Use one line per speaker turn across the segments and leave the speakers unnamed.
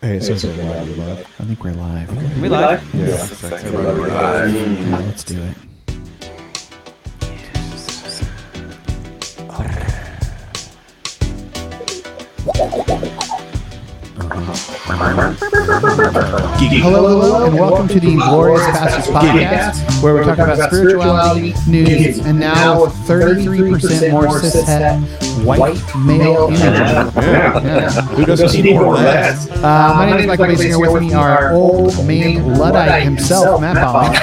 Hey, it says we're live. We're live.
I think we're live.
We live.
Yeah.
Yeah, let's do it. Hello, hello, and welcome to the Glorious Pastors Podcast, where we talk about spirituality, news, and now 33% more cishet white male energy. Yeah.
Who doesn't support that?
Uh, my name is Michael Mason. Here with me are old man Luddite himself, Matt Bond.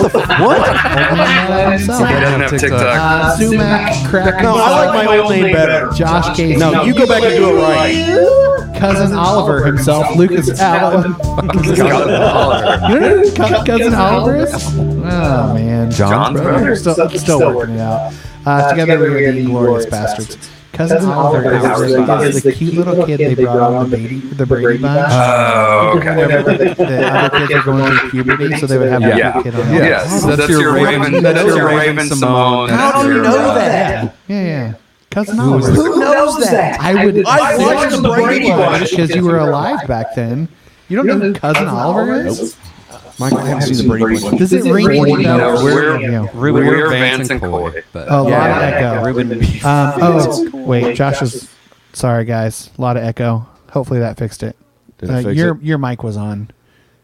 What the f- what? Old man Luddite himself.
He doesn't have TikTok.
Uh, Sumac, Crack,
No, I like my old name better.
Josh Casey.
No, you go back and do it right.
cousin Oliver himself, Lucas Allen. You know who Cou- cousin Oliver is? Oh man,
John's brother?
Uh, Still,
Still-
still working it out. Uh, together we're the glorious bastards. Cousin
Cousin
Oliver
Oliver
is the, is the cute little kid they brought on the Brady, the Brady bunch.
Uh,
Oh, okay.
Whenever the, the other kids are going through puberty, so they would have a
Yeah.
cute kid on.
Yeah.
Yes, that's,
That's
your
your
Raven.
Raven-
That's your Raven Simone.
How
that's
do you
your,
know
uh,
that?
yeah, yeah. Cousin Oliver.
Who knows that?
I would.
I
think
watched the Brady Bunch.
because you were alive back then. You don't know who cousin Oliver is?
Michael, I haven't seen the Brady Bunch.
Does it
Does it
ring
ring
any
any
bells?
bells? We're-
Yeah.
Ruben,
We're
we're
Vance
Vance
and
and Coy.
Coy.
But
Oh, a lot
Yeah.
of echo.
Ruben.
Um, oh, wait, Josh is. Sorry, guys. A lot of echo. Hopefully that fixed it.
Did
Uh,
I fix
your
it?
your mic was on.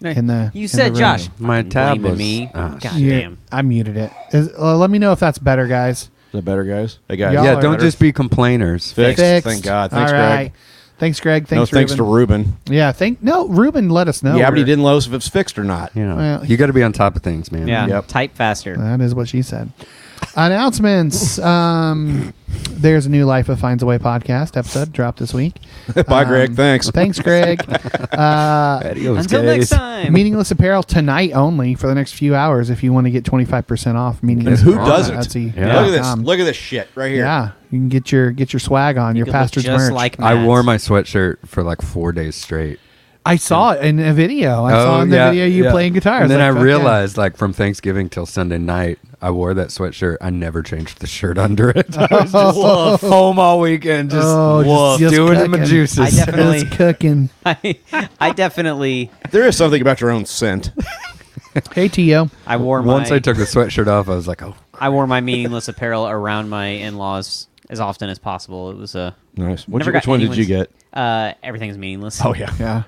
In the
You
in
said
the room.
Josh.
My tab
Blaming
was
me.
Ah,
God
You-
damn.
I muted it. Is, uh, let me know if that's better, guys.
Is that better, guys? Hey, guys.
Y'all
yeah,
are
don't
better.
just be complainers.
Fixed. Thank God. Thanks,
All
Greg.
right. Thanks, Greg.
No,
Thanks,
thanks to
Ruben.
Ruben.
yeah, thank no, Ruben. Let us know.
yeah, but he
We're-
didn't know if it's fixed or not.
You know,
Well,
you got to be on top of things, man.
Yeah.
Yep.
Type faster.
That is what she said. Announcements. Um, there's a new Life of Finds a Way podcast episode dropped this week.
Bye,
Um,
Greg. Thanks.
Thanks, Greg. uh,
Adios,
Until
guys.
next time.
Meaningless apparel tonight only for the next few hours if you want to get 25% off.
And
Meaningless
who
apparel
doesn't?
at Etsy.
Yeah.
Look at this.
Um,
Look at this shit right here.
Yeah, you can get your get your swag on
You
your
could look
pastor's
just
merch.
like
I
Matt.
wore my sweatshirt for like four days straight.
I saw it in a video.
Oh,
I saw in the video you
Oh, yeah.
playing guitar.
And
was
then
like,
I
"Fuck yeah."
realized, like, from Thanksgiving till Sunday night, I wore that sweatshirt. I never changed the shirt under it. I was just home all weekend, just,
Oh, just-
woof,
just
doing in my
cooking.
juices.
I definitely-
It's cooking.
I, I definitely.
There is something about your own scent.
Hey, Tio.
I wore my.
Once I took the sweatshirt off, I was like, oh,
I wore my meaningless apparel around my in-laws as often as possible. It was a.
Nice. What
Never
you- which
got
one did you
anyone's-
get? Oh,
Uh, everything's meaningless.
yeah.
Yeah.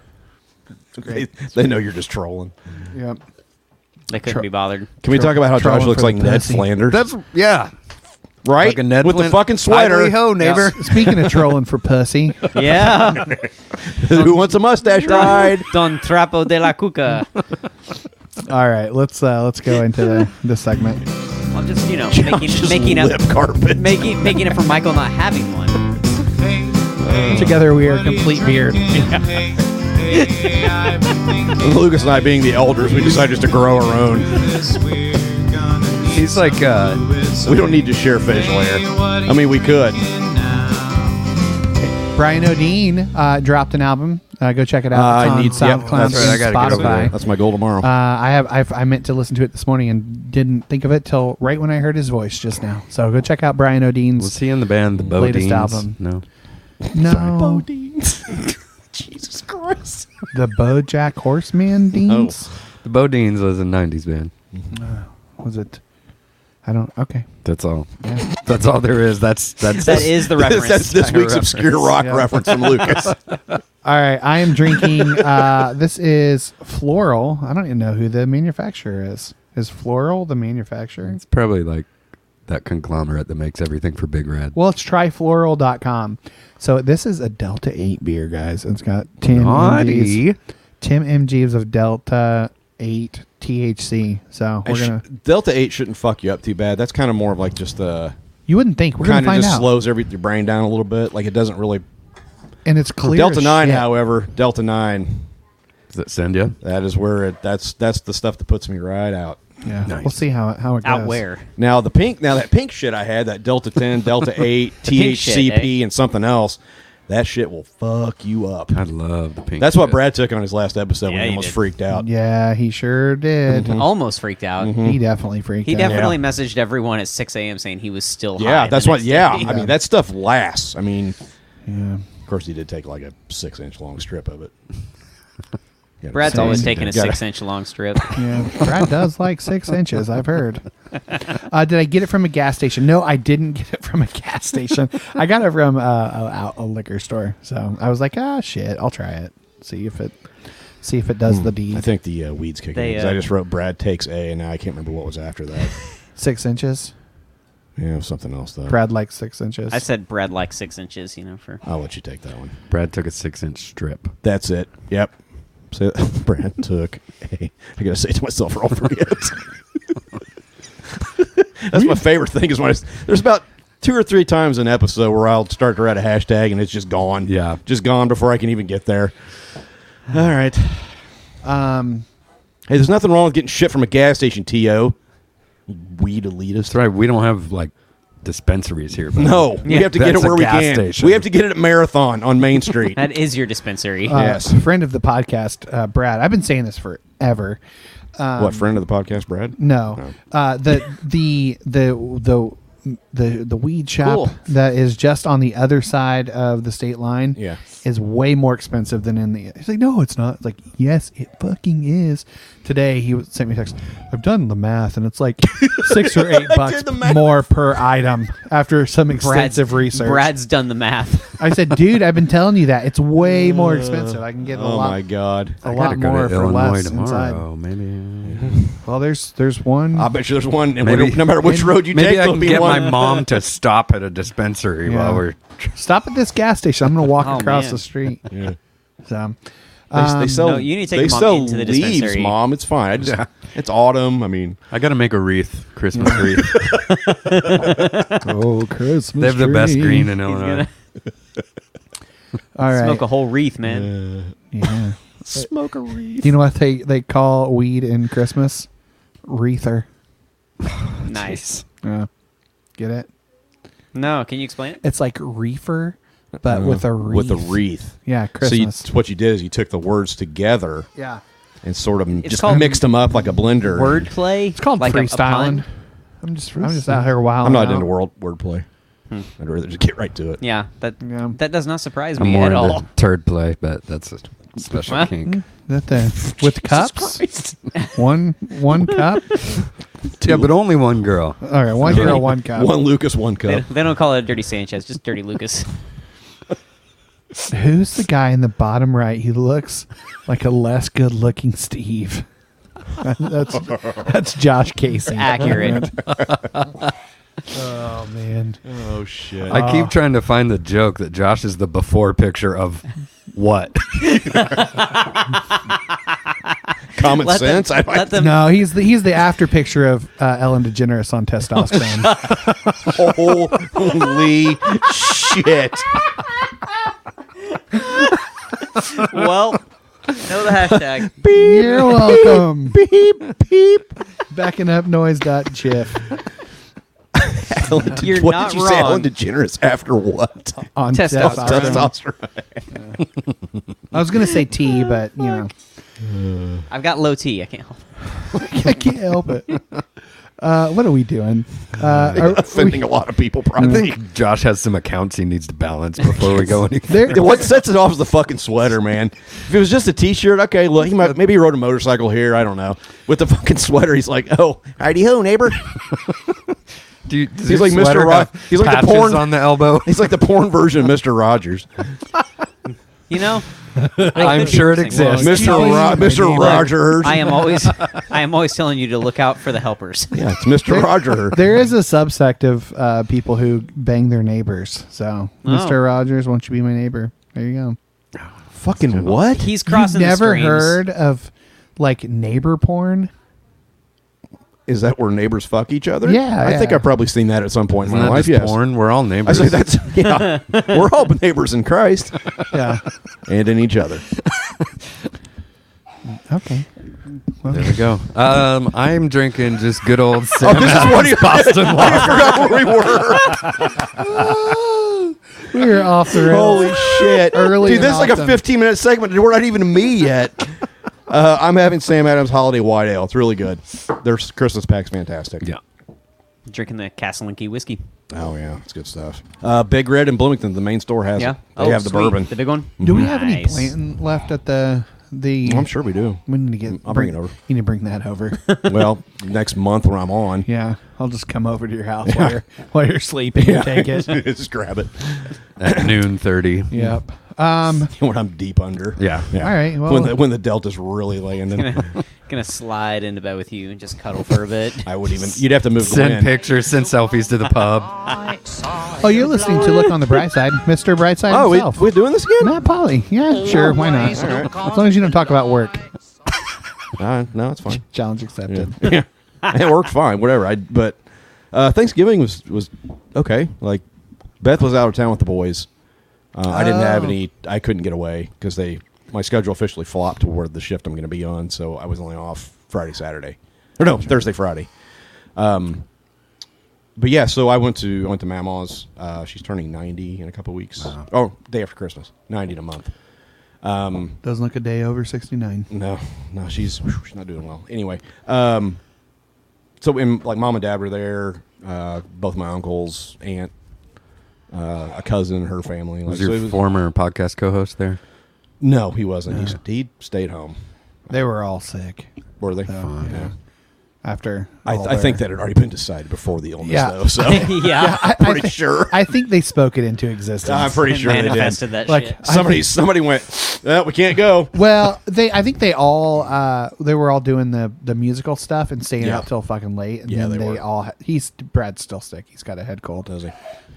They, they know you're just trolling.
Yep.
They couldn't be bothered.
Can we talk about how
Trolling
Josh looks
for
like
the
Ned
pussy.
Flanders?
that's, yeah.
right?
Fucking Ned
With the
Flint-
fucking sweater.
Hi, ho, neighbor.
Speaking of trolling for pussy,
Yeah.
Who wants a mustache
Don,
ride?
Don Trapo de la Cuca.
all right, let's uh, let's go into the, this segment.
I'm just you know
Just
making making
lip
up
carpet.
making making it for Michael not having one.
Together we are complete beard.
Lucas and I, being the elders, we decided just to grow our own.
He's like, uh,
We don't need to share facial hair. I mean, we could.
Brian O'Dean uh, dropped an album. Uh, go check it out. It's on SoundCloud
that's right, I
and
gotta get over
Spotify.
there.
That's my goal tomorrow.
Uh, I have I've, I meant to listen to it this morning and didn't think of it till right when I heard his voice just now. So go check out Brian O'Dean's.
was he in the band The
Latest
Bodines?
album.
No.
no, the BoJack Horseman
Oh.
Deans.
The Bodines was a 90s band.
Was it? I don't. Okay.
That's all. That's all there is. That's that's
That is the reference.
that's this week's obscure rock
Yeah.
reference from Lucas.
All right. I am drinking. uh, this is Floral. I don't even know who the manufacturer is. Is Floral the manufacturer?
It's probably like that conglomerate that makes everything for Big Red.
Well, it's tryfloral.com. So this is a Delta 8 beer, guys. It's got 10 MGs.
Naughty.
10 mgs of delta 8 thc so we're
Sh-
gonna
Delta Eight shouldn't fuck you up too bad. That's kind of more of like just uh,
you wouldn't think we're gonna
kind of
find
just
out
slows every your brain down a little bit. Like it doesn't really.
and it's clear
Delta
as
Nine,
shit.
however, Delta Nine,
Does that send you?
that is where it. That's that's the stuff that puts me right out.
yeah
Nice.
we'll see how it how it goes
Out where?
Now the pink, now that pink shit I had, that Delta Ten, Delta Eight,
pink shit,
THCP,
eh?
and something else, that shit will fuck you up.
I love the pink.
That's what
shit.
Brad took on his last episode when
Yeah,
he
he
almost
did.
freaked out.
yeah he sure did
Almost freaked out.
Mm-hmm.
he definitely freaked
He
out
definitely messaged everyone at 6 a.m. saying he was still high.
Yeah,
the
that's what.
next
Yeah,
day.
I mean that stuff lasts. I mean,
yeah
of course he did take like a six inch long strip of it.
gotta
Brad's
say
always
it.
taking a
Gotta-
six inch long strip.
Yeah, Brad does like six inches. I've heard. Uh, did I get it from a gas station? No, I didn't get it from a gas station. I got it from uh, a, a liquor store. So I was like, ah, shit, I'll try it. See if it, see if it does the deed.
Hmm. I think the uh, weeds kicking.
They,
in, 'cause I
uh,
just wrote Brad takes A, and now I can't remember what was after that.
six inches.
yeah, it was something else though.
Brad likes six inches.
I said Brad likes six inches, you know, for
I'll let you take that one.
Brad took a six inch strip.
That's it. Yep. So Brad took a. I gotta say it to myself, or I'll forget. That's my favorite thing is when I, s- there's about two or three times an episode where I'll start to write a hashtag and it's just gone.
Yeah.
just gone before I can even get there. All right.
Um,
Hey, there's nothing wrong with getting shit from a gas station, to. Weed elitist.
That's right. We don't have like dispensaries here. But
No, we
Yeah.
have to get it
That's a
where we
gas
can.
station.
We have to get it at Marathon on Main Street.
that is your dispensary.
uh,
Yes.
friend of the podcast, uh, Brad. I've been saying this forever. Um,
what friend of the podcast, Brad?
No, uh, the the the the the the weed shop
Cool.
that is just on the other side of the state line.
Yeah.
is way more expensive than in the. He's like, no, it's not. It's like, yes, it fucking is. Today he was- sent me a text. I've done the math, and it's like six or eight bucks more per item after some
Brad's,
extensive research.
Brad's done the math.
I said, dude, I've been telling you that it's way more expensive. I can get a
Oh
lot.
my god.
A
I
lot
gotta go
more
to
for
Illinois
less inside.
tomorrow. Maybe. uh,
Well, there's there's one.
I bet you there's one, and
Maybe-
we don't- no matter which
maybe-
road you
Maybe
take,
I
there'll
can
be
get
one.
my mom to stop at a dispensary
Yeah.
while we're.
Stop at this gas station. I'm gonna walk
Oh,
across
man.
the street. So, um,
They, they sell.
Um, no, you need to take
they
your mom
sell
into the
leaves,
dispensary.
mom. It's fine. I just- It's autumn. I mean,
I gotta make a wreath, Christmas wreath.
oh, Christmas.
They have the best green in
He's
Illinois.
gonna
All right.
smoke a whole wreath, man.
yeah.
smoke a wreath.
Do you know what they they call weed in Christmas? Wreather.
nice.
Yeah. Get it?
No, can you explain it?
It's like reefer, but with a wreath.
Uh, With a wreath.
Yeah, Christmas.
So you, what you did is you took the words together
yeah.
and sort of just
called
mixed them up like a blender.
Wordplay. It's
Called
like a- a
freestyling.
pun?
I'm just I'm just out here wild.
I'm not into world wordplay. I'd rather just get right to it.
Hmm. Yeah, that
Yeah.
that does not surprise
I'm
me
more
at
into
all.
turd play, but that's a special
Well,
kink.
That the, with cups, one one cup.
Yeah, but only one girl.
All right, one girl, one cup.
One Lucas, one
They,
cup.
they don't call it a dirty Sanchez, just dirty Lucas.
Who's the guy in the bottom right? He looks like a less good looking Steve. that's that's Josh Casey.
Accurate.
oh man.
Oh shit!
I keep trying to find the joke that Josh is the before picture of what?
Common
Let them-
sense. I
let them
No, he's the he's the after picture of uh, Ellen DeGeneres on testosterone.
holy shit!
well, know the hashtag.
You're welcome. Beep peep. Backing up noise dot gif
Ellen De-
You're
what
not
did you say?
wrong.
Ellen DeGeneres after what?
on
Testosterone.
testosterone.
Testosterone.
I was gonna say T, but you know
I've got low T. I can't help.
I can't help it. Uh, what are we doing? Uh, are-
offending a lot of people. Probably.
Josh has some accounts he needs to balance before we go any
there,
Yeah, what sets it off is the fucking sweater, man. If it was just a t-shirt, okay, look, he might, maybe he rode a motorcycle here. I don't know. With the fucking sweater, he's like, oh, howdy ho, neighbor.
Do you, does
He's
your
like Mr.
sweater
Ro-
have
he's like the
patches
porn-
on the elbow.
He's like the porn version of Mister Rogers.
You know,
I'm sure it exists.
Mister Ro- Mister Rogers.
I am always, I am always telling you to look out for the helpers.
Yeah, it's Mister Rogers.
There is a subsect of uh, people who bang their neighbors. So,
Oh.
Mr. Rogers, won't you be my neighbor? There you go.
Fucking what?
He's crossing.
You've never
the streams.
heard of like neighbor porn?
Is that where neighbors fuck each other?
Yeah,
I think
yeah.
I've probably seen that at some point
Isn't
in my
that
life.
just
Yes.
porn? We're all
I
neighbors.
say that's yeah. We're all neighbors in Christ
Yeah.
and in each other.
okay.
there we go. Um, I'm drinking just good old
Oh, this
cinnamon
is what he
Boston lager.
I forgot where we were.
We are off the rails.
Holy shit!
Early
dude, this
and
is like a
often.
15 minute segment. We're not even me yet. Uh, I'm having Sam Adams Holiday White Ale. It's really good. Their s- Christmas pack's fantastic.
Yeah.
Drinking the Castellinki whiskey.
Oh yeah, it's good stuff. Uh, Big Red in Bloomington, the main store has
Oh,
Yeah. Oh,
it. They have the
sweet.
bourbon.
The big one.
Do we have any
Nice.
plantain left at the
the.
I'm sure we do.
We need to get.
I'll bring it over.
You need to bring that over.
Well, next month when I'm on,
yeah, I'll just come over to your house while you're while you're sleeping and take it.
just grab it
at noon thirty.
yep. Um.
when I'm deep under.
Yeah.
yeah.
All right, well-
when the, when the delta's really landing,
Gonna slide into bed with you and just cuddle for a bit.
I would even. You'd have to move Glenn.
Send pictures, send selfies to the pub.
Oh, you're listening to Look on the Bright Side, Mr. Brightside
Oh, we,
himself.
we're doing this again?
Matt Polly. Yeah, sure. Why not? As long as you don't talk about work.
Uh, no, it's fine.
Challenge accepted.
Yeah, it worked fine. Whatever. I but uh, Thanksgiving was was okay. Like Beth was out of town with the boys. Uh, I didn't have
Oh.
any. I couldn't get away because they my schedule officially flopped toward the shift I'm going to be on. So I was only off Friday, Saturday, or no Thursday, Friday. Um, but yeah, so I went to I went to Mama's. Uh, she's turning ninety in a couple weeks. Oh, day after Christmas, ninety in a month.
Doesn't look a day over 69.
No, no, she's she's not doing well. Anyway, um, so and like mom and dad were there, uh, both my uncles, aunt, uh, a cousin, her family. Like,
Was
so
your
it was-
former podcast co-host there?
no, he wasn't. He's he stayed home.
They were all sick
Were they?
Oh, yeah. after.
I,
all
I think
their-
that had already been decided before the illness,
Yeah.
though. So
yeah,
I, I
pretty
thi-
sure.
I think they spoke it into existence.
I'm pretty
and
sure they
manifested
did.
that
Like,
shit.
I
Somebody, somebody went. "Eh, we can't go.
Well, they I think they all uh they were all doing the the musical stuff and staying
Yeah.
up till fucking late and
Yeah,
then
they
they,
were.
all ha- he's Brad's still sick. He's got a head cold.
Does he?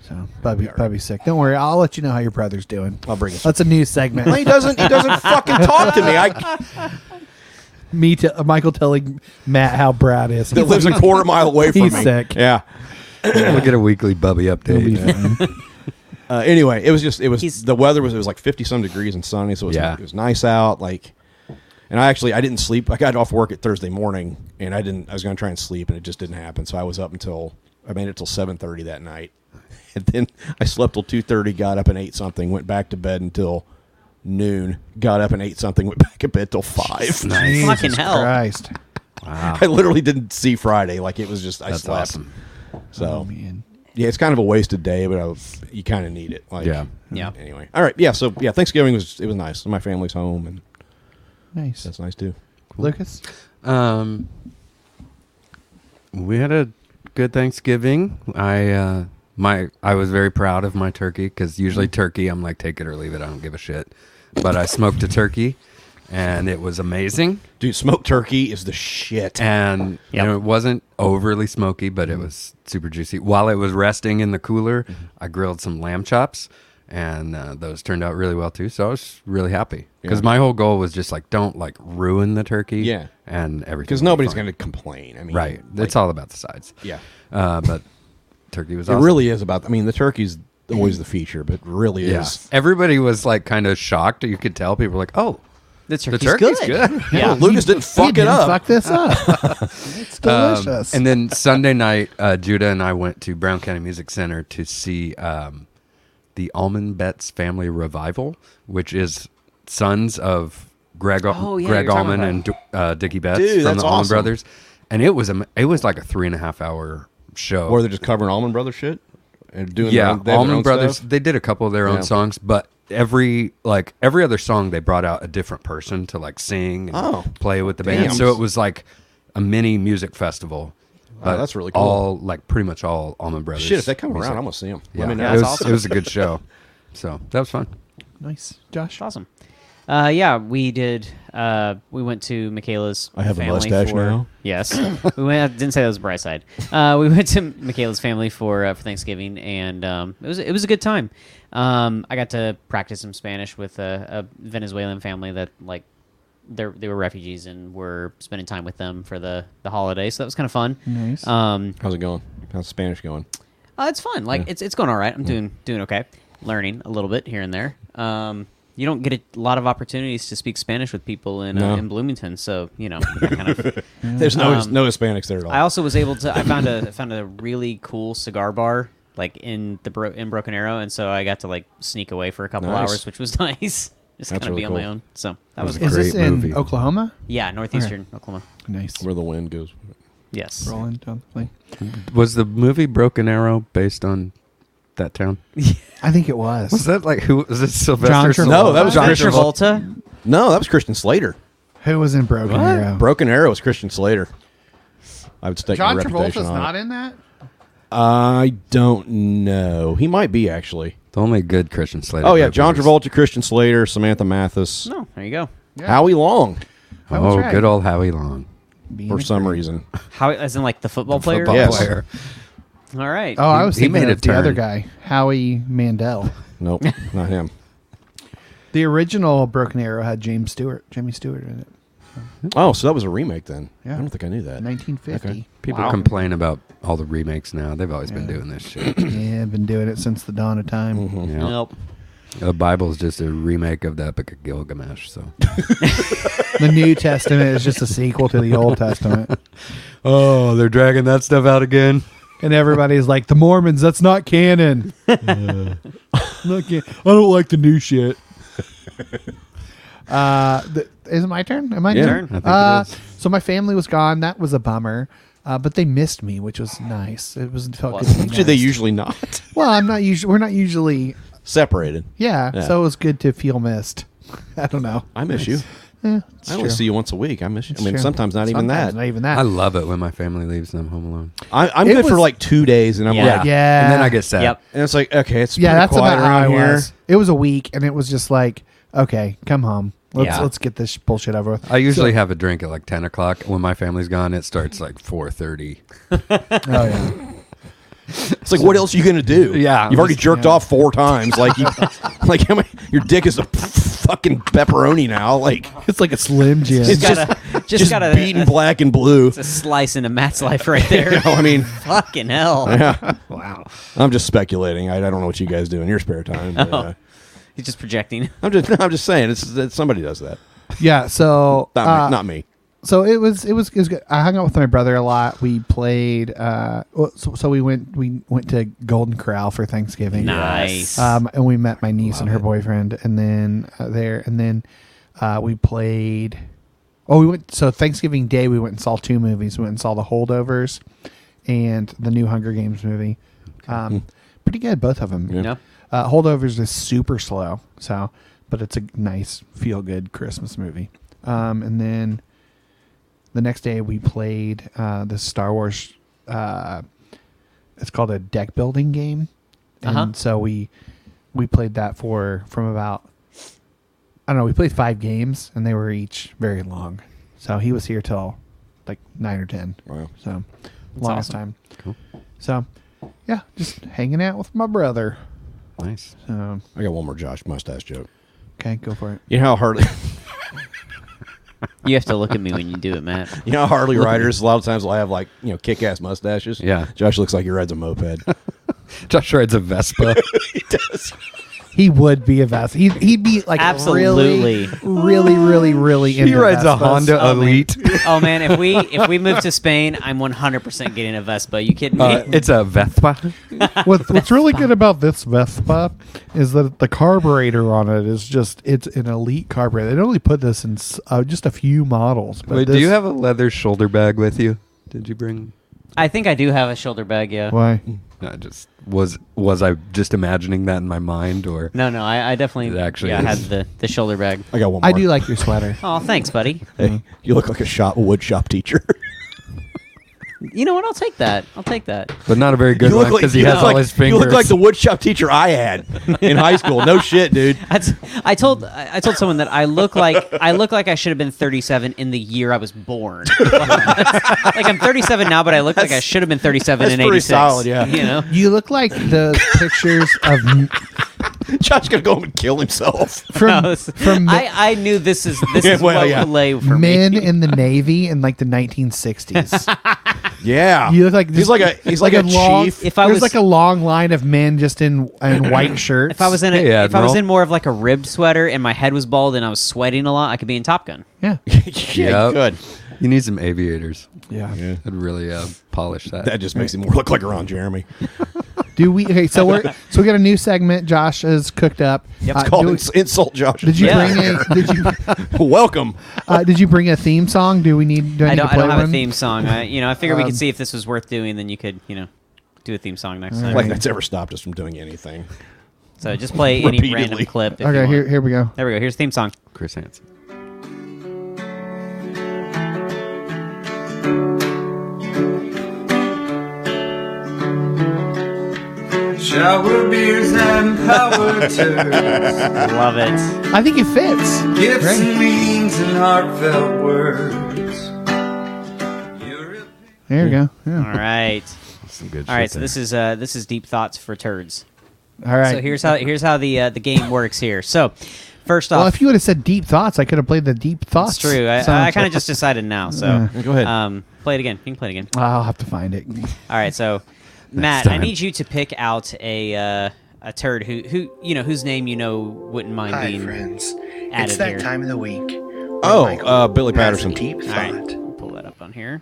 So Bubby Bubby's sick. Don't worry, I'll let you know how your brother's doing.
I'll bring it.
That's a new segment.
He doesn't. He doesn't fucking talk to me. I
Me t- Michael telling Matt how Brad is.
that lives a quarter mile away from
He's
me.
sick.
Yeah.
We'll get a weekly Bubby update.
Uh, anyway, it was just it was
He's-
the weather was it was like fifty some degrees and sunny, so it was,
Yeah.
it was nice out. Like, and I actually I didn't sleep. I got off work at Thursday morning, and I didn't. I was going to try and sleep, and it just didn't happen. So I was up until I made it till seven thirty that night, and then I slept till two thirty. Got up and ate something. Went back to bed until noon. Got up and ate something. Went back to bed till five.
nice.
Fucking hell.
Christ.
I literally didn't see Friday. Like it was just I
That's
slept.
awesome.
So
Oh, man.
yeah, it's kind of a wasted day, but I was, you kind of need it. Like,
Yeah.
Yeah.
Anyway, all right. Yeah. So yeah, Thanksgiving was it was nice. My family's home, and
Nice.
that's nice too.
Lucas?
Um, we had a good Thanksgiving. I uh, my I was very proud of my turkey because usually turkey I'm like take it or leave it. I don't give a shit. But I smoked a turkey, and it was amazing.
Dude, smoked turkey is the shit.
And you
Yep.
know, it wasn't overly smoky, but
Mm-hmm.
it was super juicy. While it was resting in the cooler, I grilled some lamb chops, and uh, those turned out really well too. So I was really happy because
Yeah.
my whole goal was just like don't like ruin the turkey.
Yeah.
and everything
Because
will be
nobody's
fine.
going to complain. I mean,
Right.
like,
it's all about the sides.
Yeah.
Uh, but turkey was
It
awesome.
really is about. I mean, the turkey's always the feature, but really
yeah.
is.
Everybody was like kind of shocked. You could tell people were like, oh,
The
the
turkey's,
turkey's
good.
good.
Yeah.
Yeah.
Oh, Lucas didn't
He
fuck it
didn't
up. Um,
Fuck this up. it's delicious.
and then Sunday night, uh, Judah and I went to Brown County Music Center to see um, the Almond Betts Family Revival, which is sons of Greg,
Oh, yeah,
Greg
you were talking
Allman
about
and D- uh, Dickie Betts
Dude,
from the
that's
Allman
awesome.
Brothers. And it was a, it was like a three and a half hour show.
Or they're just covering Almond Brothers shit and doing.
yeah,
their own, they have their
Allman
own
Brothers.
stuff?
They did a couple of their
Yeah.
own songs, but every like every other song, they brought out a different person to like sing and
Oh.
play with the
Damn.
band. So it was like a mini music festival. but
that's really cool.
All like pretty much all Allman Brothers.
Shit, if they come
music.
around, I'm gonna see them.
yeah.
Let me know.
it was
awesome.
it was a good show. So that was fun.
nice. Josh?
Awesome. Uh, yeah, we did. Uh, we went to Michaela's.
I have a
family
mustache
for-
now.
Yes, we went. I didn't say that was the bright side. Uh, we went to Michaela's family for uh, for Thanksgiving, and um, it was it was a good time. Um, I got to practice some Spanish with a, a Venezuelan family that like they they were refugees and we're spending time with them for the the holiday. So that was kind of fun.
Nice.
Um,
How's it going? How's Spanish going?
uh, it's fun. Like it's it's going all right. I'm doing doing okay. Learning a little bit here and there. Um, you don't get a lot of opportunities to speak Spanish with people in
No.
uh, in Bloomington, so you know. that Kind of.
There's no
Um,
no Hispanics there at all.
I also was able to. I found a I found a really cool cigar bar like in the bro- in Broken Arrow, and so I got to like sneak away for a couple
Nice.
hours, which was nice. Just kind of
really
be on my
cool.
own. So that was
was
cool.
Is this
Great
in
movie.
Oklahoma?
yeah, northeastern Oklahoma.
Nice.
Where the wind goes.
Yes.
Rolling down the lane.
Was the movie Broken Arrow based on that town?
I think it was.
Was that like who was it Sylvester?
John Travolta?
Stallone?
No, that was John
John Travolta.
No, that was Christian Slater.
Who was in Broken Arrow?
Broken Arrow was Christian Slater. I would stake
John
my reputation
Travolta's
on
not
it.
in that.
I don't know. He might be actually.
The only good Christian Slater.
Oh yeah,
movie
John
was-
Travolta, Christian Slater, Samantha Mathis,
No, there you go.
Yeah.
Howie Long
I was
Oh,
right.
good old Howie Long.
Being
for
a-
some reason.
How as in like the football player?
Football
Yes.
player.
All right.
Oh, I was
He- he
thinking
made
of
a
the other
turn.
guy, Howie Mandel.
Nope, not him.
The original Broken Arrow had James Stewart, Jimmy Stewart in it,
Oh, so that was a remake then.
Yeah.
I don't think I knew that.
1950.
People complain about all the remakes now. They've always been doing this shit.
yeah, I've been doing it since the dawn of time.
Mm.
Yeah.
Nope.
The Bible's just a remake of the Epic of Gilgamesh. So
The New Testament is just a sequel to the Old Testament,
Oh, they're dragging that stuff out again.
and everybody's like, "The Mormons, that's not canon." Not can- I don't like the new shit. uh, th- is it my turn? Am I
Yeah.
turn?
I
think it
uh,
is.
So my family was gone. That was a bummer. Uh, but they missed me, which was nice. It was felt good. to be
Do they
missed.
usually not
Well, I'm not usually. We're not usually.
separated?
Yeah,
Yeah.
So it was good to feel missed. I don't know.
I miss you.
Yeah, it's
I only
true.
see you once a week. I miss you.
It's
I mean,
true.
sometimes not even
Sometimes
that.
Not even that.
I love it when my family leaves and I'm home alone.
I, I'm
It
good for
was-
like two days, and I'm
Yeah.
like,
yeah.
and then I get sad.
Yep.
and it's like, okay, it's
Yeah,
pretty
that's
quiet
about how I
around here.
was. It was a week, and it was just like, okay, come home. Let's
Yeah.
let's get this bullshit over with.
I usually have a drink at like ten o'clock. When my family's gone, it starts like four thirty.
oh yeah.
It's like, what else are you gonna do?
Yeah.
you've already jerked off four times. Like, you, like how many, your dick is a fucking pepperoni now. Like,
It's like a slim jim.
it's
Just
just
got a just,
just
got a,
beaten black and blue.
a slice into Matt's life right there.
You know, I mean,
Fucking hell.
I'm just speculating. I, I don't know what you guys do in your spare time. But, uh,
He's just projecting.
I'm just, I'm just saying, it's, it's somebody does that.
yeah. So
Not,
uh,
me, not me.
so it was it was it was good. I hung out with my brother a lot. We played. Uh, well, so, so we went we went to Golden Corral for Thanksgiving.
Nice.
Um, and we met my niece and her boyfriend, and then uh, there, and then uh, we played. Oh, we went. So Thanksgiving Day, we went and saw two movies. We went and saw The Holdovers and the new Hunger Games movie. Um, pretty good, both of them.
Yeah.
Uh, Holdovers is super slow, so but it's a nice feel good Christmas movie. Um, and then the next day we played uh, the Star Wars. Uh, it's called a deck building game, and
Uh-huh.
so we we played that for from about I don't know. We played five games, and they were each very long. So he was here till like nine or ten.
Wow.
So longest
awesome.
time. Cool. So yeah, just hanging out with my brother.
Nice.
Um,
I got one more Josh mustache joke.
okay, go for it.
You know how hardly,
You have to look at me when you do it, Matt.
you know how Harley riders a lot of times will have like you know kick ass mustaches.
Yeah.
Josh looks like he rides a moped.
Josh rides a Vespa.
he does.
He would be a Vespa. He'd, he'd be like
Absolutely.
really, really, really, really.
he
into
rides a
Vespas.
Honda
Oh, man.
Elite.
Oh man, if we if we move to Spain, I'm 100% getting a Vespa. You kidding me?
Uh, it's a Vespa.
What, what's really good about this Vespa is that the carburetor on it is just it's an elite carburetor. They only put this in s- uh, just a few models. But
Wait, do
this-
you have a leather shoulder bag with you? Did you bring?
I think I do have a shoulder bag, yeah.
why?
I just was was I just imagining that in my mind or
No, no, I, I definitely
It actually
yeah, had
is.
the, the shoulder bag.
I got one. More.
I do like your sweater.
Oh, thanks, buddy.
Hey, you look like a shop a wood shop teacher.
You know what? I'll take that. I'll take that.
but not a very good
you
one because he
you
has
look
all
like-
his fingers.
You look like the wood shop teacher I had in high school. No shit, dude.
I, t- I told I I told someone that I look like I look like I should have been 37 in the year I was born. like I'm 37 now, but I look like I should have been 37
that's
in
pretty
86.
solid, yeah.
You know,
You look like the pictures of
Josh's gonna go home and kill himself.
from
I, was-
from
I, I knew this is this
Yeah,
is
well,
what
yeah.
would lay for
men
me.
in the navy in like the 1960s.
Yeah,
You look like
he's like a he's like, a,
long,
chief.
If I
there's
was-
like a long line of men just in in white shirts.
If I was in a,
Hey,
if I was
Admiral.
in more of like a ribbed sweater and my head was bald and I was sweating a lot, I could be in Top Gun.
yeah,
yeah,
Yep.
good.
You need some aviators.
yeah.
I'd really uh, polish that.
That just makes him more look like Ron Jeremy.
Do we? Okay, so we're so we got a new segment. Josh is cooked up.
It's
Uh,
called
do we-
ins- insult Josh.
did you
Yeah.
bring a did you
Welcome.
uh, did you bring a theme song? Do we need? Do I,
I
need to
don't I
play
don't
one?
have a theme song. I, you know, I figured we
Um,
could see if this was worth doing. Then you could you know do a theme song next time.
Like that's ever stopped us from doing anything.
So just play any random
Repeatedly.
clip. If you
Okay,
want.
here here we go.
There we go. Here's the theme song.
Chris Hansen.
Sour beers and power turns.
Love it.
I think it fits.
Gifts
Great.
and means and heartfelt words. Europe-
There you go.
All
Yeah.
right.
Some good
All
shit
right. So
there.
this is uh, this is deep thoughts for turds.
All right.
So here's how here's how the uh, the game works here. So first off,
well, if you would have said deep thoughts, I could have played the deep thoughts.
it's true. I, I kind of just decided now. So
Go ahead.
Um, play it again. You can play it again.
I'll have to find it.
All right, so Matt, I
time.
need you to pick out a uh, a turd who who you know whose name you know wouldn't mind
Hi,
being.
friends. It's
added
that
here.
time of the week. when
Oh,
Michael
uh, Billy
has a
Patterson.
Deep
All
thought.
right, we'll pull that up on here.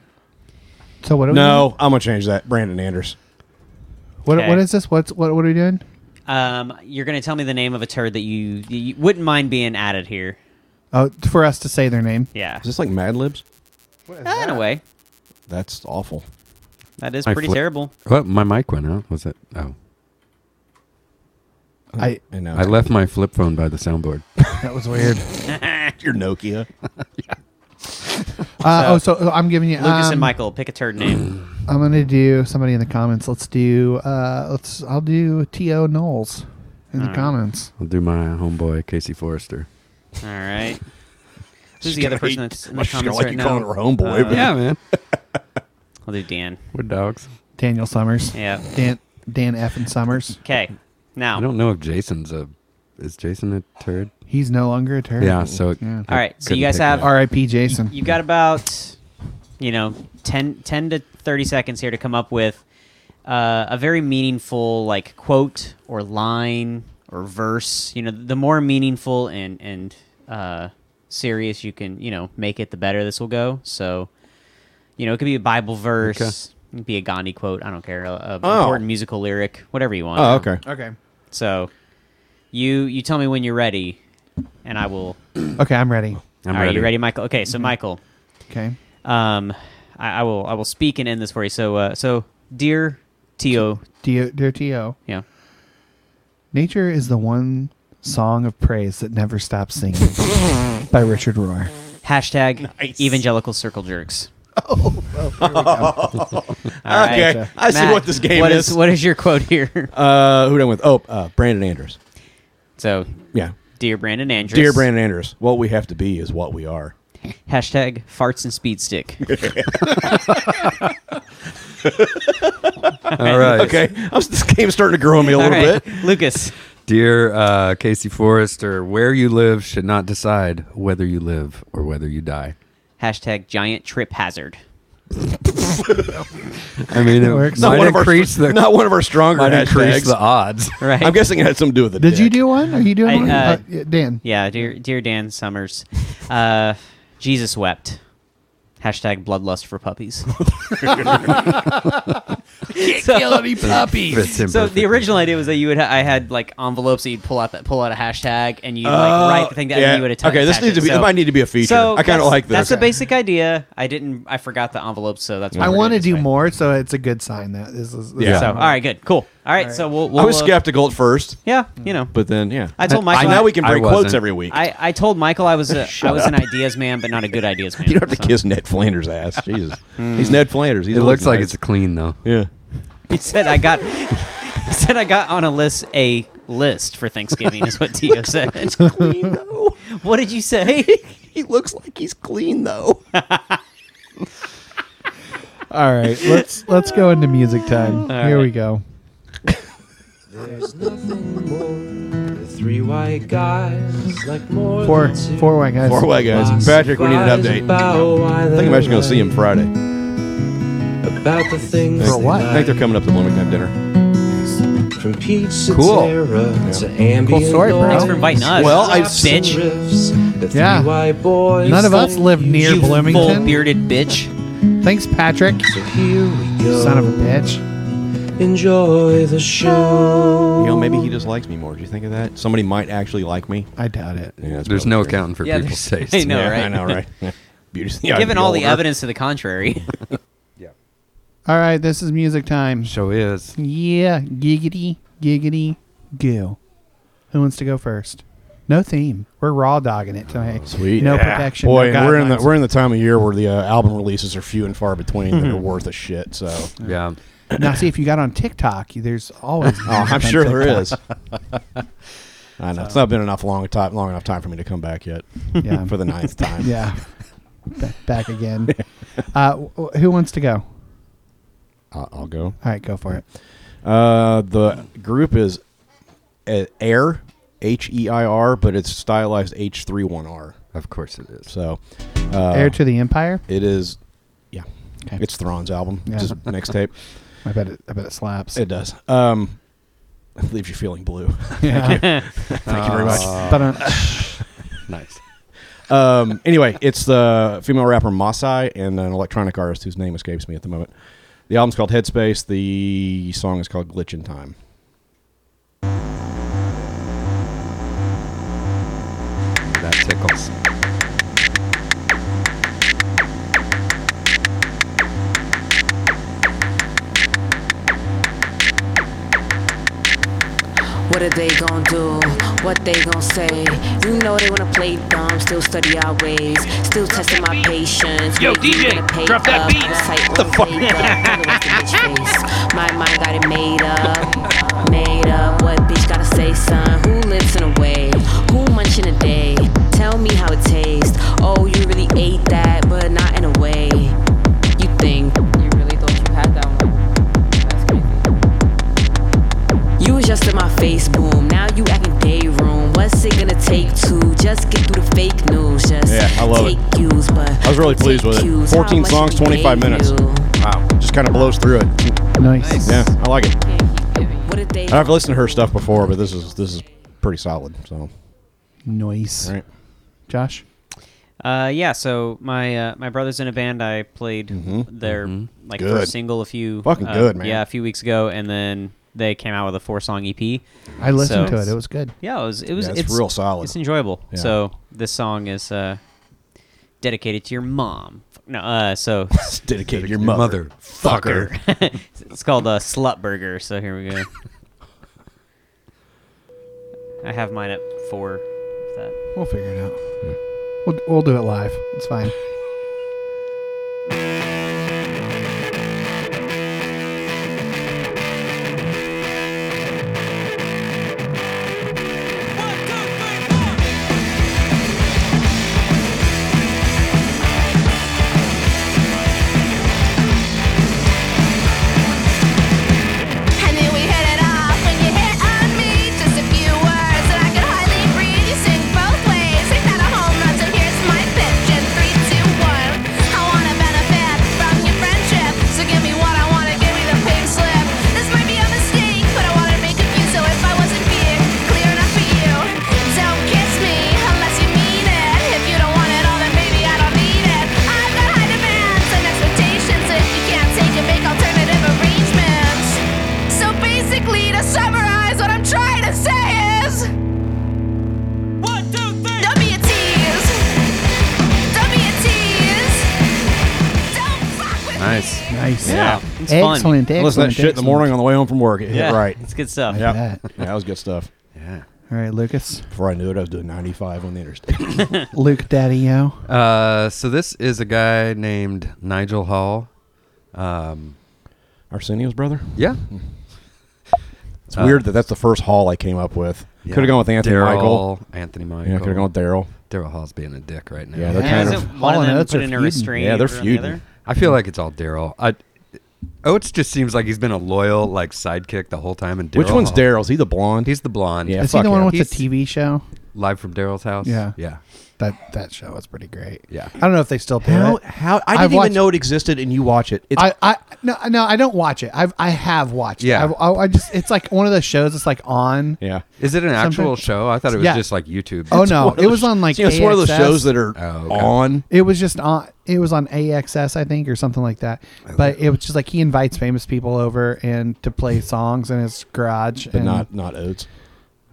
So what? Are we
No, I'm gonna change that. Brandon Anders.
doing? What,
Okay.
what is this? What's what? What are we doing?
Um, you're gonna tell me the name of a turd that you, you wouldn't mind being added here.
Oh, for us to say their name.
Yeah,
Is this like Mad Libs?
in a way,
That's awful.
that is
I
pretty
flip-
terrible.
Oh, my mic went out. Was it? Oh,
I.
I know.
I left my flip phone by the soundboard.
That was weird.
your Nokia.
Uh, oh, so I'm giving you.
Lucas
um,
and Michael, pick a turd name.
I'm gonna do somebody in the comments. Let's do. Uh, let's. I'll do T.O. Knowles in the comments.
I'll do my homeboy Casey Forrester.
All right. Who's the other person that's in the
She's gonna
comments
like
right
you
now?
calling her homeboy, but-
Yeah, man.
I'll do Dan.
We're dogs.
Daniel Summers.
Yeah.
Dan Dan F. and Summers.
Okay. Now,
I don't know if Jason's a. Is Jason a turd?
He's no longer a turd.
Yeah. So.
Yeah.
I
All right, so you
couldn't
guys
pick
have-
that.
R.I.P. Jason.
you've got about you know 10, 10 to 30 seconds here to come up with uh, a very meaningful like quote or line or verse you know the more meaningful and and uh, serious you can you know make it the better this will go so you know it could be a bible verse it could be a gandhi quote i don't care a, a
Oh.
important musical lyric whatever you want
Oh, okay.
Okay.
so you you tell me when you're ready and i will
Okay, I'm ready.
I'm
All right,
ready.
you ready michael okay
Mm-hmm.
so michael
Okay.
um, I, I will I will speak and end this for you. So uh, so dear Tio,
Dear, dear T.O.
yeah,
Nature is the one song of praise that never stops singing by Richard Rohr.
hashtag evangelical circle jerks. Oh,
Okay, I see what this game
is.
is.
What is your quote here?
Uh, who done with? Oh, uh, Brandon Anders.
so,
Yeah.
dear Brandon Andrews,
Dear Brandon Anders, what we have to be is what we are.
hashtag farts and speed stick.
All right.
Okay, I'm, this game's starting to grow on me a
All
little
right,
bit.
Lucas.
Dear uh, Casey Forrester, where you live should not decide whether you live or whether you die.
Hashtag giant trip hazard.
I mean, it
works.
works.
Not
might
one of our-
increase the
Not one of our stronger
might increase
hashtags.
the odds.
Right.
I'm guessing it had something to do with the.
Did you
dick.
do one? Are you doing
I,
one?
uh,
yeah, Dan.
Yeah, dear dear Dan Summers, uh, Jesus wept. Hashtag bloodlust for puppies. so,
Fits in
so the
perfectly.
original idea was that you would ha- I had like envelopes that you'd pull out that pull out a hashtag and you would
Oh,
like write the thing that and
yeah.
you would atta- attach.
Okay, this needs
it.
to be.
So-
It might need to be a feature.
So
I kind of
that's-
like this.
That's the basic idea. I didn't. I forgot the envelope, so that's. Why
I
we're
want to do
doing this way.
more, so it's a good sign that this is.
Yeah.
So all right, good, cool. All right, so we'll. we'll
I was
uh,
skeptical at first,
Yeah, you know.
but then yeah.
I told Michael
now
I-
we can
I
break quotes
wasn't.
every week.
I, I told Michael I was a, I was an ideas man, but not a good ideas man.
you don't have to
so.
kiss Ned Flanders' ass. Jesus,
Hmm.
he's Ned Flanders. He's
It looks like
nice.
it's clean though.
yeah.
He said I got. he said I got on a list a list for Thanksgiving is what Tio said. what did you say?
He looks like he's clean though.
All right. Let's let's go into music time. Here we go.
There's nothing more. Three white guys like more
Four
than two.
four white guys.
Four white guys. Patrick, we need an update. I think I'm actually going to see him Friday.
About the things
For what?
They
I think they're coming up to Wilmington dinner.
like, from pizza
Cool.
terra to ambient
Cool story, bro.
noise,
Thanks for
inviting us,
Well, I-
laughs and
bitch.
riffs, the three
Yeah.
white boys
None of us
that
live
you
near
you full
Bloomington.
bearded bitch.
Thanks, Patrick.
So here we go.
Son of a bitch.
Enjoy the show.
You know, maybe he just likes me more. Do you think of that? Somebody might actually like me.
I doubt it.
Yeah, that's
There's
probably
no
true.
accounting for
Yeah,
people's
there's-
taste.
I know,
Yeah,
right?
I know, right? Yeah. Beauty's the eye of
Given all the
beholder.
evidence to the contrary,
All right. This is music time.
Show is.
Yeah, giggity, giggity, goo. Who wants to go first? No theme. We're raw dogging it tonight.
Sweet.
No
Yeah.
protection.
Boy,
no
and we're in the
guidelines.
Hmm. we're in the time of year where the uh, album releases are few and far between that are worth a shit. So
Yeah.
Now, see if you got on TikTok, there's always.
Oh, I'm
on
sure
TikTok.
there is. I know it's not been enough long time, long enough time for me to come back yet
Yeah.
for the ninth time.
Yeah. Ba- Back again. Uh, w- w- who wants to go? All
I'll, I'll go.
right, go for it.
Uh, the group is uh, Air H E I R, but it's stylized H 31 R.
Of course it is.
So uh,
Heir to the Empire.
it is. Yeah,
Okay.
it's Thrawn's album.
Yeah.
Just mixtape.
I bet it. I bet it slaps.
It does. Um, leaves you feeling blue.
yeah.
Thank you very much.
but uh,
Nice.
Um, anyway, it's the female rapper Masai and an electronic artist whose name escapes me at the moment. The album's called Headspace. The song is called Glitch in Time.
That tickles.
What are they gonna do? What they gonna say? You know they wanna play dumb, still study our ways, still testing my patience.
Yo,
Wait, you
DJ,
gonna pay
drop that
up?
beat.
Sight on the fuck? My mind got it made up, made up. What bitch gotta say, son? Who lives in a wave? Who munching a day? Tell me how it tastes. Oh, you really ate that, but not in a way. You think you really thought you had that one? That's crazy. You was just in my face, boom. Now you acting day room. What's it gonna take to just get through the fake news? Just
Yeah, I love it.
take cues, but
I was really pleased with it. 14 songs, 25 minutes. Wow. Just kind of blows through it.
nice.
Yeah, I like it.
What did they?
I've listened to her stuff before, but this is this is pretty solid. So,
Nice.
all right.
Josh.
Uh, yeah. So my uh, my brother's in a band. I played their like
Mm-hmm. Good.
first single a few
Fucking
uh,
good, man.
Yeah, a few weeks ago, and then they came out with a four song EP.
I listened
So-
to it. It was good.
Yeah, it was it was
Yeah, it's real solid.
It's enjoyable.
Yeah.
So this song is uh, dedicated to your mom. No, uh, so
Dedicate your mother.
Fucker.
it's called uh, Slut Burger. So here we go. I have mine at four. if that-
We'll figure it out. We'll, we'll do it live. It's fine.
And then we hit it off when you hit on me. Just a few words that I could hardly read. You sing both ways. Ain't that a home run? So here's my pitch in three, two, one. I wanna benefit from your friendship. So give me what I wanna, give me the pink slip. This might be a mistake, but I wanna make it you. So if I wasn't being clear enough for you, don't kiss me unless you mean it. If you don't want it all, then maybe I don't need it. I've got high demands and expectations. If you can't take it, make alternative arrangements. So basically, to summarize, what I'm trying to say is. One, two, three. Don't be a tease. Don't be a tease. Don't fuck with
Nice.
me.
Nice.
Yeah.
It's fun.
Excellent.
I
excellent.
listened to that shit in the
excellent.
morning on the way home from work. It hit
Yeah,
right.
It's good stuff.
Yeah.
that.
Yeah, that was good stuff.
Yeah.
All right, Lucas.
Before I knew it, I was doing 95 on the interstate.
Luke Daddy O.
Uh, so this is a guy named Nigel Hall. Um,
Arsenio's brother?
yeah.
It's weird that that's the first hall I came up with. Could have gone with Anthony
Daryl,
Michael.
Anthony Michael.
Yeah, could have gone with Daryl.
Daryl Hall's being a dick right now.
Yeah, they're
Yeah,
kind
is
of.
it one
Hall
of
and
them
Oates
put
are
in a
feuding.
restraint?
Yeah, they're
order on the
feuding.
other?
I feel like it's all Daryl. I Oates just seems like he's been a loyal like sidekick the whole time. And Daryl
Which one's
Hall-
Daryl? Is he the blonde?
He's the blonde.
Yeah.
Is he
fuck
the one
him.
with
He's-
the TV show?
Live from Daryl's house.
Yeah.
Yeah.
That that show was pretty great.
Yeah.
I don't know if they still do
How?
it.
How? I
I've
didn't
watched-
even know it existed, and you watch it. It's
I, I no no I don't watch it. I've I have watched.
Yeah.
it. I, I, I just it's like one of those shows. that's like on.
yeah.
Is it an actual show? I thought it was
Yeah.
just like YouTube.
Oh
It's-
no,
One of
it
those-
was on like.
you know, it's one of those
AXS.
shows that are
Oh, okay.
on.
It was just on. It was on AXS, I think, or something like that. But it was just like he invites famous people over and to play songs in his garage,
But
and
not not Oates.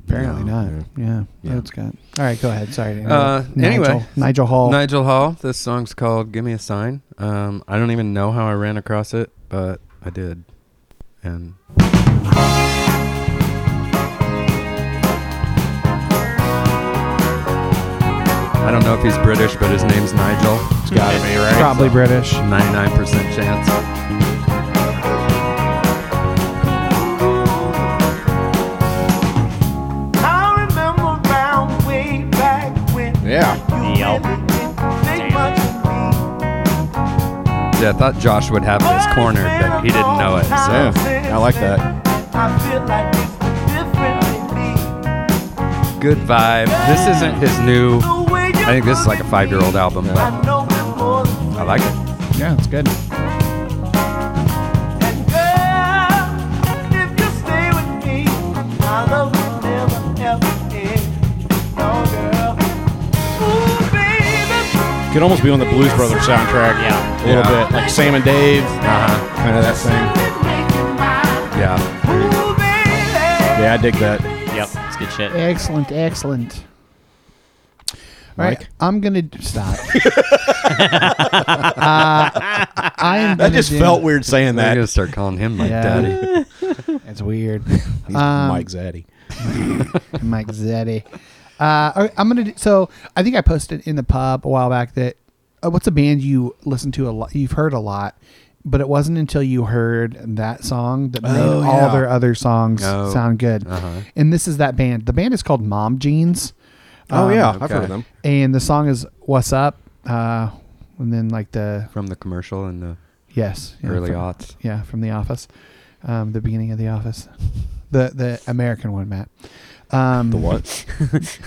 apparently
No.
not. Yeah, that's good. All right, go ahead. Sorry. to
Uh,
interrupt.
anyway.
Nigel, Nigel Hall.
Nigel Hall. This song's called "Give Me a Sign." Um, I don't even know how I ran across it, but I did, and I don't know if he's British, but his name's Nigel. It's
Got to be right.
probably British.
ninety-nine percent chance.
Wow.
Yeah, I thought Josh would have this corner, but he didn't know it. So
Yeah, I like that.
good vibe. This isn't his new. I think this is like a five-year-old album, but I like it.
Yeah, it's good.
Could almost be on the Blues Brothers soundtrack.
Yeah.
A little
Yeah.
bit. Like Sam and Dave,
Uh-huh.
kind of that thing.
Yeah.
Yeah, I dig that.
Yep. It's good shit.
Excellent, excellent. All right,
Mike?
I'm gonna d- stop. uh, I am.
That
gonna
just
do-
felt weird saying
I'm gonna
that.
start calling him my
Yeah.
daddy.
It's weird.
He's
Um,
Mike Zaddy.
Mike Zetti. Uh, all right, I'm gonna. Do, so I think I posted in the pub a while back that uh, what's a band you listen to a lot, you've heard a lot, but it wasn't until you heard that song that made
Oh,
all
yeah.
their other songs
Oh,
sound good.
uh-huh.
And this is that band. The band is called Mom Jeans.
Oh,
Um,
yeah. I've
okay.
heard of them.
and the song is "What's Up," uh, and then like the
From the commercial in the
yes, yeah,
early
from,
aughts.
yeah, from The Office, um, the beginning of The Office, the the American one, Matt. Um,
The what? Is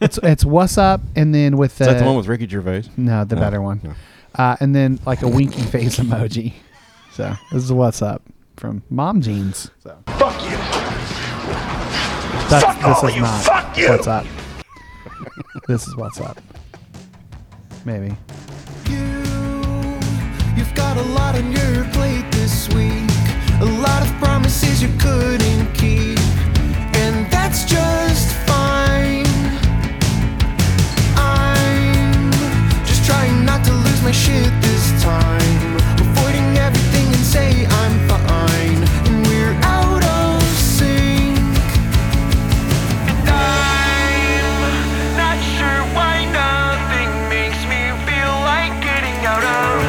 It's it's "What's Up," and then with the,
that the one with Ricky Gervais?
no, the
No,
better one,
no.
uh, and then like a winky face emoji. So this is "What's Up" from Mom Jeans. So fuck you. That's, this is not "What's Up." this is "What's Up." Maybe.
You've got a lot on your plate this week. A lot of promises you couldn't keep. And that's just fine. I'm just trying not to lose my shit this time. Avoiding everything and say I'm fine. And we're out of sync. And I'm not sure why nothing makes me feel like getting out of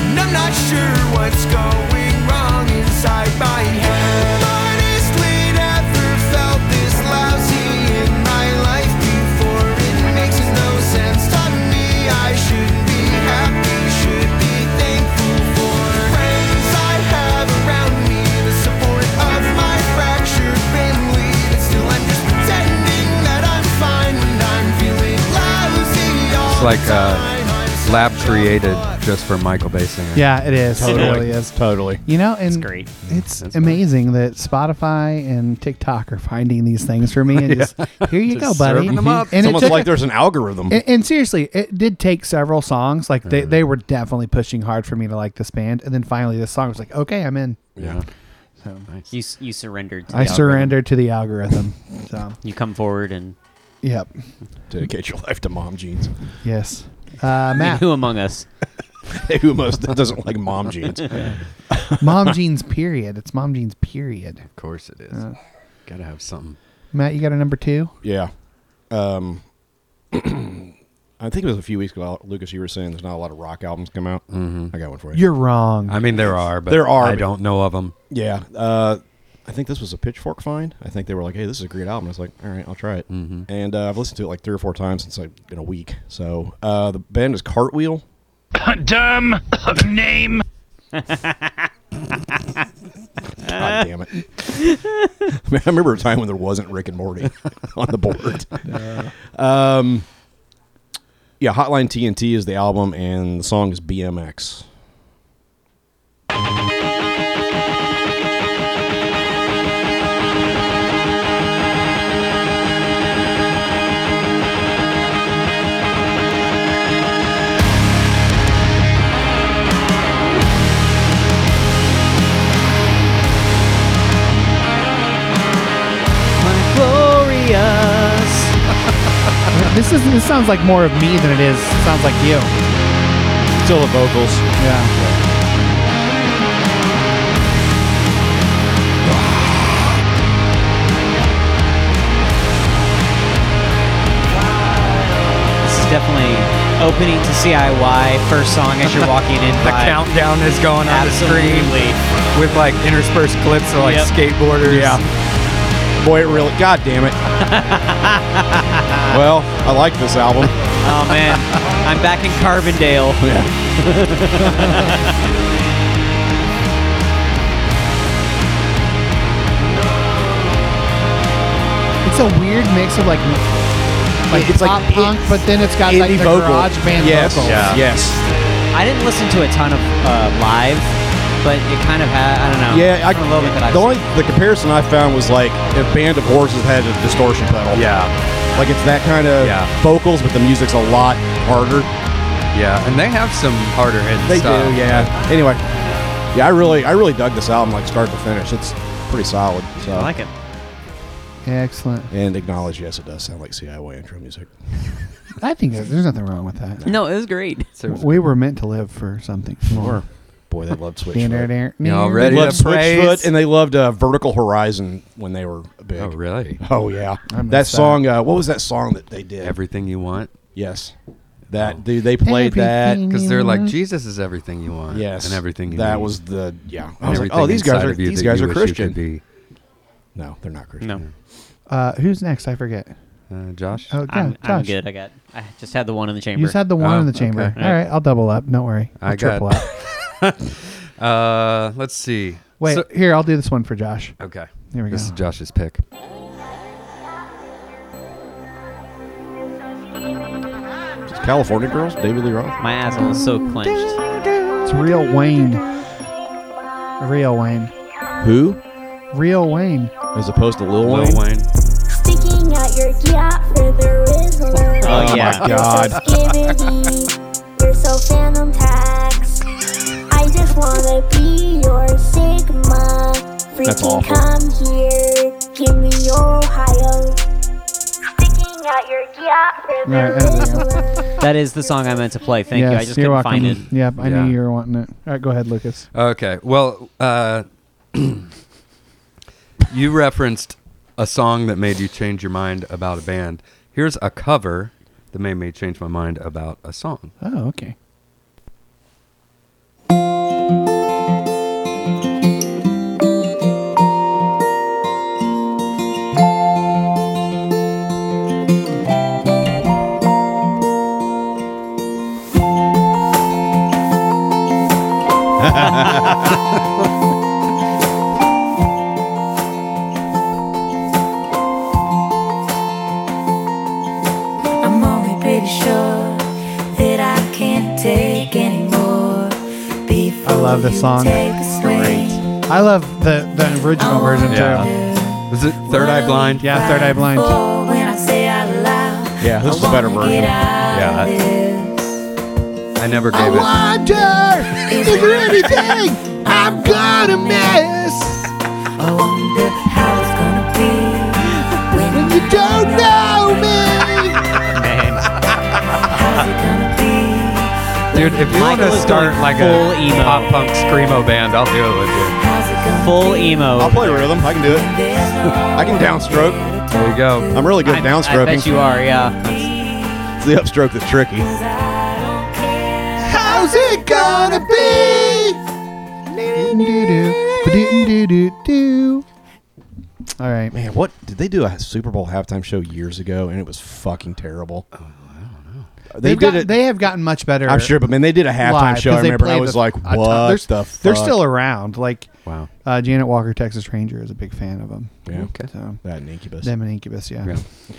and I'm not sure what's going wrong inside my head. Honestly, never felt this lousy in my life before. It makes no sense to me. I should be happy, should be thankful for friends I have around me, the support of my fractured family. But still, I'm just pretending that I'm fine when I'm feeling lousy. All
It's like
the
uh,
time. I'm such
lab
a
created
fraud.
just for Michael Basinger.
Yeah, it is. It really is.
Totally.
You know, and it's
great.
It's amazing that Spotify and TikTok are finding these things for me. And just here you go, buddy.
serving 'em up.
And it
It's almost
took
like
a-
there's an algorithm.
and, and seriously, it did take several songs. Like they,
Mm.
they were definitely pushing hard for me to like this band, and then finally this song was like, okay, I'm in.
Yeah.
You s- you surrendered. To the
I
algorithm.
surrender to the algorithm. So,
You come forward and
yep,
Dedicate your life to mom jeans.
yes, uh, Matt,
who among us?
Who most doesn't like mom jeans?
Mom Jeans. Period. It's Mom Jeans. Period.
Of course it is. Gotta have something.
Matt, you got a number two?
Yeah. Um, I think it was a few weeks ago, Lucas, you were saying there's not a lot of rock albums come out. Mm-hmm. I got one for you.
You're wrong.
I mean, there are, but
There are,
I
but-
don't know of them.
yeah. Uh, I think this was a Pitchfork find. I think they were like, hey, this is a great album. I was like, all right, I'll try it. And uh, I've listened to it like three or four times since like in a week. So uh, the band is Cartwheel.
Dumb of name.
God damn it. I, mean, I remember a time when there wasn't Rick and Morty on the board. Um, yeah, Hotline TNT is the album, and the song is BMX.
My glorious.
This is this sounds like more of me than it is sounds like you.
Still the vocals.
Yeah.
This is definitely opening to CIY. First song as you're walking in.
The countdown is going on the
Absolutely.
screen with like interspersed clips of like
Yep.
skateboarders. Yeah.
boy, it really. God damn it. well, I like this album.
Oh man, I'm back in Carbondale.
Yeah.
It's a weird mix of like,
Like, it's
pop
like
punk, but then it's got like
indie
the
vocal.
garage band
yes.
vocals.
Yeah.
Yes.
I didn't listen to a ton of uh, live, but it kind of had. I don't know.
Yeah. I,
From a little bit that I've
the
seen.
only the comparison I found was like if Band of Horses had a distortion pedal.
Yeah,
Like it's that kind of
Yeah.
vocals, but the music's a lot harder.
yeah, and they have some harder hitting
They
stuff.
do. Yeah. Anyway. Yeah, I really, I really dug this album, like start to finish. It's pretty solid. So.
I like it.
Excellent.
And acknowledge, yes, it does sound like CIO intro music.
I think that there's nothing wrong with that.
No, it was great.
So,
We were meant to live for something more.
Boy, they loved Switchfoot.
Y'all
Y'all ready?
They loved
Yeah, praise.
Switchfoot, and they loved uh, Vertical Horizon when they were big.
oh, really?
Oh yeah,
miss
that
that.
song. Uh, what was that song that they did?
Everything you want.
yes,
Oh.
that dude. They played that.
Everything.
Because they're like Jesus is everything you want.
Yes,
and everything you
that
need,
was the yeah.
and
I was like,
everything
oh, these guys
inside
are
of you
these
that
guys
you
are
wish you could
Christian.
Be.
No, they're not Christian.
No,
Uh, who's next? I forget.
Uh, Josh.
Oh,
I'm,
Josh.
I'm good. I got. I just had the one in the chamber.
You just had the one
Oh,
in the chamber.
okay.
All right, I'll double up. Don't worry. I'll
I got-
triple up.
Uh, let's see.
Wait,
So-
here, I'll do this one for Josh.
okay.
Here we
This is
go.
Josh's pick.
California Girls, David Lee Roth.
My asshole is so
Oh
clenched.
It's Real Wayne. Real Wayne.
Who,
Real Wayne.
as opposed to Lil
Lil
Wayne?
Wayne.
Sticking out your cat for the rizzle.
Oh, yeah.
my God.
Skibbity, you're so phantom tax. I just wanna be your sigma.
That's
Freaking
awful.
come here, give me your Ohio. Sticking out your yeah for the
Alright, there we go.
rizzle.
That is the song I meant to play. Thank you. I just couldn't find it.
Yep, I
Yeah.
knew you were wanting it. All right, go ahead, Lucas.
Okay. Well, uh, you referenced a song that made you change your mind about a band. Here's a cover that made me change my mind about a song.
Oh, okay.
I'm only pretty sure that I can't take anymore. Before
I love this song.
Take a swing.
I love the, the original version, too.
Is it Third Eye Blind?
Yeah, Third Eye Blind.
Oh, when I say out loud,
Yeah, this is the better version.
Yeah. I- I never gave it.
wonder if anything I'm gonna miss
I wonder how it's gonna be.
when you don't know me.
How's it gonna be?
Dude, if you want
Michael
to
is going
start like
full
a
emo.
pop punk screamo band, I'll do it with you.
How's it gonna
Full emo.
I'll play rhythm. I can do it.
There's no
I can downstroke.
There you go.
I'm really good
I,
at
I
downstroking.
bet you are. Yeah.
It's the upstroke that's tricky.
How's it gonna be? Ba-doo-doo-doo-doo-doo. All right.
Man, what did they do a Super Bowl halftime show years ago, and it was fucking terrible. Oh, I don't know. They
They've
did
got-
it.
They have gotten much better.
I'm sure, but man, they did a halftime
live,
show.
'cause
I
they
remember. I
played
was
the-
like,
a
what
ton- they're,
the fuck?
They're still around. Like
Wow.
uh, Janet Walker, Texas Ranger, is a big fan of them.
Yeah.
Okay.
So
That and Incubus.
them and Incubus, yeah.
Yeah.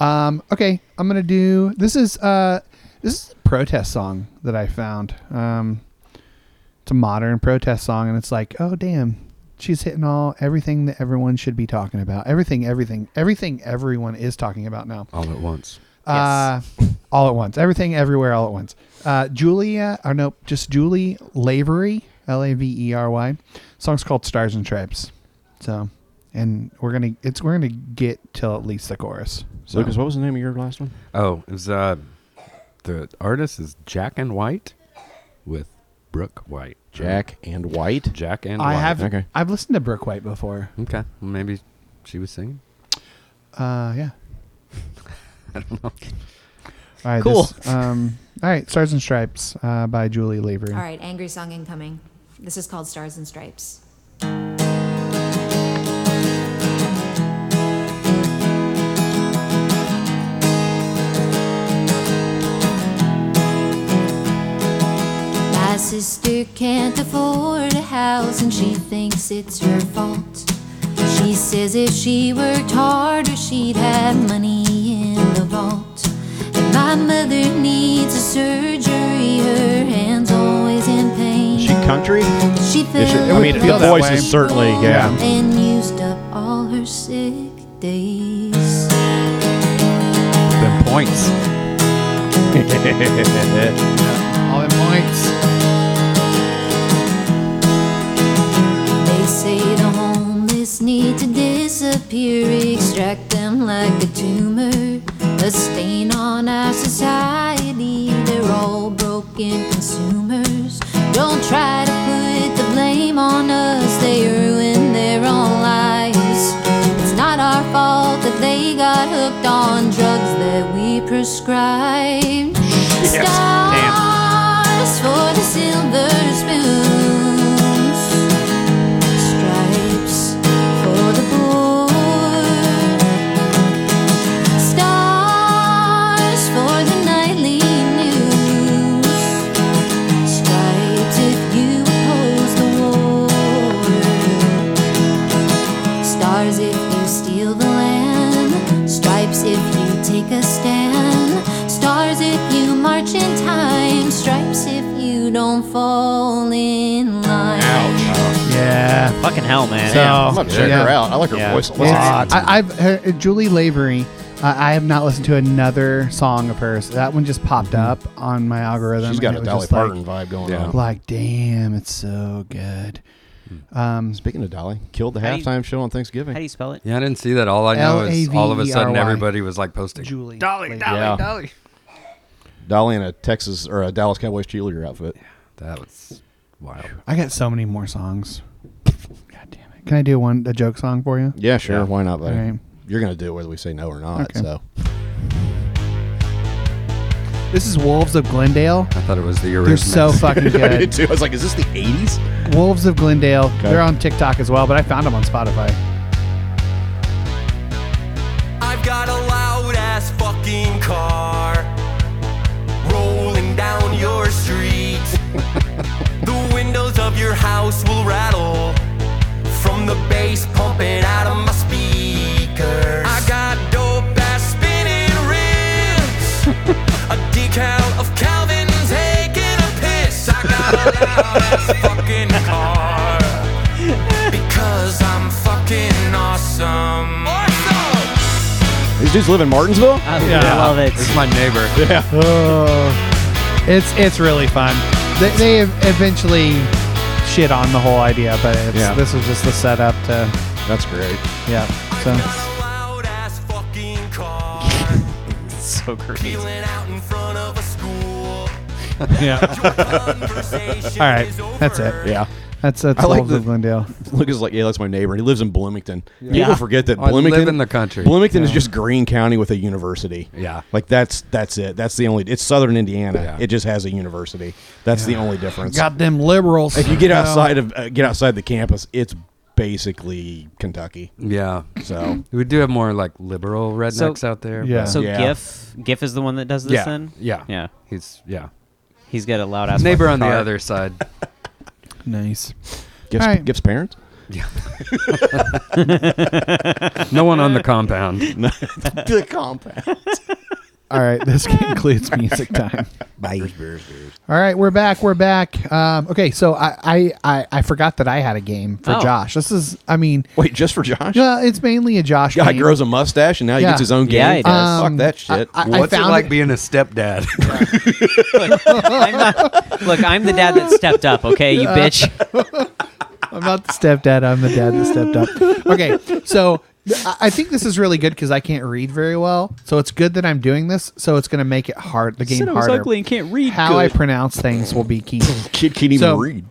Um, okay, I'm gonna do. This is uh, this is a protest song that I found. Um, it's a modern protest song, and it's like, oh damn, she's hitting all everything that everyone should be talking about. Everything, everything, everything everyone is talking about now.
All at once.
Uh, all at once. Everything, everywhere, all at once. Uh, Julia, or no, just Julie Lavery, L A V E R Y. Song's called "Stars and Stripes." So, and we're gonna it's we're gonna get till at least the chorus. So,
Lucas, what was the name of your last one?
Oh, it was uh, the artist is Jack and White with Brooke White.
Jack and White.
Jack and
I
White.
have
okay.
I've listened to Brooke White before.
Okay, well, maybe she was singing.
Uh, yeah. I don't know. All right,
Cool.
this- um, all right, "Stars and Stripes" uh, by Julie Lavery.
All right, angry song incoming. This is called Stars and Stripes.
sister can't afford a house and she thinks it's her fault. She says if she worked harder, she'd have money in the vault. And my mother needs a surgery, her hand's always in pain.
She country?
She
Yeah, she- I
felt
mean,
like
the
a
voice
fool
is certainly, yeah.
And used up all her sick days.
Them points.
All them points.
They say the homeless need to disappear, extract them like a tumor, a stain on our society. They're all broken consumers. Don't try to put the blame on us, they ruin their own lives. It's not our fault that they got hooked on drugs that we prescribed. Stars for the silver spoons stripes for the poor, stars for the nightly news, stripes if you oppose the war, stars if you steal the land, stripes if you take a stand, stars if you march in time, stripes if you don't fall in line.
Yeah.
Fucking hell, man.
So-
Yeah.
I'm gonna check her out. I like her
Yeah.
voice a lot. I, I've her, Julie Lavery. Uh, I have not listened to another song of hers. That one just popped up on my algorithm.
Mm-hmm. She's got
and
a
it was
Dolly
just like-
Parton vibe going on.
Like, damn, it's so good. Um,
Speaking of Dolly, killed the
How do you-
halftime show on Thanksgiving.
How do you spell it?
Yeah, I didn't see that. All I know is all of a sudden
L-A-V-E-R-Y.
everybody was like posting.
Julie,
Dolly,
Lavery.
Dolly,
Yeah.
Dolly.
Dolly in a Texas or a Dallas Cowboys cheerleader outfit.
That was wild.
I got so many more songs. God damn it! Can I do one a joke song for you?
Yeah, sure. Why not, buddy?
All right.
You're gonna do it whether we say no or not.
Okay.
So
This is Wolves of Glendale.
I thought it was the Eurythmics.
They're so fucking
I did
good.
too. I was like, is this the '80s?
Wolves of Glendale. They're on TikTok as well, but I found them on Spotify.
I've got a loud ass fucking car rolling down your street. the windows of your house will rattle from the bass pumping out of my speakers. I got dope ass spinning rims, a decal of Calvin taking a piss. I got a loud ass fucking car because I'm fucking awesome. Awesome!
These dudes live in Martinsville.
I love it.
It's my neighbor.
Yeah.
Oh, it's it's really fun. They, they eventually shit on the whole idea, but it's,
Yeah.
this was just the setup to
That's great.
yeah. So
loud ass fucking car
so great.
peeling out in front of a school.
yeah,
Conversation
All right,
is
that's it.
over.
Yeah.
that's that's
I like
Wolves of
the-
Glendale.
Lucas is like, yeah, that's my neighbor. and He lives in Bloomington.
Yeah.
People forget that
I Oh, live
Bloomington
in the country.
Bloomington is just Greene County with a university.
Yeah.
like that's that's it. That's the only. It's Southern Indiana.
Yeah.
It just has a university. That's the only difference.
Goddamn liberals!
If you get outside of uh, get outside the campus, it's basically Kentucky.
Yeah.
Mm-hmm.
So
We do have more like liberal rednecks out there.
Yeah.
but-
So
Yeah.
GIF, GIF is the one that does this.
yeah.
Then
Yeah.
yeah.
He's yeah.
He's got a loud ass
neighbor
fucking
on the
car.
other side.
nice.
gifts,
All right.
gifts parents.
No one on the compound.
the compound.
All right, this concludes music time.
Bye.
All right, we're back. We're back. Um, okay, so I, I I I forgot that I had a game for
Oh.
Josh. This is, I mean,
Wait, just for Josh?
yeah, it's mainly a Josh.
Guy
game.
grows a mustache and now he
Yeah.
gets his own game.
Yeah, he does.
Fuck
Um,
that shit.
I- I-
What's it
found
like
it-
being a stepdad?
I'm not, look, I'm the dad that stepped up. Okay, you bitch.
I'm not the stepdad. I'm the dad that stepped up. Okay, so th- I I think this is really good because I can't read very well. So it's good that I'm doing this. So it's going to make it hard. The game harder.
can't read.
How I pronounce things will be key.
Kid can't even
So-
read.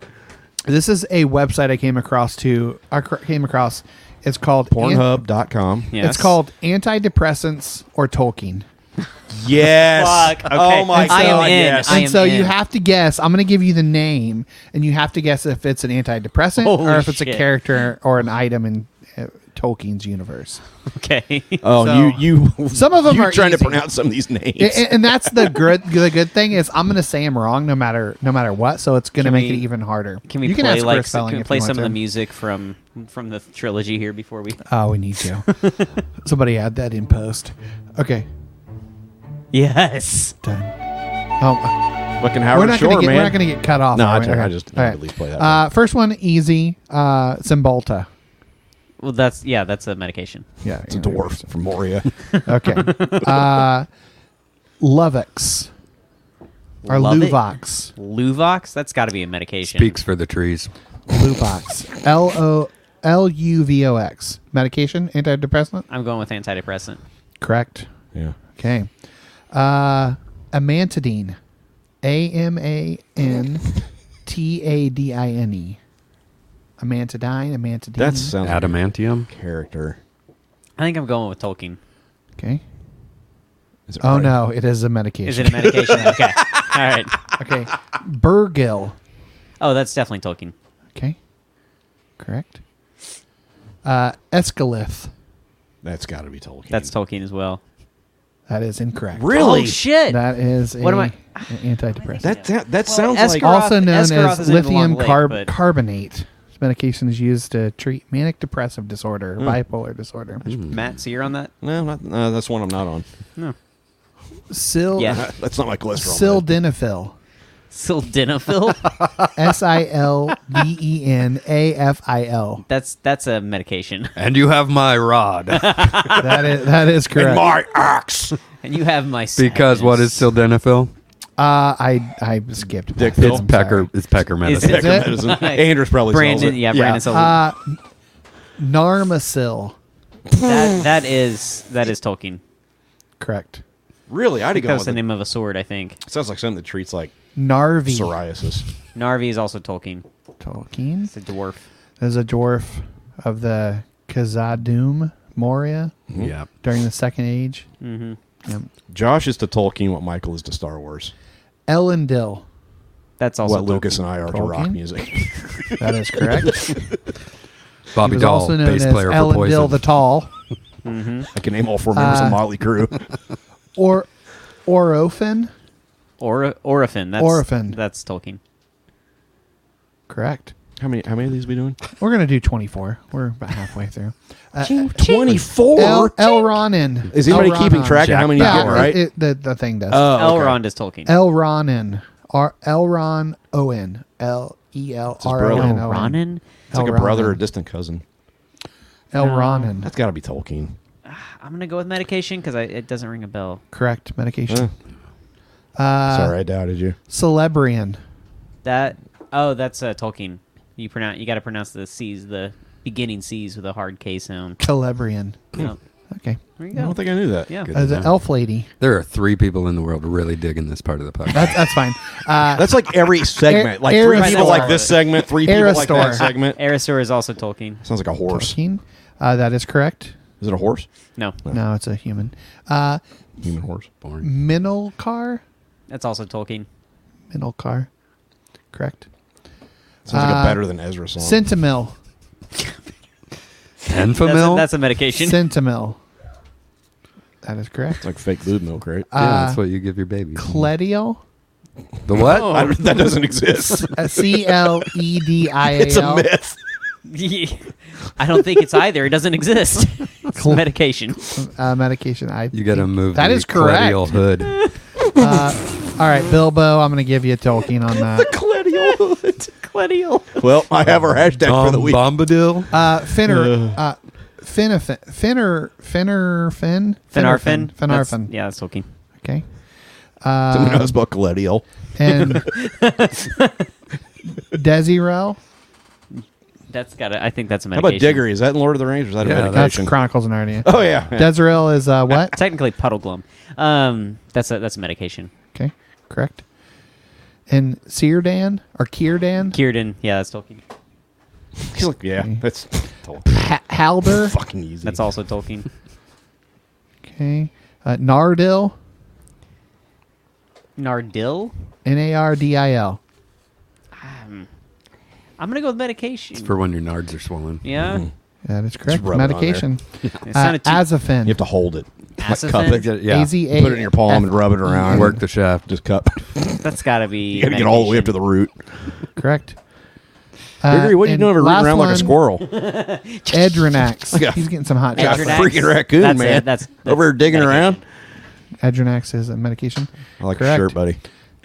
this is a website I came across to. I cr- came across. It's called an-
Pornhub.com.
Yeah.
It's called antidepressants or Tolkien.
Yes.
Fuck, okay.
Oh my
I am
god.
in.
Yes.
I
and
am
so you
in.
have to guess. I'm going to give you the name, and you have to guess if it's an antidepressant
Holy
or if it's
shit.
a character or an item in, uh, Tolkien's universe.
Okay.
Oh,
So-
you you
Some of 'em
you
are
trying
easy.
to pronounce some of these names.
A- a- and, that's the good the good thing is I'm gonna say him wrong no matter no matter what, so it's gonna
Can
make
we-
it even harder.
Can we
you
play
can ask
like
for spelling
can we
if
play
you want
some of
to.
the music from from the trilogy here before we?
Oh, we need to. Somebody add that in post. Okay,
Yes.
done. Oh,
Fucking
we're
Howard
not
Shore,
gonna get,
man.
we're not gonna get cut off.
No,
are
I
we?
ju- I
Okay.
just-
All
I
right.
at least play that
Uh, first one easy. Uh, Cymbalta.
Well, that's yeah, that's a medication.
Yeah,
It's a dwarf from Moria.
Okay. uh, Lovix or
Love it?
Luvox.
Luvox. That's got to be a medication.
Speaks for the trees.
Luvox. L O L U V O X. Medication, antidepressant.
I'm going with antidepressant.
Correct.
Yeah.
Okay. Uh, amantadine. A M A N T A D I N E. Amantadine. Amantadine.
That sounds like
Adamantium.
a character.
I think I'm going with Tolkien.
okay.
Is it
Oh
right?
no, it is a medication.
Is it a medication? okay. All right.
okay. Burgill.
Oh, that's definitely Tolkien.
Okay. Correct. Uh, Escalith.
That's got to be Tolkien.
That's Tolkien as well.
That is incorrect.
Oh shit.
That is a,
What am I-
an antidepressant.
That that, that sounds like
Escaroth-
also known
Escaroth
as
is in the
lithium
long lake,
carb-
but-
carbonate. This medication is used to treat manic depressive disorder,
Hmm.
bipolar disorder.
Matt, so you're on that?
no, not, no, that's one I'm not on.
Sil-
Yeah.
That's not my cholesterol. man.
Sildenafil.
Sildenafil.
S I L D E N A F I L.
that's that's a medication.
And you have my rod.
That is that is correct. Uh,
my axe.
And you have my sadness.
because what is sildenafil?
Uh, I I skipped.
Dick
past it,
pill.
It's
I'm
pecker.
sorry.
It's pecker
Is
medicine.
it?
it?
Medicine. Andrews probably
Brandon,
sells it.
yeah, Brandon sells it.
Uh, Narmacil.
that that is that is Tolkien.
Correct.
Really, I'd have
That
gone
was
with
the
it.
name of a sword, I think.
Sounds like something that treats like
Narvi.
psoriasis.
Narvi is also Tolkien.
Tolkien.
It's a dwarf.
There's a dwarf of the Khazad-dûm Moria
Yeah.
during the Second Age.
Josh is to Tolkien what Michael is to Star Wars.
Ellendil.
That's also
What
Tolkien.
Lucas and I are to rock
Tolkien?
music.
That is correct. he
Bobby
was
Dahl,
also known
bass
as
player for Poison.
Ellendil the Tall
I can name all four members
Uh,
of Motley Crue.
or Orofen.
Or Orphan. That's,
Orphan.
That's Tolkien.
Correct.
How many? How many of these we doing?
We're gonna do 24. We're about halfway through.
Uh,
Twenty-four.
El, Elronin.
is anybody keeping
Elronin.
track of how many you
Yeah,
get right?
it- it- the, the thing does.
oh, okay.
Elrond is Tolkien.
Elronin. R Elron Owen. L E L R O N O N.
Elronin?
It's like a brother or distant cousin.
Elronin.
That's got to be Tolkien.
I'm going to go with medication because it doesn't ring a bell.
Correct
Uh.
medication.
Uh,
Sorry, I doubted you.
Celebrian.
That Oh, that's uh, Tolkien. You pronounce you got to pronounce the C's, the beginning C's with a hard K sound.
Celebrian.
Yeah.
Okay.
There you
I
go.
don't think I knew that.
Yeah.
Good
As
to
an
know.
elf lady.
There are three people in the world really digging this part of the podcast.
That's, that's fine. Uh,
That's like every segment. Like
Air-
three
Aerostar.
people like this segment, three people like
Aerostar.
that segment.
Arisur is also Tolkien.
Sounds like a horse.
Tolkien. Uh, that is correct.
Is it a horse?
No,
No, it's a human. Uh,
Human horse.
Boring.
Minolcar.
that's also Tolkien.
Minolcar. Correct.
Sounds like
Uh,
a better than Ezra song.
Sentinel.
That's a,
Enfamil?
that's a medication.
Sentinel. That is correct.
it's like fake food milk, right?
yeah, that's what you give your baby.
Cledio.
the what?
I- that doesn't exist.
Uh, C L E D I A
It's a
L.
myth.
I don't think it's either. It doesn't exist. It's medication.
Uh, medication. I.
You got to move
That
the
is correct.
cledial hood.
All right, Bilbo. I'm gonna give you Tolkien on that.
Collidial. Collidial.
Well, I have our hashtag for
Tom
the week.
Bombadil?
Uh, Finner. Uh, Finner. Finner. Finner. Fin.
Finarfin. That's-
Finarfin.
Yeah, that's Tolkien.
Okay. Uh,
Somebody knows about Galadiel.
And Desirel.
That's got. I think that's a
How
medication.
about Diggory? Is that in Lord of the Rings? Or is that
Yeah,
a
That's
medication?
Chronicles of Narnia.
oh yeah.
Desirel is uh, what?
Technically, puddle glum. Um, that's a that's a medication.
Okay, correct. And Círdan or Círdan,
Kierden. Yeah, that's Tolkien.
He's like, yeah, that's
ha- Halder.
fucking easy.
That's also Tolkien.
Okay, uh, Nardil,
Nardil.
N A R D I L.
I'm gonna go with medication.
For when your nards are swollen.
Mm.
yeah.
That is
Just
correct.
rub it on there.
Medication.
It
Uh,
sounded too-
Azafen.
You have to hold it.
Acid
cup
thin?
it. Yeah.
AZA.
Put it in your palm and rub it around.
Work the shaft.
Just cup.
That's got to be.
You got to get all the way up to the root.
Correct.
Gregory, what are you
Uh, and
doing over
last
rooting around like
one,
a squirrel?
Edranax.
Yeah.
He's getting some hot
Like a
shots.
Edranax.
freaking raccoon,
That's
man.
it, that's- that's
over here digging around.
Edranax is a medication.
I like
Correct.
your shirt, buddy.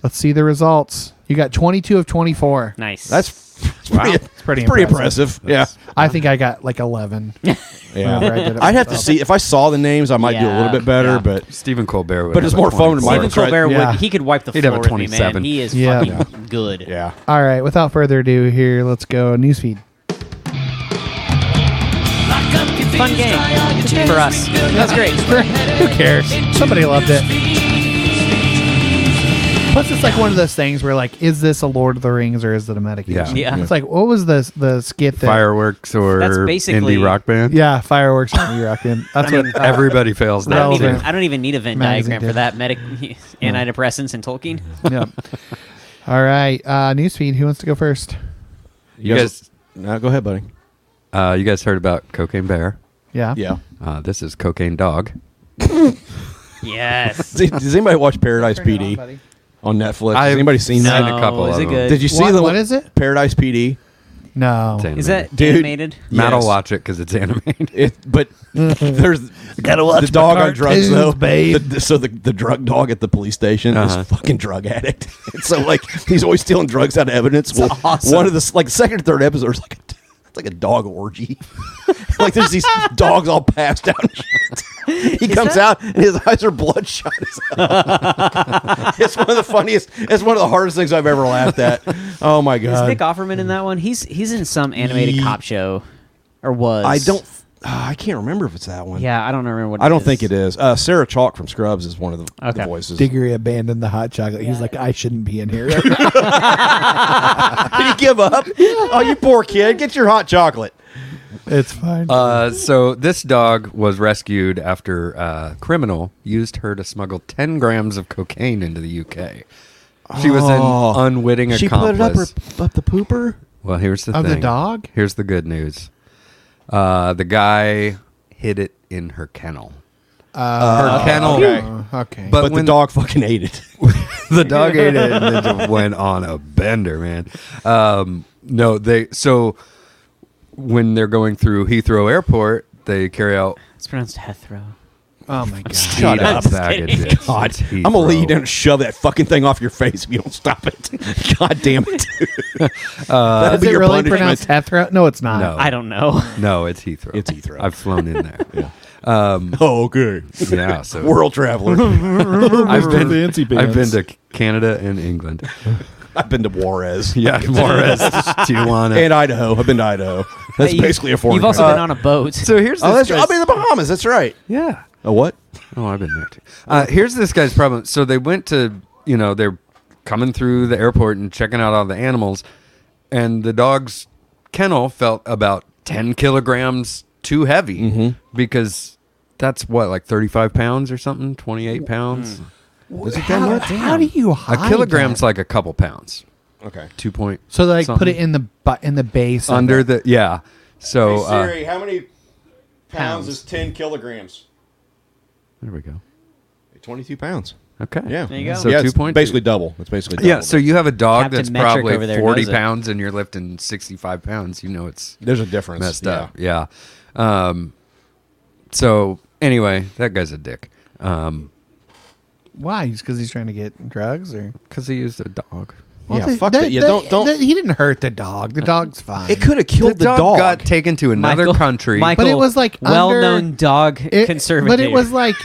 Let's see the results. You got 22 of 24.
Nice.
That's, that's pretty, it's
pretty
impressive.
impressive. I think I got like 11.
yeah.
Whenever I did it
yeah. I'd have to
myself.
see if I saw the names, I might do a
Yeah,
little bit better,
yeah.
but
Stephen Colbert would
But it's
have a
more fun to
24.
Mike.
Stephen Colbert
Yeah.
would. He could wipe the
He'd have
floor
a
with me, man.
27.
He is
Yeah.
fucking good.
yeah.
All right. Without further ado, here, let's go newsfeed.
Fun game for us. That's great.
Who cares? Somebody loved it. Plus, it's like one of those things where, like, is this a Lord of the Rings or is it a medication?
Yeah. Yeah.
It's like, what was the the skit that?
Fireworks or
That's basically-
indie rock band.
Yeah, fireworks on the rock end. That's what. uh,
Everybody fails
I don't,
now.
even,
Relevant.
I don't even need a Venn
Magazine
diagram for
did.
that. Medic, antidepressants, and Tolkien.
yeah. All right. Uh, newsfeed. Who wants to go first?
You
guys-
no, go ahead, buddy.
Uh, you guys heard about Cocaine Bear?
Yeah.
Yeah.
Uh, this is Cocaine Dog.
Yes.
Does does anybody watch Paradise
Turn it on,
PD
buddy.
on Netflix?
I've
Has anybody seen
seen
that?
a couple
is
of
it
them.
good?
Did you see
What-
the
what is it?
Paradise PD?
No.
It's
Is that
Dude.
animated?
Matt
Yes.
will watch it because it's animated.
It, but there's gotta watch the dog on drugs
cartoons,
though,
babe.
The- the- so the, the drug dog at the police station
Uh-huh.
is a fucking drug addict. And so like he's always stealing drugs out of evidence. Well,
awesome.
one of the s- like second or third episode is like a, it's like a dog orgy. like there's these dogs all passed out. and shit. he comes out and his eyes are bloodshot. as hell. it's one of the funniest. It's one of the hardest things I've ever laughed at. Oh my
Is
god!
Nick Offerman in that one? He's he's in some animated
Ye-
cop show, or was?
I don't. ah, I can't remember if it's that one.
Yeah, I don't remember what.
I don't think it is. Uh, Sarah Chalk from Scrubs is one of the, the
Okay.
voices.
Diggory abandoned the hot chocolate. He's like, I shouldn't be in here.
Did you give up? oh, you poor kid. Get your hot chocolate.
It's fine.
Uh, so this dog was rescued after a criminal used her to smuggle 10 grams of cocaine into the UK. She was
Oh.
an unwitting
she put
accomplice.
it up her up the pooper.
well, here's the
Of the
thing.
dog?
Here's the good news. Uh, the guy hid it in her kennel. her kennel.
Uh, okay.
Uh, okay.
But, the
when-
dog fucking ate it.
the dog ate it and then just went on a bender, man. Um, no, they so when they're going through Heathrow Airport, they carry out
It's pronounced Hethro.
oh my god.
Shut
up. I'm just kidding.
baggage.
God, I'm gonna lead you down and shove that fucking thing off your face if you don't stop it. God damn it. That'll
Is
be
it
your
really
punishment.
pronounced Hethro? No, it's not.
No.
I don't know.
No, it's Heathrow.
It's Heathrow.
I've flown in there. yeah.
Oh, okay.
So
World traveler.
I've been
Fancy
I've been
pants.
to Canada and England.
I've been to Juarez.
Yeah, Juarez, Tijuana.
And Idaho. I've been to Idaho. That's
Hey, you-
basically a foreign
You've also
country.
been on a boat.
so here's this
Oh, that's right.
guy's-
I've been to the Bahamas. That's right.
yeah.
A what?
Oh, I've been there too. Uh, here's this guy's problem. So they went to, you know, they're coming through the airport and checking out all the animals, and the dog's kennel felt about 10 kilograms too heavy
Mm-hmm.
because that's what, like 35 pounds or something, 28 pounds?
hmm. How, how do you hide
A kilogram's
that?
like a couple pounds,
Okay.
two point.
so they like put
something.
it in the bu- in the base of
under
it.
the, yeah. So, uh,
how many
pounds is
10 kilograms?
there we go.
22 pounds.
Okay.
Yeah.
There you go.
So
yeah, it's
2.2.
basically double. It's basically double.
Yeah, so you have a dog
Captain
that's
Metric over
probably
there
40
knows it.
pounds and you're lifting 65 pounds. You know, it's
there's a difference.
messed
yeah.
up. Yeah. Um, so anyway, that guy's a dick. Um,
Why? Just because he's trying to get drugs or?
because he used a dog.
Yeah, fuck that. Yeah, don't- don't-
he didn't hurt the dog. The dog's fine.
It could have killed the, dog.
got taken to another
Michael-
country.
Michael,
But it was like
well-known
under-
dog
It-
conservative.
but it was like,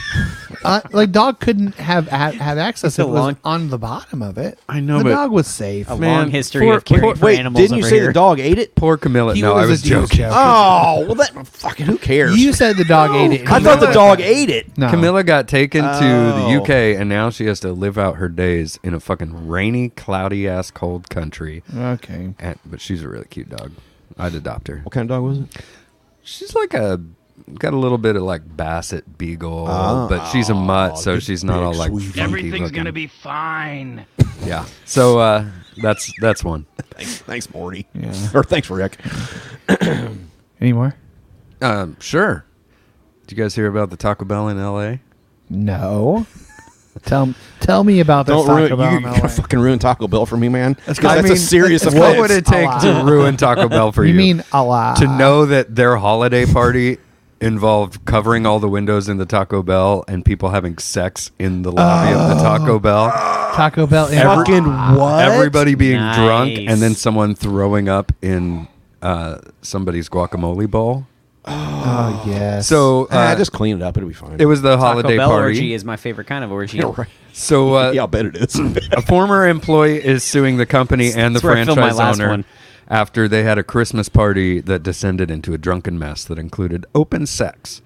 uh, like dog couldn't have had, had access.
It's a
It was
long-
on the bottom of it.
I know,
the
but-
dog was safe.
a
man,
long history
poor-
of caring
poor-
for
Wait,
animals.
didn't you
over
say
here.
the dog ate it?
Poor Camilla.
He
No, I was
a douche.
joking.
Oh, well, that fucking who cares?
You said the dog ate it.
I thought the dog ate it.
No.
Camilla got taken to
Oh.
the UK, and now she has to live out her days in a fucking rainy, cloudy ass, cold country.
Mm.
Okay.
And, but she's a really cute dog. I'd adopt her.
What kind of dog was it?
She's like a got a little bit of like basset beagle, but she's a mutt, so she's not
big
all like
sweet.
funky
Everything's
looking.
gonna be fine.
Yeah. So uh, that's that's one.
Thanks, thanks Morty. Or thanks, Rick.
Any more?
Um, sure. Did you guys hear about the Taco Bell in L.A.?
No. tell tell me about this
Don't ruin,
Taco Bell.
you,
in
you
LA.
gotta fucking ruin Taco Bell for me, man. That's,
I
that's
mean,
a serious
what
offense.
would it take to ruin Taco Bell for you?
You mean uh, a lot.
To know that their holiday party involved covering all the windows in the Taco Bell and people having sex in the lobby of the Taco Bell.
Taco Bell. in-
Every-
Fucking what?
Everybody being
Nice.
drunk and then someone throwing up in uh, somebody's guacamole bowl.
oh yes.
So
Ah,
uh,
just clean it up. It'll be fine.
it was the
Taco
holiday
Bell
party.
orgy is my favorite kind of orgy.
Yeah, right.
So uh,
yeah, I'll bet it is.
a former employee is suing the company and the
That's where I filmed my
franchise
last
owner
one.
after they had a Christmas party that descended into a drunken mess that included open sex.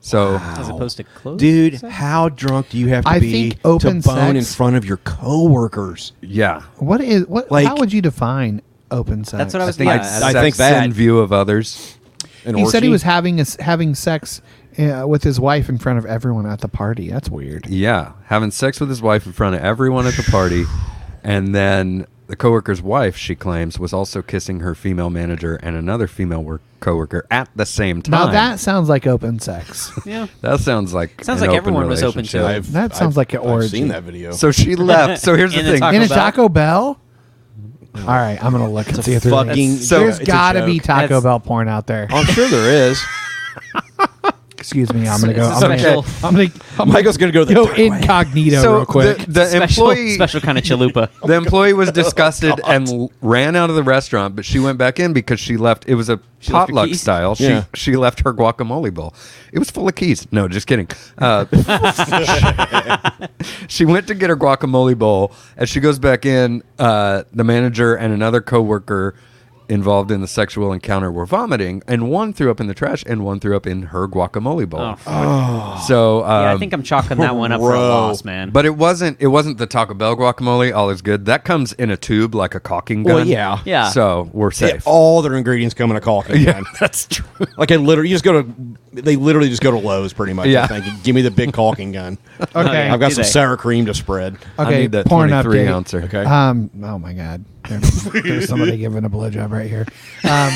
So
As opposed to close.
Dude, how drunk do you have to
I
be
think
to
open
bone in
sex-
front of your coworkers?
yeah,
what is what?
Like-
how would you define open sex?
That's what I was.
think
yeah,
I'd-
that's-
I I'd- think
Sex
that-
in view of others.
An
He said he
orgy?
was having a, having sex uh, with his wife in front of everyone at the party. That's weird.
Yeah, having sex with his wife in front of everyone at the party, and then the coworker's wife, she claims, was also kissing her female manager and another female work coworker at the same
Now
time.
that sounds like open sex.
yeah.
that sounds like
Sounds
an
like
open
everyone was open to
relationship.
it.
I've,
That sounds
I've-
like an
I've
orgy.
seen that video.
So she left. So here's the,
In the
thing.
Taco
in a
Bell?
Taco Bell. All right, I'm gonna look and see if there's any-
fucking-
So-
there's
it's a
got to be
joke.
Taco
That's-
Bell porn out there.
I'm sure there is.
Excuse me, I'm gonna go.
It's
I'm
a
gonna,
special-
I'm gonna
Michael's gonna go to the
go
dark web.
incognito
so
real quick.
The, the
special,
employee,
special kind of chalupa.
the employee was disgusted and l- ran out of the restaurant, but she went back in because she left. It was a
left her
potluck
keys?
style. She
Yeah.
she left her guacamole bowl. It was full of keys. No, just kidding. Uh, she went to get her guacamole bowl. As she goes back in, uh, the manager and another coworker involved in the sexual encounter were vomiting, and one threw up in the trash, and one threw up in her guacamole bowl.
Oh, fuck.
So um,
yeah, I think I'm chalking that one up for a
bro.
loss, man.
But it wasn't it wasn't the Taco Bell guacamole. All is good. That comes in a tube like a caulking gun.
Well, yeah.
Yeah.
So we're
Yeah,
safe.
all their ingredients come in a caulking gun.
that's true.
Like I literally, you just go to, they literally just go to Lowe's pretty much.
Yeah.
I think. Give me the big caulking gun.
Okay.
I've got
Do
some
they?
sour cream to spread.
okay,
I need that
porn
23
update.
ouncer.
Okay.
Um. Oh my God. There- there's somebody giving a blowjob right here. Um.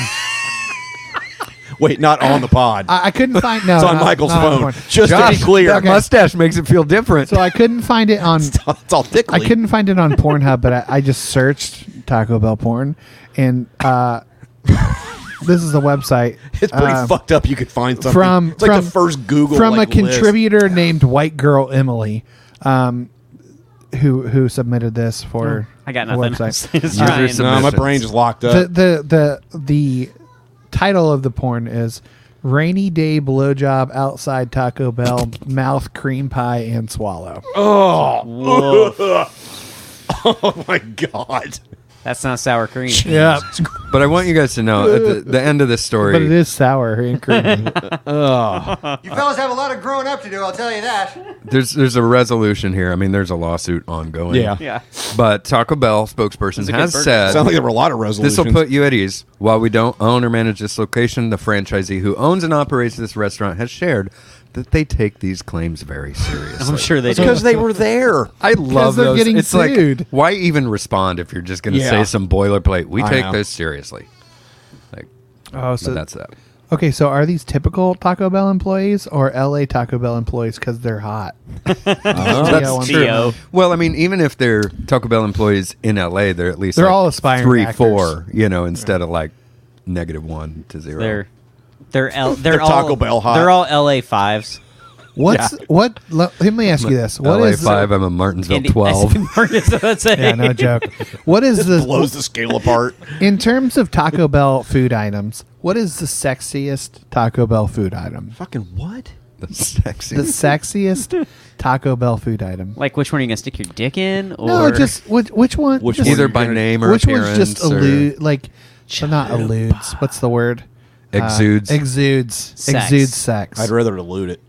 Wait, not on the pod.
I, I couldn't find. No.
it's on
not-
Michael's
not on
phone.
porn.
Just to be clear,
That mustache makes it feel different.
So I couldn't find it on.
it's all
I
thickly.
couldn't find it on Pornhub, but I, I just searched Taco Bell porn, and uh, this is a website.
It's pretty
um,
fucked up. You could find something
from
It's like
from
the first Google
from
like,
a
list.
contributor named White Girl Emily, um, who who submitted this for
Oh, I got
the
nothing.
website.
It's
User
Ryan.
submit-
No, my
submissions.
brain just locked up.
Uh,
the, the the the title of the porn is "Rainy Day Blowjob Outside Taco Bell Mouth Cream Pie and Swallow."
oh my god.
That's not sour cream.
Yeah,
But I want you guys to know at the, the end of this story.
but it is sour and creamy.
You fellas have a lot of growing up to do, I'll tell you that.
There's there's a resolution here. I mean, there's a lawsuit ongoing.
Yeah.
Yeah.
But Taco Bell spokesperson
a good
has
burger.
said
Sounds like there were a lot of resolutions.
This will put you at ease. While we don't own or manage this location, the franchisee who owns and operates this restaurant has shared that they take these claims very seriously.
I'm sure they do.
because they were there.
I love
they're
those.
getting
it's
sued.
like why even respond if you're just going to
Yeah.
say some boilerplate? We
I
take
know.
this seriously. Like,
oh,
but that's that.
Okay, so are these typical Taco Bell employees or LA Taco Bell employees because they're hot? Oh.
That's
true. Theo.
Well, I mean, even if they're Taco Bell employees in LA, they're at least
They're
like
all aspiring
three,
actors.
four. You know, instead of like negative one to 0
They're they're L, they're,
They're
all
Taco Bell hot.
They're all LA fives.
What's what? Let, let me ask you this: What
LA
is
five. I'm a Martinsville twelve.
that's it.
Yeah, no joke. What is the
Blows the scale apart.
in terms of Taco Bell food items? What is the sexiest Taco Bell food item?
Fucking what?
the sexy.
The sexiest Taco Bell food item?
Like which one are you gonna stick your dick in? Or
No, just which, which one?
Which
just-
one
either by name or
which one's just
appearance or-
allude like well, not alludes? What's the word? Uh,
Exudes.
exudes.
Sex.
Exudes sex.
I'd rather elude it.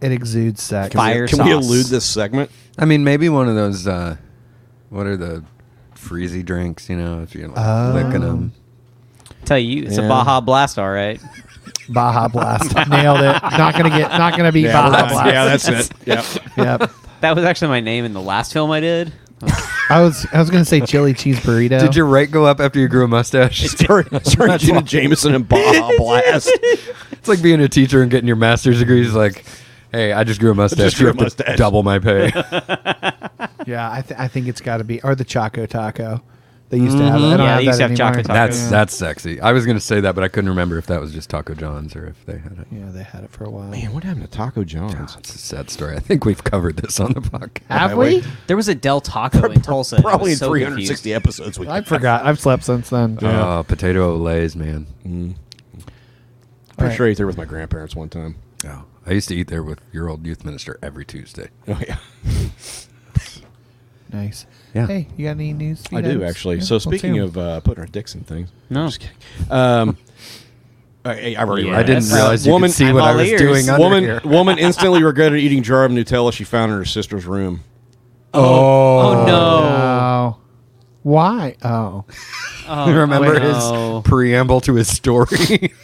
it exudes sex.
fire
Can
sauce.
we elude this segment?
I mean, maybe one of those. Uh, what are the freezy drinks? You know, if you're like, licking
Oh.
them.
Tell you, it's
Yeah.
a Baja Blast, all right.
Baja Blast. Nailed it. Not gonna get. Not gonna be Baja
that's,
Blast.
yeah, that's it. Yeah.
Yep.
That was actually my name in the last film I did.
I was I was gonna say chili cheese burrito.
Did your rate go up after you grew a mustache?
Sorry, sorry, Gina Jameson and Bob Blast.
It's like being a teacher and getting your master's degree. It's like, hey, I just grew a mustache.
grew
you
a
have to
mustache."
double my pay.
Yeah, I, th- I think it's got to be or the Choco Taco. They used to have. I
Mhm.
don't
Yeah,
have that
they used to
have
anymore.
Choco Taco.
that's
Yeah.
that's sexy. I was gonna say that, but I couldn't remember if that was just Taco John's or if they had it.
Yeah, they had it for a while.
Man, what happened to Taco John's?
It's a sad story. I think we've covered this on the podcast.
Have
way.
we?
There was a Del Taco in Tulsa. and I
Probably
was
in
so
360
confused.
episodes. We
I forgot. I've slept since then.
Oh, potato olays, man.
I'm
Right.
sure I ate there with my grandparents one time.
Oh, I used to eat there with your old youth minister every Tuesday.
Oh yeah,
Nice.
Yeah.
Hey, you got any news?
I do actually. so speaking of uh, putting our dicks in things,
No.
just kidding. Um, I, have already.
Yeah.
read
I
it.
didn't
That's-
realize you
woman-
could see
I'm
what I
all
was
ears.
doing. Under
Woman,
here.
woman instantly regretted eating a jar of Nutella she found in her sister's room.
Oh, no!
Oh. Why? Oh.
Oh,
Remember
no.
his preamble to his story?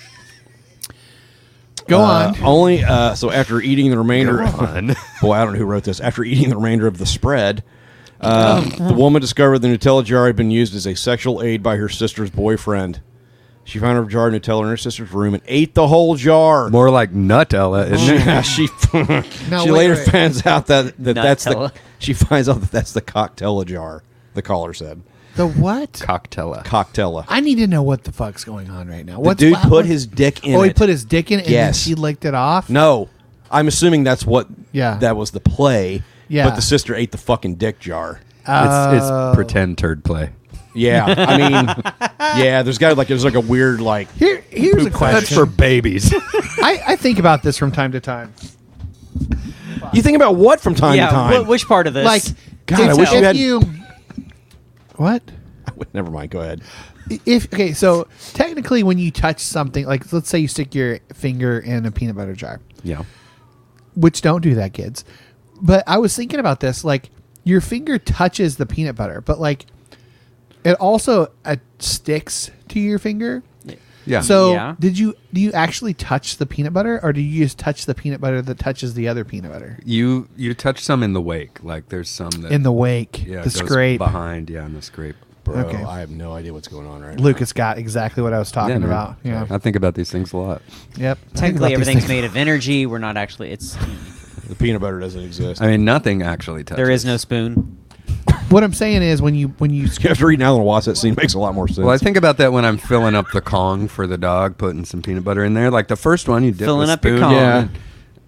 Go
Uh,
on.
only uh, so after eating the remainder.
on.
Boy, I don't know who wrote this. After eating the remainder of the spread, uh,
Uh-huh.
the woman discovered the Nutella jar had been used as a sexual aid by her sister's boyfriend. She found her jar of Nutella in her sister's room and ate the whole jar.
More like Nutella, isn't it?
Yeah, she
Now,
she
wait,
later
wait.
finds out that, that that's the
Nutella.
she finds out that that's the cocktail jar. The caller said
The what?
Cocktail.
cocktail.
I need to know what the fuck's going on right now.
The
What
dude put his dick in
Oh, he
it.
put his dick in it and
Yes.
then she licked it off?
no, I'm assuming that's what.
Yeah.
that was the play.
Yeah.
but the sister ate the fucking dick jar.
It's, it's pretend turd play.
Yeah, I mean, yeah. There's got like there's like a weird like
Here, here's a
That's
question.
for babies.
I, I think about this from time to time.
You think about what from time
yeah,
to time?
wh- which part of this?
Like,
God, I
if,
wish you
if
had-
you. What?
Never mind. Go ahead.
if okay, so technically, when you touch something, like let's say you stick your finger in a peanut butter jar,
yeah.
which don't do that, kids. But I was thinking about this, like your finger touches the peanut butter, but like it also uh, sticks to your finger.
Yeah.
So
Yeah.
did you do you actually touch the peanut butter, or do you just touch the peanut butter that touches the other peanut butter
you you touch some in the wake. Like there's some that
in the wake,
yeah,
the
goes
scrape?
behind. Yeah, in the scrape.
Bro,
Okay.
I have no idea what's going on right now.
Lucas got exactly what I was talking
man.
about. Yeah.
I think about these things a lot.
Yep. I think about
technically,
these
everything's
things.
made of energy. We're not actually. It's
The peanut butter doesn't exist.
I mean, nothing actually touches.
there is no spoon.
What I'm saying is when you when you
After reading Alan Watts, that scene makes a lot more sense.
Well, I think about that when I'm filling up the Kong for the dog, putting some peanut butter in there. Like the first one, you dip
Filling
the
up your
spoon
Kong.
in,
Yeah.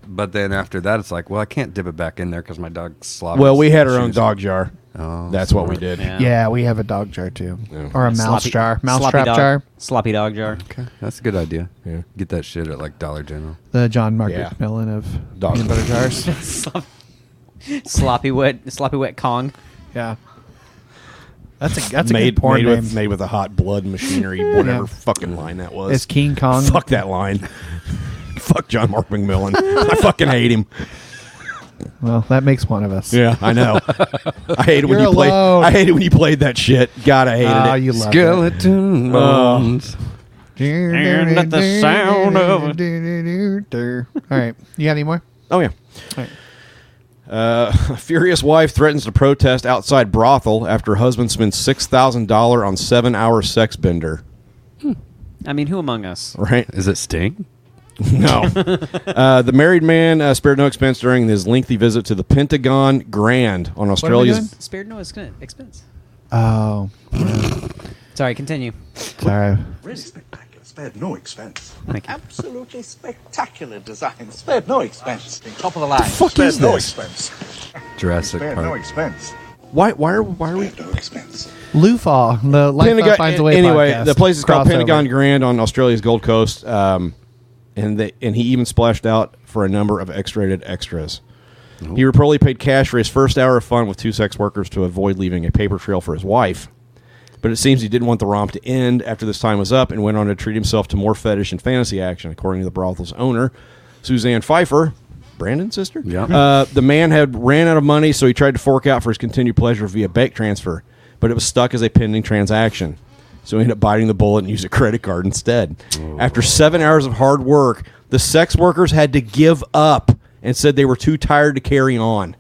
But then after that, it's like, well, I can't dip it back in there because my dog slops.
Well, we had our own dog jar. That's what we did.
Yeah.
Yeah, we have a dog jar too,
Yeah.
or a mouse
Sloppy-
jar, mouse
sloppy
trap
dog-
jar.
sloppy dog jar.
Okay, that's a good idea.
Yeah.
Get that shit at like Dollar General.
The John Margaret
Yeah.
Millen of
Dog
peanut butter
jar.
jars.
Slop- sloppy wet, sloppy wet Kong.
yeah, that's a that's a
made,
good porn
made
name.
with made with a hot blood machinery, whatever
Yeah.
fucking line that was.
It's King Kong.
Fuck that line. Fuck John Mark McMillan. I fucking hate him.
Well, that makes one of us.
Yeah, I know. I hate it when
You're
you played.
alone.
I hate it when you played that shit. God, I hated
Ah,
it.
you love it.
Skeleton bones.
And
let the sound of
All right, you got any more?
Oh yeah. Uh, furious wife threatens to protest outside brothel after husband spends six thousand dollar on seven hour sex bender.
I mean, who among us?
Right?
Is it Sting?
No. uh, the married man uh, spared no expense during his lengthy visit to the Pentagon Grand on Australia's.
Spared no expen- expense.
Oh,
Sorry, continue.
sorry.
Really spectacular. Spared no expense.
Thank you.
Absolutely spectacular design. Spared no expense. Top of the line.
fuck
Spared
is
no
this?
expense.
Jurassic
Spared no
Park.
expense.
Why? Why are? Why are we?
Spared no expense.
Lufa, the life
Pentagon,
finds a way.
anyway,
podcast.
the place is called
Crossover.
Pentagon Grand on Australia's Gold Coast, um, and they, and he even splashed out for a number of X-rated extras. He reportedly paid cash for his first hour of fun with two sex workers to avoid leaving a paper trail for his wife. But it seems he didn't want the romp to end after this time was up and went on to treat himself to more fetish and fantasy action, according to the brothel's owner, Suzanne Pfeiffer. Brandon's sister?
Yeah.
Uh, the man had ran out of money, so he tried to fork out for his continued pleasure via bank transfer, but it was stuck as a pending transaction. So he ended up biting the bullet and used a credit card instead. After seven hours of hard work, the sex workers had to give up and said they were too tired to carry on.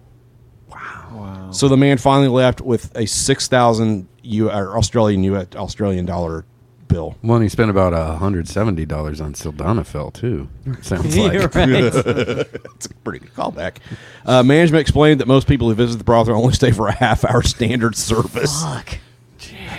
Wow. So the man finally left with a six thousand U or Australian U Australian dollar bill.
Well, and he spent about hundred seventy dollars on sildenafil too. Sounds like
You're right. It's a pretty good callback. Uh, management explained that most people who visit the brothel only stay for a half hour standard service.
Fuck.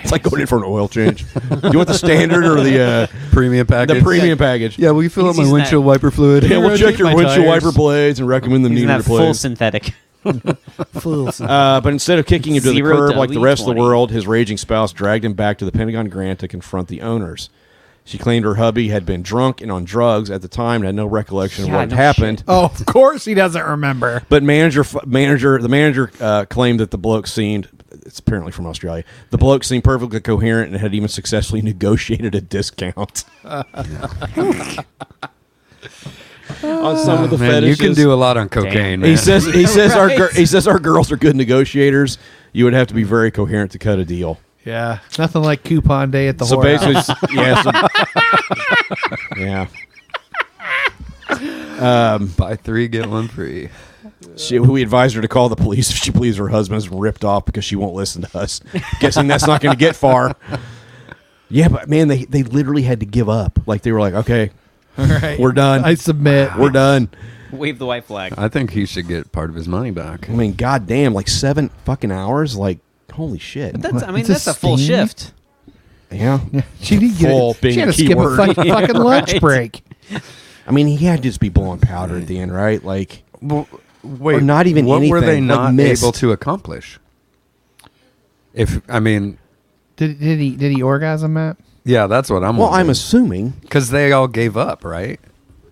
It's like going in for an oil change. you want the standard or the uh,
premium package?
The premium package.
Yeah, will you fill
He's
up my
using
windshield
that-
wiper fluid?
Yeah, we'll check your
My
windshield
tires.
wiper blades and recommend them
He's
needed
not full
replaced.
synthetic. full
Uh, but instead of kicking him to the
Zero
curb like the rest of the
W20.
world, his raging spouse dragged him back to the Pentagon Grand to confront the owners. She claimed her hubby had been drunk and on drugs at the time and had no recollection of
Yeah,
what
no
happened.
Oh, of course he doesn't remember.
But manager, manager, the manager uh, claimed that the bloke seemed. It's apparently from Australia. The bloke seemed perfectly coherent and had even successfully negotiated a discount on some of the
man, you
fetishes.
can do a lot on cocaine.
He
man.
says he says our gir-
Right.
he says our girls are good negotiators. You would have to be very coherent to cut a deal.
Yeah, nothing like coupon day at the
So
whorehouse.
basically, s- yeah, so- yeah. Um,
buy three get one free.
She, we advised her to call the police if she believes her husband's ripped off because she won't listen to us. Guessing that's not going to get far. Yeah, but man, they they literally had to give up. Like they were like, okay,
All right.
we're done.
I submit.
We're done.
Wave the white flag.
I think he should get part of his money back.
I mean, goddamn, like seven fucking hours. Like, holy shit.
But that's, I mean,
It's a
that's a full
sting?
shift.
yeah.
she did get
Full
it.
being
She had
a
to
key
skip
word.
a fucking,
Yeah,
fucking lunch
right.
break.
I mean, he had to just be blowing powder at the end, right? Like,
Wait,
Or not even
What were they
anything, like
not
mist.
able to accomplish? If I mean,
Did, did he did he orgasm that?
yeah, that's what I'm.
well, I'm assuming.
because they all gave up, right?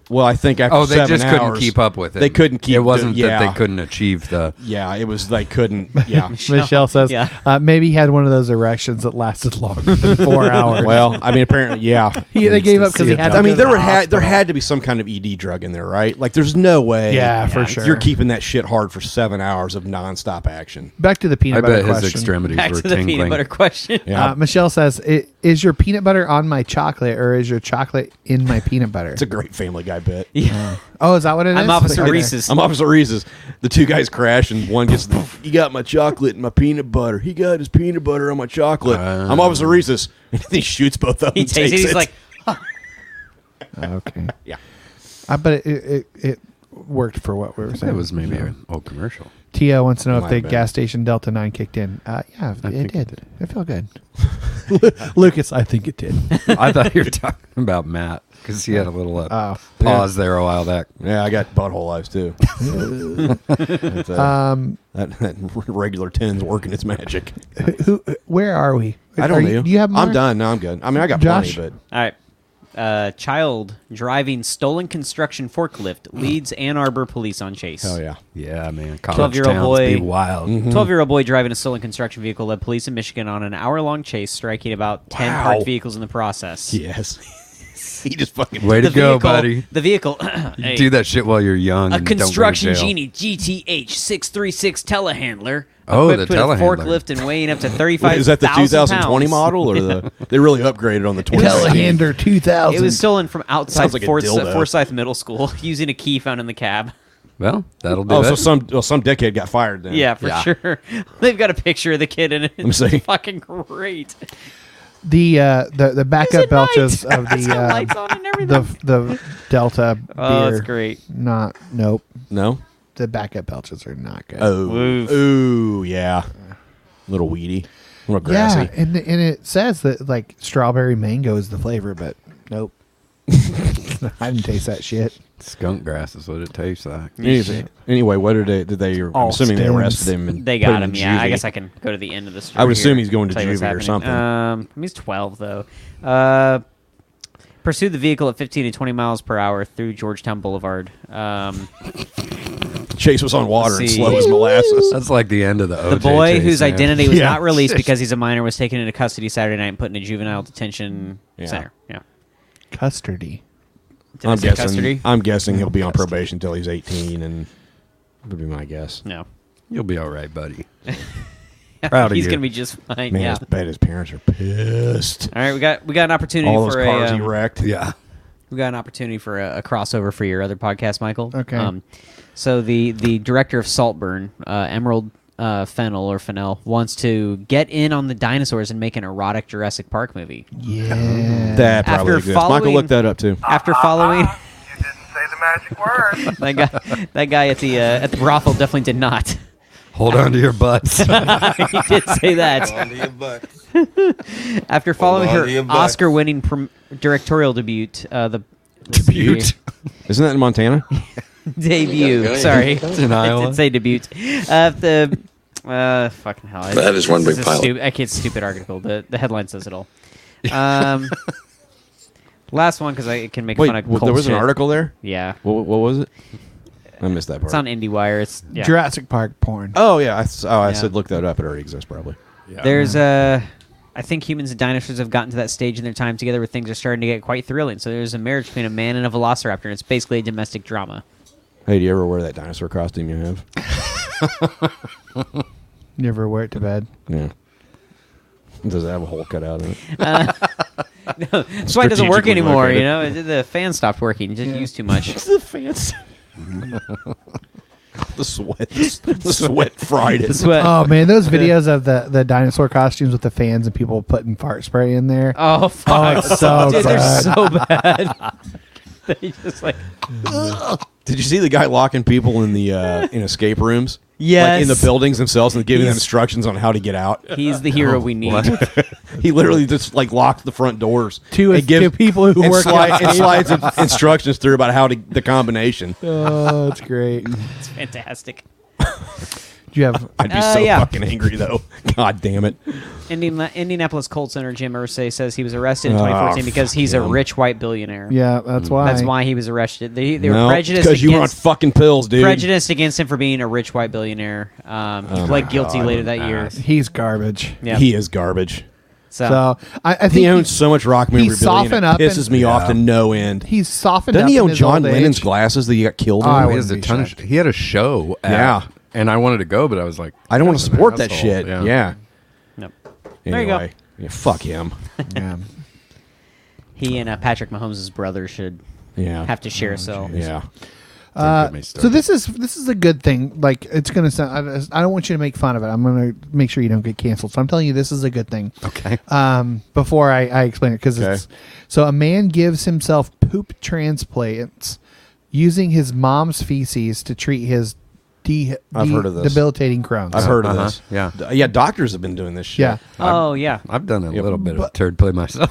Well, I think after
Oh, they
seven
just couldn't
hours-
keep up with it.
They couldn't keep
It wasn't
the- yeah,
that they couldn't achieve the.
Yeah, it was they couldn't. Yeah.
Michelle says,
Yeah.
uh, maybe he had one of those erections that lasted longer than four hours.
well, I mean, apparently, yeah.
he, they gave up because he had. To
I
go
mean,
to
there
the
would had there
hospital.
had to be some kind of ED drug in there, right? Like, there's no way.
Yeah, for sure.
You're keeping that shit hard for seven hours of nonstop action.
Back to the peanut
I
butter
bet his
question.
extremities
Back
were
to the peanut
tingling.
butter question.
Yeah,
Uh, Michelle says, "I- "Is your peanut butter on my chocolate, or is your chocolate in my peanut butter?"
it's a great Family Guy bit.
Yeah.
oh, is that what it is?
I'm Officer
Okay.
Reese's.
I'm Officer Reese's. The two guys crash, and one gets. The, he got my chocolate and my peanut butter. He got his peanut butter on my chocolate. I'm Officer Reese's. And he shoots both of them.
He
and
takes it. He's like,
Okay.
Yeah.
I bet it, it it worked for what we were saying.
That was maybe an old commercial.
Tia wants to know if
Might
the
have been.
gas station Delta Nine kicked in. Uh, yeah, it,
think it
did. it felt good. Lu- Lucas, I think it did.
I thought you were talking about Matt because he had a little uh,
Oh.
pause there a while back.
Yeah, I got butthole eyes too. That's, uh,
Um,
that, that regular tins working its magic.
who? Where are we?
I
Are
don't
you-
know.
Do you have? More?
I'm done. No, I'm good. I mean, I got
Josh?
plenty, but
all right. Uh, child driving stolen construction forklift leads Ann Arbor police on chase.
hell yeah.
Yeah, man. College
12-year-old
towns
boy.
be wild.
Mm-hmm.
12 year old boy driving a stolen construction vehicle led police in Michigan on an hour long chase, striking about 10
Wow.
parked vehicles in the process.
Yes. he just fucking.
Way to
The
go,
vehicle-
buddy.
The vehicle.
You
a-
Do that shit while you're young.
A
and don't go to
construction
jail.
genie GTH 636 telehandler.
Oh,
equipped
the
with a
telehandler.
forklift and weighing up to 35
Is that the 2020 model or the? They really upgraded on the 2019.
Telehander two thousand.
It was stolen from outside
Sounds like a
Forsyth,
dildo.
Forsyth Middle School using a key found in the cab.
Well, that'll do
Oh,
it.
so some well, some dickhead got fired then.
Yeah, for
Yeah.
sure. They've got a picture of the kid in it.
me
It's
see.
fucking great.
the uh, the the backup
at night.
belches of
It's
the
got lights
uh,
on and everything.
the the Delta beer.
oh, that's great.
Not nope.
No.
The backup belches are not good.
Oh.
Woof.
Ooh. Yeah. Little weedy. Little grassy.
yeah, and and it says that like strawberry mango is the flavor, but nope. I didn't taste that shit.
skunk grass is what it tastes like.
Anyway, anyway, what did they? Did they? I'm
All
assuming they
stems.
arrested him. And
They
put
got
in
him. Yeah, I
juvie.
guess I can go to the end of the story.
I would assume
here,
he's going to
tell you what's
juvie or
happening.
something.
Um, he's 12 though. Uh, pursued the vehicle at 15 to 20 miles per hour through Georgetown Boulevard. Um,
Chase was on water and
Let's
slow
see.
as molasses.
That's like the end of
Oh,
the OJ.
the boy
chase,
whose
man.
identity was
Yeah.
not released because he's a minor was taken into custody Saturday night and put in a juvenile detention
Yeah.
center. Yeah.
Custardy.
Did I
I'm
say
guessing.
custody?
I'm guessing he'll be on probation until he's 18, and would be my guess.
no.
You'll be all right, buddy. Proud of
he's
you.
gonna be just fine.
Man,
yeah.
I bet his parents are pissed.
All right, we got we got an opportunity
All those
for
cars
a
he
um,
wrecked.
Yeah.
we got an opportunity for a, a crossover for your other podcast, Michael. Um,
Okay.
so the the director of Saltburn, uh, Emerald uh, Fennel or Fennel wants to get in on the dinosaurs and make an erotic Jurassic Park movie.
Yeah,
That probably
After
exists. Michael
following-
looked that up too.
After following, that guy, that guy at the uh, at the brothel definitely did not.
Hold on to your butts.
he did say that.
Hold on to your butts.
After following
on
her
to your butts.
Oscar-winning prom- directorial debut, uh, the let's see here.
Isn't that in Montana?
debut.
Okay.
Sorry,
It's in
I
Iowa.
did say debut. Uh, the uh, fucking hell.
That is one
This
big
a
pile.
Stu- I can't stupid article. The the headline says it all. Um, last one because I can make
Wait,
fun of.
w- there
Colt's
was an
shit.
article there.
Yeah,
What, what was it? I missed that part.
it's on IndieWire. It's yeah.
Jurassic Park porn.
Oh yeah, I, s- oh, I
Yeah.
said look that up. It already exists probably.
There's a. I think humans and dinosaurs have gotten to that stage in their time together where things are starting to get quite thrilling. So there's a marriage between a man and a velociraptor, and it's basically a domestic drama.
Hey, do you ever wear that dinosaur costume you have?
Never wear it to bed.
yeah. Does it have a hole cut out in it?
Uh, no, that's why it doesn't work
Strategically
anymore. You
located.
know, It- the fan stopped working. Just used too much.
the fans. the sweat, the sweat fried it.
The sweat.
Oh man, those videos of the, the dinosaur costumes with the fans and people putting fart spray in there.
Oh, fuck.
Oh, it's so
Dude,
good.
they're so bad. they just like.
Did you see the guy locking people in the uh, in escape rooms? like in the
Yes.
buildings themselves and giving them
He's-
instructions on how to get out.
He's the
Oh,
hero we need.
he literally just like locked the front doors
To-
and gives-
to people who
and
work
sli-
out.
and slides in- instructions through about how to the combination.
oh, it's great. Do
It's fantastic.
you have?
I'd be
Uh,
so
yeah.
fucking angry though. God damn it!
Indiana- Indianapolis Colts owner Jim Irsay says he was arrested in
Oh,
2014 because he's a
fuck him.
rich white billionaire.
Yeah, that's why.
Mm. That's why he was arrested. They, they
No,
were prejudiced
because you were on
against-
fucking pills, dude.
prejudiced against him for being a rich white billionaire. Um, he
Oh my
pled guilty
God.
later that year.
He's garbage.
Yeah.
He is garbage.
So,
So I, I think
he owns so much rock
he's
memorabilia. and
softened
It
up
pisses
and-
me off
Yeah.
to no end.
he's softened.
Doesn't
up
he
in
own
his
John
old
Lennon's
age.
glasses that he got killed in?
Oh, I
he
wouldn't
has a
be
ton of
shocked.
sh- he had a show. at-
Yeah.
and I wanted to go, but I was like,
I don't want to
"That's an
support that
asshole."
shit. Yeah.
Nope. There
Anyway,
you go.
Yeah, fuck him.
Yeah.
He and uh, Patrick Mahomes' brother should
Yeah.
have to share a cell.
Yeah.
Uh,
me started.
so this is this is a good thing. Like it's gonna sound. I, I don't want you to make fun of it. I'm gonna make sure you don't get canceled. So I'm telling you, this is a good thing.
Okay.
Um, before I, I explain it, because it's so a man gives himself poop transplants using his mom's feces to treat his de-
I've
de-
heard of this.
debilitating Crohn's.
I've heard of
Uh-huh.
this.
Yeah.
D- Yeah, doctors have been doing this shit.
Yeah.
Oh yeah,
I've done a
Yep.
little bit of turd play myself.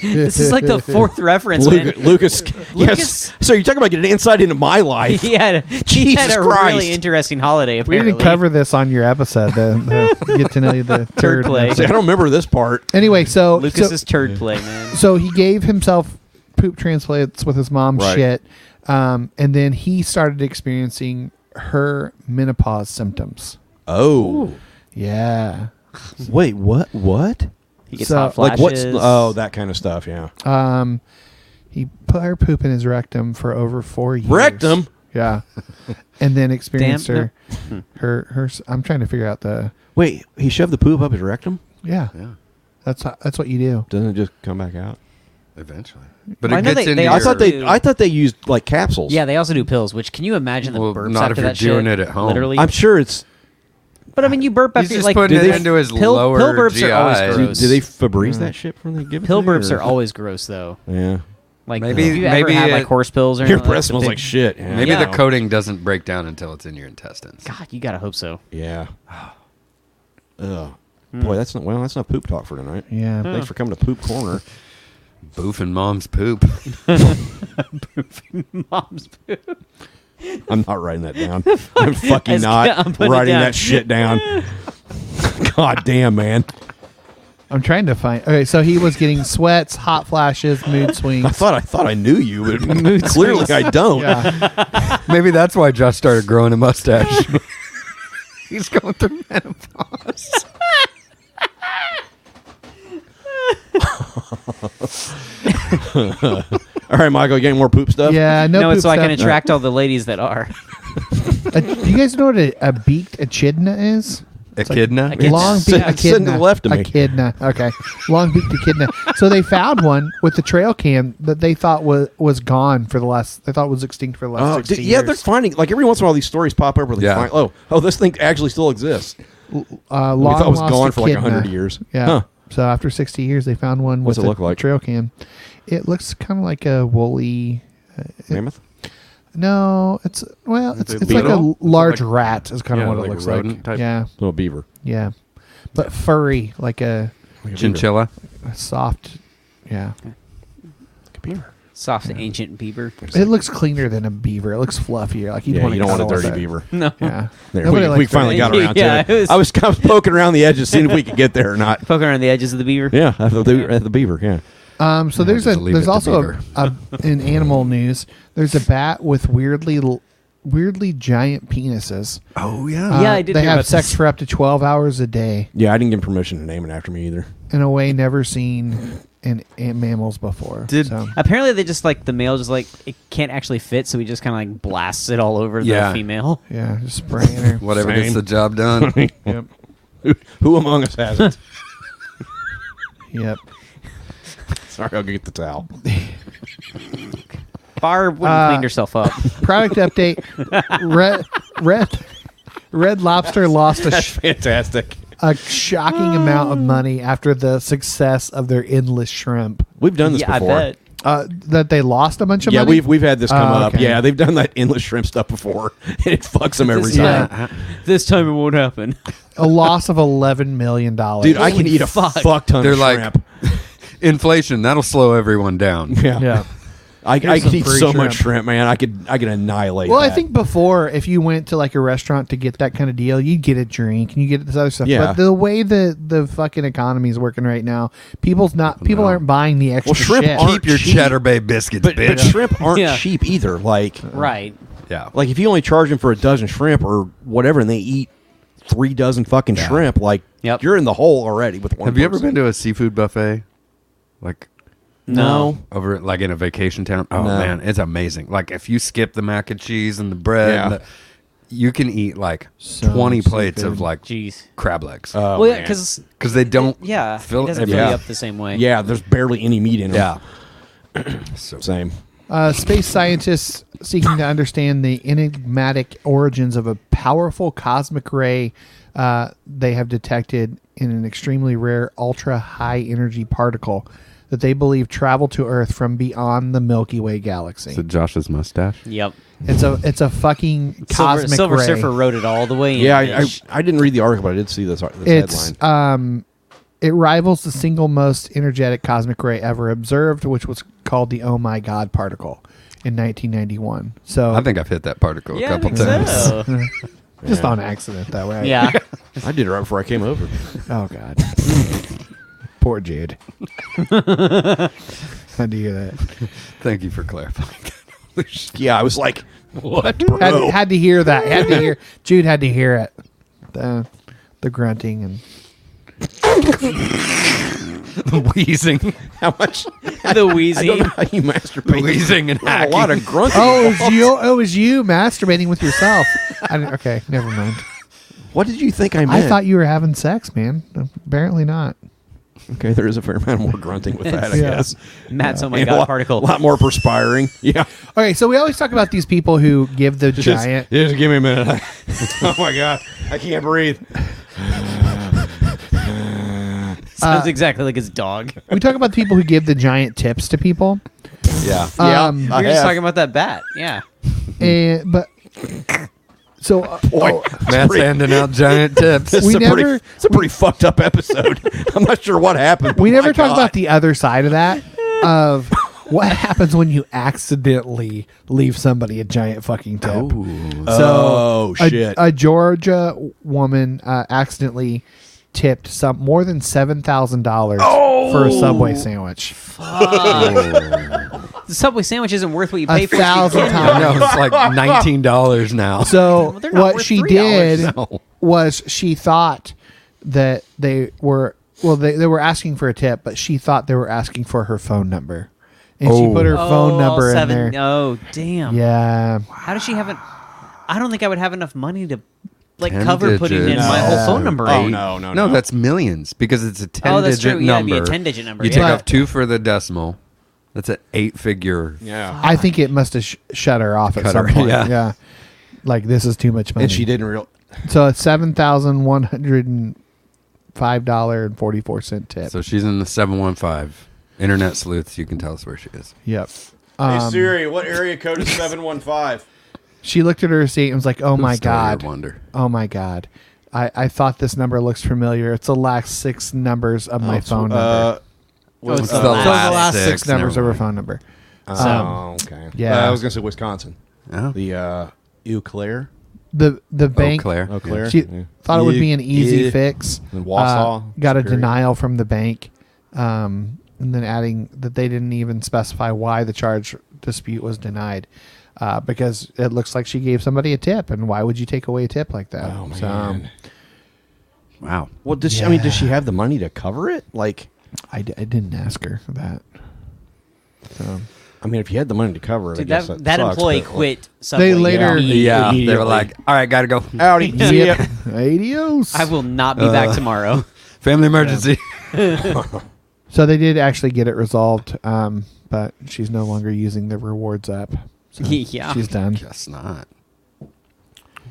this is like the fourth reference.
Luca-
man.
Lucas,
Lucas-
Yes. So you're talking about getting insight into my life.
He had a, he
Jesus
had a
Christ.
really interesting holiday.
we
Apparently,
didn't cover this on your episode. The, the get to know you the third
Turd play.
See, I don't remember this part.
Anyway, so so-
Lucas's turd play, man.
So he gave himself poop transplants with his mom's
Right.
shit, um, and then he started experiencing her menopause symptoms.
Oh.
Yeah.
Wait, what? What?
He gets
So-
hot
Like
flashes.
what's oh that kind of stuff? Yeah.
Um, he put her poop in his rectum for over four years.
Rectum?
Yeah. and then experienced
Damn,
her, her, her, s- I'm trying to figure out the.
Wait, he shoved the poop up his rectum.
Yeah.
yeah,
That's ho- that's what you do.
Doesn't it just come back out?
eventually. But
Well, I
it
know
gets
they-
into
they
your,
also
I thought they
Dude.
I thought they used like capsules.
Yeah, they also do pills. Which can you imagine the
Well,
burps
not
after
if you're
that
doing
shit?
it at home.
Literally,
I'm sure it's.
but I mean, you burp after
just
like
putting
do
it
they-
into his
pill,
lower
Pill burps are
GI.
always
Do,
gross.
do they Febreze that shit when they give it?
pill
to you,
burps
or-
are always gross though.
Yeah.
Like
Maybe-
if you ever
maybe
had like
it-
horse pills or
Your
anything like
breath
that,
smells
they-
like shit. Yeah.
Maybe
Yeah.
the coating doesn't break down until it's in your intestines.
God, you gotta hope so.
Yeah. Ugh. Boy, that's not well. That's not poop talk for tonight.
Yeah.
Thanks for coming to Poop Corner.
Boofing mom's poop.
Mom's poop.
I'm not writing that down. I'm fucking
That's-
not
I'm putting it
writing
down.
that shit down. God damn, man.
I'm trying to find. Okay. So he was getting sweats, hot flashes, mood
I
swings.
thought I thought I knew you, but clearly I don't.
Yeah.
Maybe that's why Josh started growing a mustache. He's going through menopause.
All right, Michael, you got any more poop stuff?
Yeah. No,
No,
poop
it's so I can
stuff.
attract all the ladies that are.
Uh, A- do you guys know what a, a beaked echidna is? It's like-
Echidna?
long beak
Send-
echidna.
send to the left of me.
Echidna. Okay. Long beaked echidna. so they found one with the trail cam that they thought was was gone for the last. They thought was extinct for the last.
Oh,
60
d- yeah, they're
years.
finding like every once in a while these stories pop up where they
Yeah.
find oh oh this thing actually still exists.
uh,
we
long
thought it was
lost uh,
gone for like
echidna.
hundred years.
Yeah.
Huh.
So after 60 years, they found one.
What's
with
it
a
look like?
Trail cam. It looks kind of like a woolly. uh, it-
Mammoth?
no, it's well, it's,
it
it's like a
beetle?
large
Like-
rat. Is kind of
yeah,
what
like
it
a
looks
rodent
like.
type?
Yeah.
Little beaver.
Yeah, but furry like a
Chinchilla?
a soft. Yeah.
Soft ancient beaver.
It looks cleaner than a beaver. It looks fluffier. Like you'd
Yeah,
wanna
you don't want a
cuddle
dirty
with it.
beaver.
No.
Yeah.
There,
Nobody
we,
likes
we finally
dirty
got around
Yeah,
to it.
it was-
I was kind of poking around the edges, seeing if we could get there or not.
Poking around the edges of the beaver.
Yeah, at the, at the beaver. Yeah.
Um, so
Yeah,
there's a
just leave it
there's
to
also a,
beaver.
a in animal news. There's a bat with weirdly l- weirdly giant penises. Uh,
Oh
yeah.
Yeah, I did
They
hear
have
about
sex
this.
for up to twelve hours a day
Yeah, I didn't give him permission to name it after me either.
in a way never seen in, in mammals before. so.
apparently they just like the male just like it can't actually fit, so he just kind of like blasts it all over
Yeah.
the female.
Yeah, just spraying her.
Whatever
Same.
gets the job done.
Yep.
Who, who among us hasn't?
yep.
Sorry, I'll get the towel.
Barb wouldn't
Uh,
clean herself up.
Product update. Red red red lobster lost a
That's
sh-
fantastic.
a shocking amount of money after the success of their endless shrimp.
We've done this Yeah, I before. bet.
Uh, that they lost a bunch of
yeah,
money.
we've we've had this come
Oh,
up.
okay.
Yeah, they've done that endless shrimp stuff before, and it fucks them every
This-
time.
yeah. this time it won't happen.
a loss of eleven million dollars.
Dude, I can eat a fuck ton
They're
of
like,
shrimp.
inflation, that'll slow everyone down.
Yeah.
Yeah.
I, I
Here's
could
some
eat
free
so much
shrimp.
shrimp, man. I could I could annihilate.
Well, I
that.
think before, if you went to like a restaurant to get that kind of deal, you'd get a drink and you get this other stuff.
Yeah.
But the way the the fucking economy is working right now, people's not people aren't buying the extra
well, shrimp
shit.
aren't cheap.
Bay biscuits,
but, but
bitch.
shrimp aren't
Yeah.
cheap either. Like
Right.
Yeah.
Like if you only charge them for a dozen shrimp or whatever, and they eat three dozen fucking shrimp, like you're in the hole already with one.
Have you ever
person.
been to a seafood buffet? Like
No.
Over like in a vacation town. Oh
No.
man, it's amazing. Like if you skip the mac and cheese and the bread,
Yeah.
and the- you can eat like twenty plates
seafood.
of like
Jeez.
crab legs.
Oh,
Well, yeah, man. 'cause-
because they don't
yeah, it
fill
doesn't
yeah.
fill you up the same way.
Yeah, there's barely any meat in them. Yeah, same.
Uh, space scientists seeking to understand the enigmatic origins of a powerful cosmic ray uh, they have detected in an extremely rare ultra high energy particle that they believe traveled to Earth from beyond the Milky Way galaxy.
Is it Josh's mustache?
Yep.
It's a it's a fucking
Silver,
cosmic
Silver
ray.
Surfer rode it all the way. in,
Yeah, I, I,
bitch.
I didn't read the article, but I did see this, this
It's
headline.
um, it rivals the single most energetic cosmic ray ever observed, which was called the Oh My God particle in 1991. So
I think I've hit that particle
Yeah,
a
I
couple
think
times.
so. just
Yeah.
on accident that way.
Yeah.
I did it right before I came over.
oh God. Poor Jude. How do you hear that?
Thank you for clarifying.
yeah, I was like, what?
Had, had to hear that. Had to hear. Jude had to hear it. The the grunting and
the wheezing.
How much?
The wheezing.
I don't know how you masturbate.
Wheezing and
a lot of
hacking.
grunting.
Oh, it was you. It was you masturbating with yourself. I didn't- okay, never mind.
What did you think I meant?
I thought you were having sex, man. Apparently not.
Okay, there is a fair amount more grunting with that, I
Yeah.
guess.
Matt's, oh my
And
God,
a lot,
particle.
A lot more perspiring. Yeah.
Okay, so we always talk about these people who give the giant.
Just, just give me a minute. oh my god, I can't breathe.
Sounds exactly like his dog.
We talk about the people who give the giant tips to people.
Yeah.
Um,
we were just talking about that bat. Yeah.
Hmm. and, eh, but so uh,
Boy,
Matt's handing out giant tips.
Oh, This
We
is a pretty,
never-
it's a pretty fucked up episode. I'm not sure what happened.
we
but
never
my
talk
God.
about the other side of that of what happens when you accidentally leave somebody a giant fucking tip.
Oh,
a,
shit.
A Georgia woman uh, accidentally tipped some more than seven thousand dollars for a Subway sandwich.
The Subway sandwich isn't worth what you
A
pay for. it.
thousand times.
No, it's like nineteen dollars now.
So
Well, they're not
what
worth
she
$3.
did
No.
was she thought that they were well they, they were asking for a tip, but she thought they were asking for her phone number. And she put her
Oh,
phone
all
number
seven.
in there.
Oh, damn.
Yeah.
How does she have it? I don't think I would have enough money to like
Ten
cover putting in
digits.
my whole phone number.
Oh,
Eight.
in.
no, that's millions because it's a ten.
Oh, that's
digit
true. Yeah, it'd
Number.
be a 10-digit number,
You
yeah.
take
But-
off two for the decimal. That's an eight-figure.
Yeah.
I think it must have sh- shut her off at
Cut
some
her,
point.
yeah.
Yeah. Like this is too much money.
And she didn't real.
So it's seven thousand one hundred and five dollar and forty four cent tip.
So she's in the seven one five internet sleuths. You can tell us where she is.
Yep.
hey
Um,
Siri, what area code is seven one five?
she looked at her receipt and was like, "Oh my
stole your
god,
wonder?
oh my god, I, I thought this number looks familiar. It's the last six numbers of my
it's,
phone
uh,
number.
Oh, it's
So
the last
six,
six,
numbers of
never
her
mind.
phone number.
Oh,
Um,
okay.
Yeah, Uh-huh.
Uh, I was gonna say Wisconsin. The uh, Eau Claire.
the the bank
Oh, Claire. Eau Claire,
She
yeah.
thhought it would be an
Yeah.
easy
Yeah.
fix.
And Wausau,
Uh, got a
Superior.
denial from the bank, um, and then adding that they didn't even specify why the charge dispute was denied, uh, because it looks like she gave somebody a tip, and why would you take away a tip like that? Oh
man.
Wow.
Well, does she, I mean, does she have the money to cover it? Like,
I, d- I didn't ask her that. So.
I mean, if you had the money to cover it, I
Dude,
guess
that,
that,
that,
sucks,
employee
but, like-
quit. Subway
They later,
immediately.
Yeah, they were like, "All right, gotta go."
Oh.
Howdy. See ya.
Yep. Adios.
I will not be back
Uh,
tomorrow.
Family emergency.
So they did actually get it resolved, um, but she's no longer using the rewards app. So
Yeah.
she's done.
Guess not.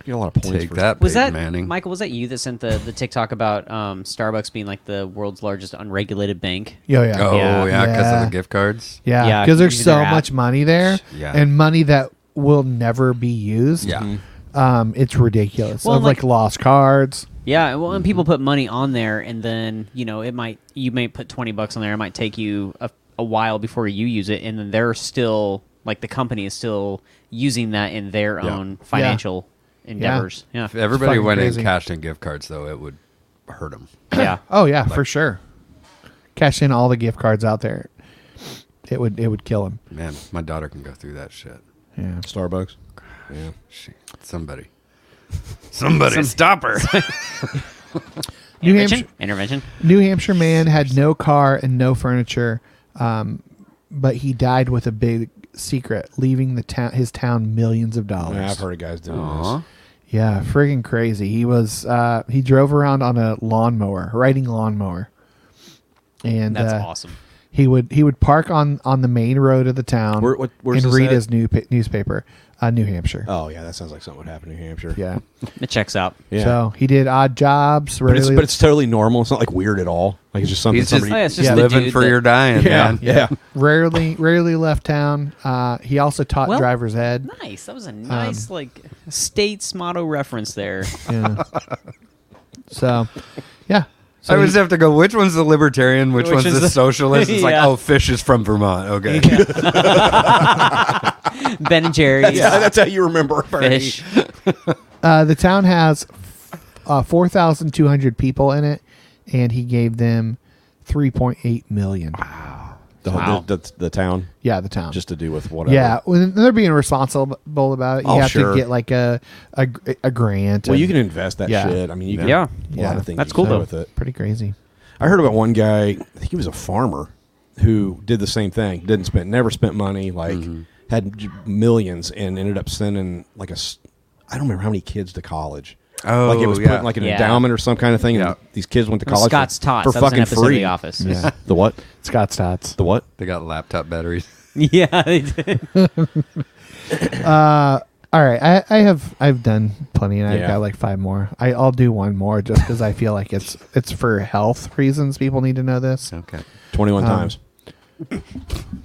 Get a lot of points
Take
for
that,
Was
Peyton
that
Manning.
Michael? Was that you that sent the, the TikTok about um, Starbucks being like the world's largest unregulated bank?
Yeah, yeah.
Oh yeah, because
Yeah.
of the gift cards.
Yeah,
Yeah,
because there's
using
so
their app.
much money there,
Yeah.
and money that will never be used.
Yeah.
Mm-hmm.
Mhm.
um, it's ridiculous.
Well,
of like,
like-
lost cards.
Yeah, well, and people put money on there, and then you know it might you may put twenty bucks on there. It might take you a, a while before you use it, and then they're still like the company is still using that in their
Yeah.
own financial endeavors. Yeah,
If everybody
fucking
went
crazy.
in cashed in gift cards, though, it would hurt them.
yeah.
Oh yeah, for sure. Cash in all the gift cards out there. It would it would kill him.
Man, my daughter can go through that shit.
Yeah.
Starbucks. Yeah.
She, somebody, somebody, stop her.
New
Intervention.
Hampshire,
Intervention.
New Hampshire man had no car and no furniture, um, but he died with a big secret, leaving the town his town millions of dollars.
Yeah, I've heard of guys doing
Aw.
Yeah, friggin' crazy. He was uh he drove around on a lawnmower, riding lawnmower. And
That's
uh,
awesome.
He would he would park on on the main road of the town
Where- what- where's
and
this
read
at?
his new pa- newspaper, uh, New Hampshire.
this. Oh yeah, that sounds like something would happen in New Hampshire.
Yeah.
It checks out.
Yeah.
So he did odd jobs.
but it's
regularly-
but it's totally normal. It's not like weird at all. Like it's just something
He's just,
somebody.
Oh, yeah, it's just the
living
dude
for
that-
your dying,
yeah,
man.
yeah.
rarely rarely left town. Uh, he also taught
Well-
driver's ed.
Nice. That was a nice like states motto reference there.
Yeah. so, yeah. So
I always
he-
have to go. Which one's the libertarian? Which,
Which
one's
is
the
the-
socialist? It's like,
Yeah.
oh, Fish is from Vermont. Okay,
ben and Jerry's
Yeah, that's how you remember Bernie.
fish.
Uh, the town has uh, 4,200 people in it, and he gave them 3.8 million.
The,
Wow.
the, the, the town
Yeah, the town.
just to do with whatever.
yeah, when they're being responsible about it, you
Oh,
have
sure.
to get like a a, a grant.
Well, you
and-
can invest that
Yeah.
shit. I mean, you can.
Yeah.
A
Yeah.
lot of things.
That's
you
cool,
can do
though.
With it.
pretty crazy.
I heard about one guy. I think he was a farmer who did the same thing. Didn't spend, never spent money. Like had j- millions and ended up sending like a. s- I don't remember how many kids to college.
Oh,
like it was
yeah.
put in like an
Yeah.
endowment or some kind of thing, and
Yeah.
these kids went to
It was
college. for-
Scott's Tots.
for
That was an
fucking
episode of
free.
The Office.
Yeah.
The what?
Scott Stotts.
The what?
they got laptop batteries.
yeah, they did.
All right, I, I have I've done plenty, and I've
Yeah.
got like five more. I, I'll do one more just because I feel like it's it's for health reasons. People need to know this.
Okay,
Twenty-one times.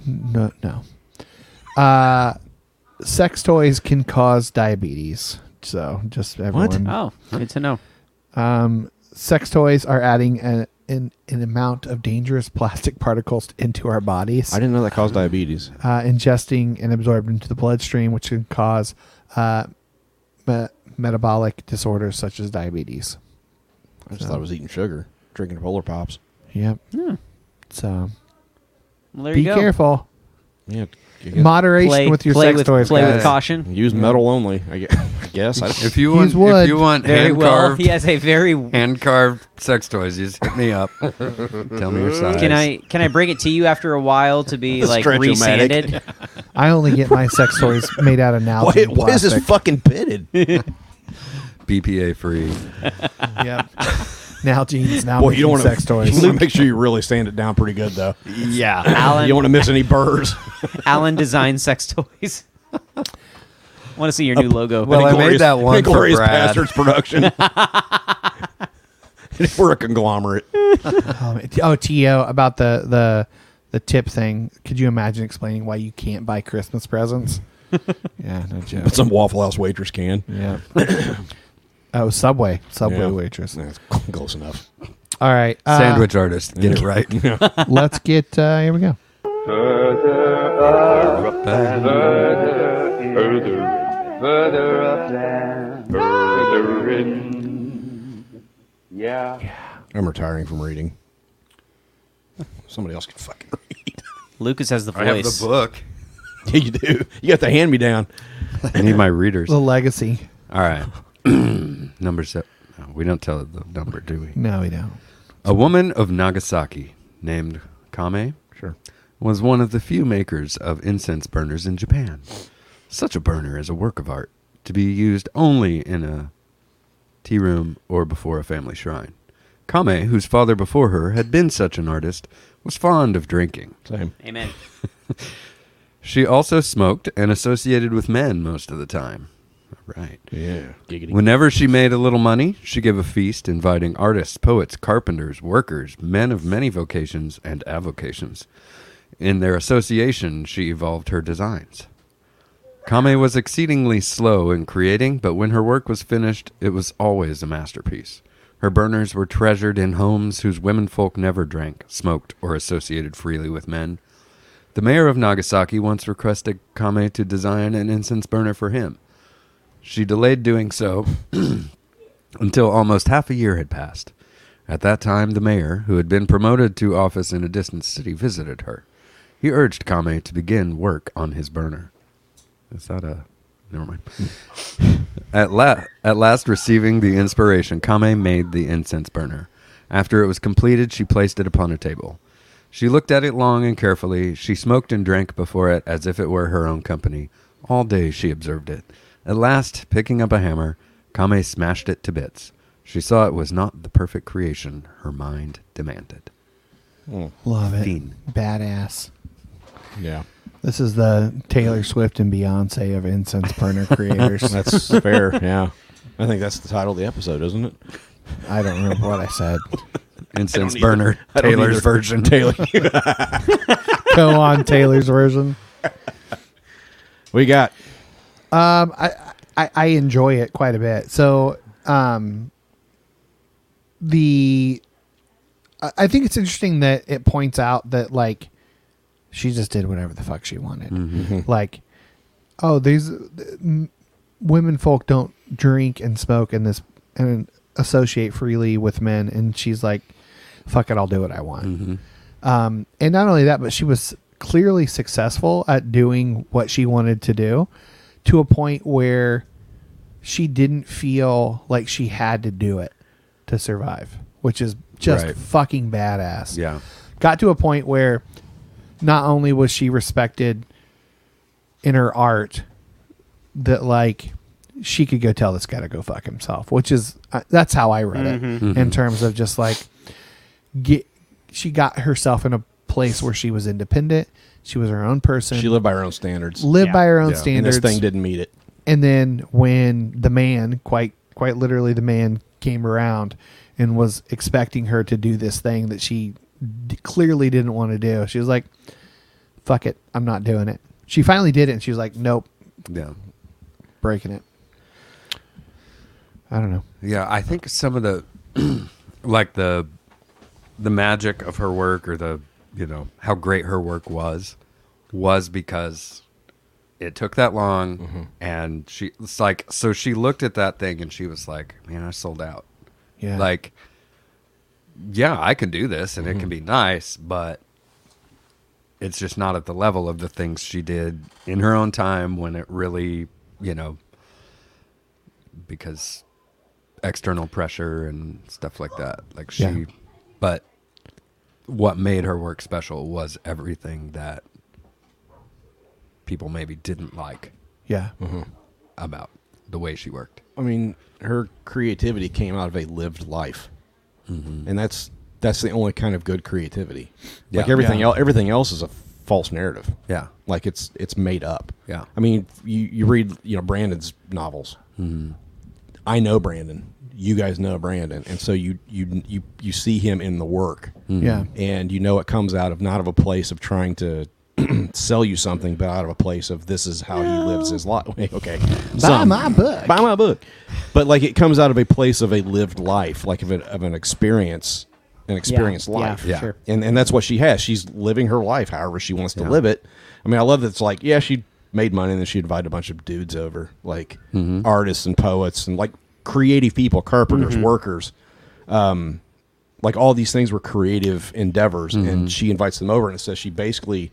No, no. Uh, sex toys can cause diabetes. So just everyone. Um,
Oh, good to know.
Sex toys are adding an, an an amount of dangerous plastic particles into our bodies.
I didn't know that caused diabetes.
uh, ingesting and absorbed into the bloodstream, which can cause uh, me- metabolic disorders such as diabetes.
I just thought I was eating sugar, drinking polar pops.
Yep. So
Well, Hmm. there
be
you go.
careful.
Yeah. I guess.
Moderation with your
play
sex
with,
toys.
Play
guys.
with caution.
Use metal only. I gue- I guess. I
if you want,
wood.
if you want
Very
hand
well.
carved,
He has a very.
hand carved sex toys, you just hit me up. Tell me your size.
Can I can I bring it to you after a while to be like
Stretch-o-matic.
resanded?
I only get my sex toys made out of now.
why, why is this fucking pitted?
BPA free.
yep. Now jeans. Now
Boy, you don't want
making sex toys.
You want to make sure you really stand it down pretty good, though.
Yeah, Alan-
you don't want to miss any burrs.
Alan designs sex toys. Want to see your new logo?
An Inglorious- an Inglorious Bastards production. We're a conglomerate.
oh, man. oh, Tio, about the the the tip thing. Could you imagine explaining why you can't buy Christmas presents? yeah, no joke.
But some Waffle House waitress can.
Yeah. oh, Subway, Subway
Yeah.
waitress.
That's close enough.
All right, uh,
Uh,
Sandwich artist, get it right.
let's get uh, here we go.
Further up and further in, further up and further in. Yeah.
I'm retiring from reading. Somebody else can fucking read.
Lucas has the
I have the voice. book.
Yeah, you do. You got the hand me down.
I need my readers.
The legacy.
All right. number seven. No, we don't tell the number, do we?
No, we don't.
A woman of Nagasaki named Kame
sure.
was one of the few makers of incense burners in Japan. Such a burner is a work of art to be used only in a tea room or before a family shrine. Kame, whose father before her had been such an artist, was fond of drinking.
Same.
Amen.
She also smoked and associated with men most of the time. All right.
Yeah. Giggity.
Whenever she made a little money, she gave a feast inviting artists, poets, carpenters, workers, men of many vocations and avocations. In their association, she evolved her designs. Kame was exceedingly slow in creating, but when her work was finished, it was always a masterpiece. Her burners were treasured in homes whose womenfolk never drank, smoked, or associated freely with men. The mayor of Nagasaki once requested Kame to design an incense burner for him. She delayed doing so until almost half a year had passed. At that time, the mayor, who had been promoted to office in a distant city, visited her. He urged Kame to begin work on his burner. Is that a. Never mind. at, la- at last, receiving the inspiration, Kame made the incense burner. After it was completed, she placed it upon a table. She looked at it long and carefully. She smoked and drank before it as if it were her own company. All day she observed it. At last, picking up a hammer, Kame smashed it to bits. She saw it was not the perfect creation her mind demanded.
Love it.
Fiend.
Badass.
Yeah.
This is the Taylor Swift and Beyonce of incense burner creators.
That's fair. Yeah. I think that's the title of the episode, isn't it?
I don't remember what I said.
Incense
either.
burner,
I don't
Taylor's
either.
version.
Taylor.
Go on Taylor's version.
We got
Um, I, I I enjoy it quite a bit. So, um, the I- I think it's interesting that it points out that like she just did whatever the fuck she wanted. Like, oh, these uh, m- women folk don't drink and smoke and this and associate freely with men, and she's like, fuck it, I'll do what I want. Um, and not only that, but she was clearly successful at doing what she wanted to do to a point where she didn't feel like she had to do it to survive, which is just
Right.
fucking badass.
Yeah.
Got to a point where not only was she respected in her art, that like she could go tell this guy to go fuck himself, which is uh, that's how I read it
Mm-hmm.
in terms of just like get she got herself in a place where she was independent. She was her own person.
she lived by her own standards.
lived by her own
Yeah. And this
and
standards.
this thing didn't meet it.
And then when the man, quite quite literally the man came around and was expecting her to do this thing that she d- clearly didn't want to do. She was like, "Fuck it, I'm not doing it." She finally did it and she was like, "Nope,
Yeah.
breaking it." I don't know.
Yeah, I think some of the like the the magic of her work or the you know how great her work was was because it took that long and she it's like so she looked at that thing and she was like man i sold out
Yeah.
like yeah i can do this and it
Mm-hmm.
can be nice but it's just not at the level of the things she did in her own time when it really you know because external pressure and stuff like that like she
Yeah.
but what made her work special was everything that people maybe didn't like
yeah.
about the way she worked.
I mean, her creativity came out of a lived life, and that's that's the only kind of good creativity. Like
Mm-hmm. Yeah.
everything
Yeah.
else, everything else is a false narrative.
Yeah.
like it's it's made up.
Yeah.
I mean, you you read you know Brandon's novels.
Mm-hmm.
I know Brandon. You guys know Brandon, and so you you you you see him in the work.
Mm-hmm.
Mhm. Yeah.
and you know it comes out of not of a place of trying to. sell you something, but out of a place of this is how he lives his life. okay,
Buy
Some-
my book.
buy my book. But like it comes out of a place of a lived life, like of, a, of an experience, an experienced
yeah,
life.
for Yeah. sure.
And and that's what she has. She's living her life however she wants to live it. I mean, I love that it's like, yeah, she made money and then she invited a bunch of dudes over, like
Mm-hmm.
artists and poets and like creative people, carpenters,
Mhm.
Mm-hmm.
workers. Um like all these things were creative endeavors
Mhm.
and she invites them over and it says she basically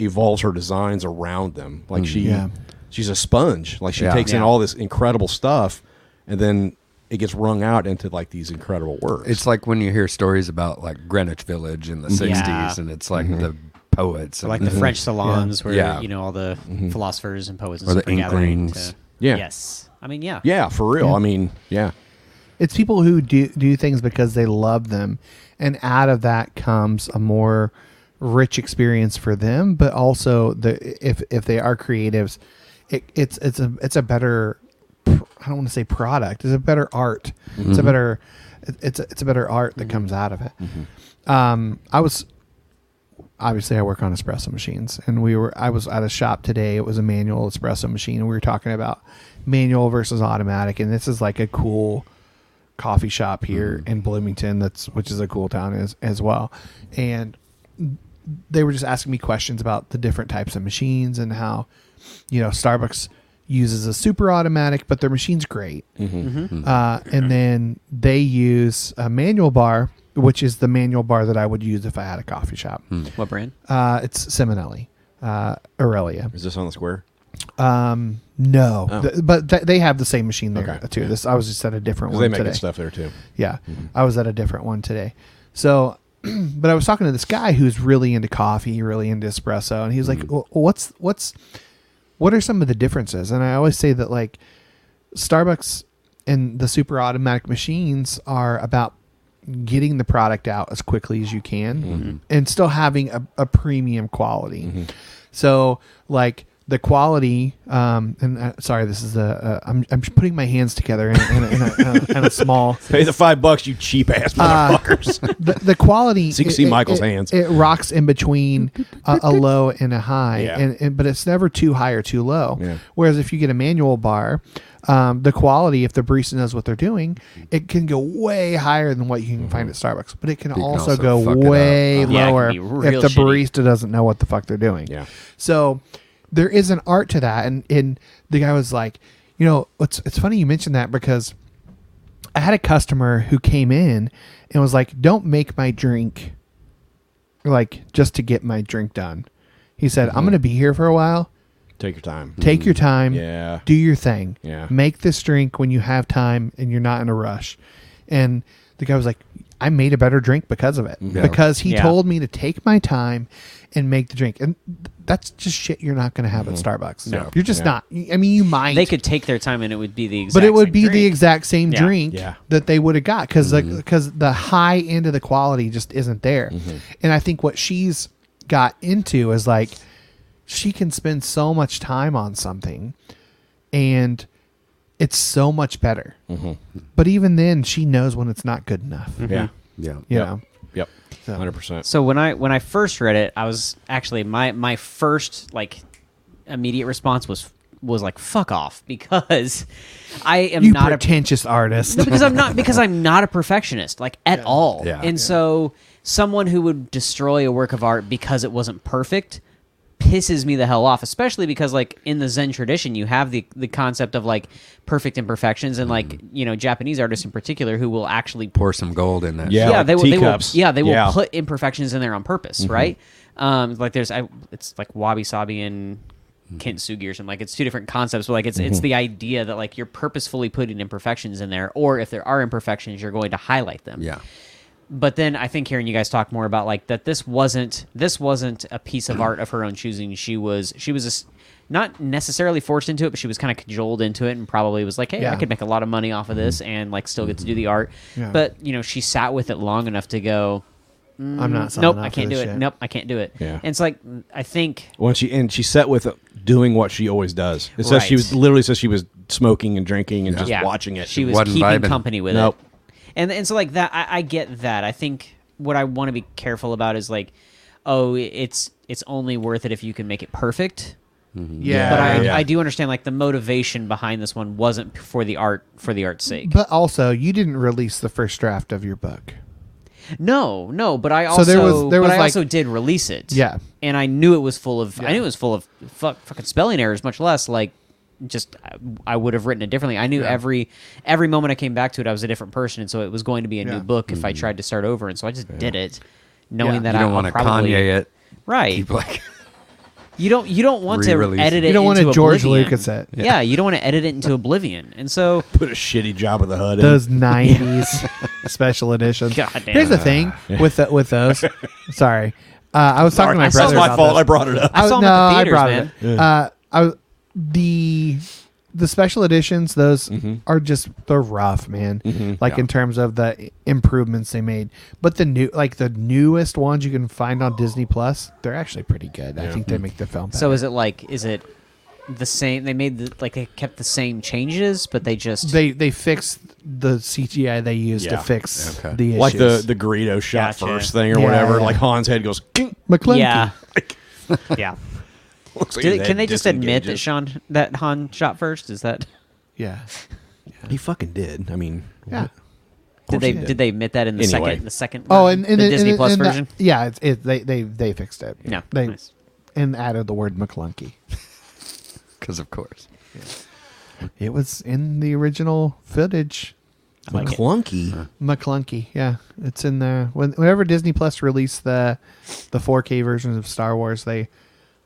evolves her designs around them. Like
Mhm.
she
Yeah.
she's a sponge. Like she
Yeah.
takes in
Yeah.
all this incredible stuff and then it gets wrung out into like these incredible works.
It's like when you hear stories about like Greenwich Village in the
Mhm.
60s
Yeah.
and it's like
Mhm.
the poets.
So
and
Mm-hmm. like the French salons
Yeah.
where
Yeah. Mm-hmm.
you know all the philosophers and poets and
Or the
stuff are gathering
Inklings.
to-
Yeah.
Yes. I mean, yeah.
Yeah, for real.
Yeah.
I mean, yeah.
It's people who do do things because they love them, and out of that comes a more rich experience for them. But also, the if if they are creatives, it, it's it's a it's a better pr- I don't want to say product. It's a better art. It's a
Mhm.
better it's a, it's a better art that comes out of it. Um, I was obviously I work on espresso machines, and we were I was at a shop today. It was a manual espresso machine, and we were talking about manual versus automatic. And this is like a cool coffee shop here
Mm.
in Bloomington, that's which is a cool town as as well. And they were just asking me questions about the different types of machines and how you know Starbucks uses a super automatic, but their machine's great.
Mm-hmm.
Mhm. Mhm.
Uh, and then they use a manual bar, which is the manual bar that I would use if I had a coffee shop.
Hmm.
What brand?
Uh, it's Seminelli, uh, Aurelia.
Is this on the square?
Um, no,
Oh.
Th- but th- they have the same machine there
Okay.
too. This I was just at a different
'Cause
one.
they make good
today.
stuff there, too.
Yeah, I was at a different one today. So, but I was talking to this guy who's really into coffee, really into espresso, and he was like, well, "What's what's what are some of the differences?" And I always say that like Starbucks and the super automatic machines are about getting the product out as quickly as you can and still having a, a premium quality. So, like the quality, um, and uh, sorry, this is a, a I'm, I'm putting my hands together in, a- in, a, in, a, in, a, in a small.
Pay the five bucks, you cheap ass
Uh,
motherfuckers.
the, the quality.
So you can see Michael's
it-
hands.
It rocks in between a, a low and a high, and, and but it's never too high or too low.
Yeah.
Whereas if you get a manual bar, um, the quality, if the barista knows what they're doing, it can go way higher than what you can find at Starbucks. But it can,
You Mm-hmm. can
also,
also
go
fuck it up.
way
Yeah, it can
lower
be
if
real
the
shitty.
barista doesn't know what the fuck they're doing.
Yeah.
So there is an art to that, and and the guy was like, you know, it's it's funny you mentioned that because. I had a customer who came in and was like, "Don't make my drink like just to get my drink done." He said, "I'm going to be here for a while.
Take your time.
Take your time.
Yeah.
Do your thing.
Yeah.
Make this drink when you have time and you're not in a rush." And the guy was like, "I made a better drink because of it.
Yeah.
Because he
Yeah.
told me to take my time and make the drink." And th- that's just shit you're not going to have at Starbucks.
No.
You're just
Yeah.
not. I mean, you might
They could take their time and it would be the exact
but it would
same
be
drink.
the exact same
Yeah.
drink
Yeah.
that they would have got because because the high end of the quality just isn't there. And I think what she's got into is like she can spend so much time on something, and it's so much better. But even then, she knows when it's not good enough.
Mm-hmm. Yeah.
Yeah.
You
Yep.
know?
Yep. 100%.
So when I when I first read it, I was actually my my first like immediate response was was like fuck off because I am
You
not
pretentious artist.
No, because I'm not because I'm not a perfectionist like at all.
Yeah.
And so someone who would destroy a work of art because it wasn't perfect pisses me the hell off, especially because like in the Zen tradition you have the the concept of like perfect imperfections and like,
Mm-hmm.
you know, Japanese artists in particular who will actually
Pour some gold in that.
yeah,
shit.
they will, they will yeah Mm-hmm. they will put imperfections in there on purpose
Mhm.
right um like there's I, it's like wabi sabi and kintsugi or something like it's two different concepts but like it's it's
Mhm.
the idea that like you're purposefully putting imperfections in there or if there are imperfections you're going to highlight them
yeah
but then I think hearing you guys talk more about like that this wasn't this wasn't a piece of art of her own choosing. She was she was just not necessarily forced into it, but she was kind of cajoled into it and probably was like, hey, I
Yeah.
could make a lot of money off of
Mm-hmm.
this and like still get to do the art.
Yeah.
But you know, she sat with it long enough to go.
I'm not
"Mm,
signing
Nope,
up
I
for
can't do
this
it.
shit."
Nope, I can't do it.
Yeah.
And it's like I think
When she and she set with doing what she always does. It says she
Right.
was literally says she was smoking and drinking and just watching it.
She was keeping company with
Nope.
it. And and so like that, I, I get that. I think what I want to be careful about is like, oh, it's it's only worth it if you can make it perfect.
Yeah.
but I,
Yeah.
I do understand like the motivation behind this one wasn't for the art for the art's sake.
But also, you didn't release the first draft of your book.
No, no, but I also
So there was- there
but
was,
I
like-
also did release it.
Yeah.
and I knew it was full of I knew it was full of fuck, fucking spelling errors, much less like just I, I would have written it differently. I knew
Yeah.
every every moment I came back to it, I was a different person, and so it was going to be a
Yeah.
new book if I tried to start over, and so I just did it, knowing
Yeah.
that
Mm-hmm. You
I
don't
want
wanna
to probably,
Kanye it.
right?
Keep, like-
you don't you don't want to
Re-release
edit
it.
it.
You don't wanna
into
George
oblivion.
Lucas it.
Yeah.
Yeah.
you don't want to edit it into oblivion, and so
put a shitty job of the HUD.
Those '90s special editions.
God damn.
Here's the thing with the, with those. Sorry, uh, I was talking to my
Sorry,
brother.
it's my
about
fault.
this.
I brought it up. I
was-
saw 'em
no,
at the
I
theaters,
brought
man.
it. up.
Yeah.
Uh, I was- the the special editions. Those are just they're rough, man. Like
Mm-hmm. Yeah.
in terms of the improvements they made, but the new like the newest ones you can find on Disney Plus, they're actually pretty good. I think they
Mm-hmm.
make the film.
So is it like is it the same? They made the, like they kept the same changes, but they just
they they fixed the CGI they used to
Yeah.
fix
Okay.
the issues.
like the the Greedo shot
Gotcha.
first thing or
Yeah,
whatever.
yeah.
Like Han's head goes. "Kink."
McClunky.
Yeah. yeah.
Looks like
Do-
his head
can they just admit that
disengages.
Sean that Han shot first? Is that
Yeah.
He fucking did. I mean,
Yeah.
what? Of
did
course
they
he
did. they admit that in the
Anyway.
second the second
Oh,
version?
and, and
the
and-
Disney
and-
Plus
and that-
version?
yeah, it's it, they they they fixed it.
Yeah.
they and added the word McClunky.
Because of course.
It was in the original footage.
I like it. McClunky? Huh.
McClunky. Yeah, it's in the when, whenever Disney Plus released the the 4K versions of Star Wars, they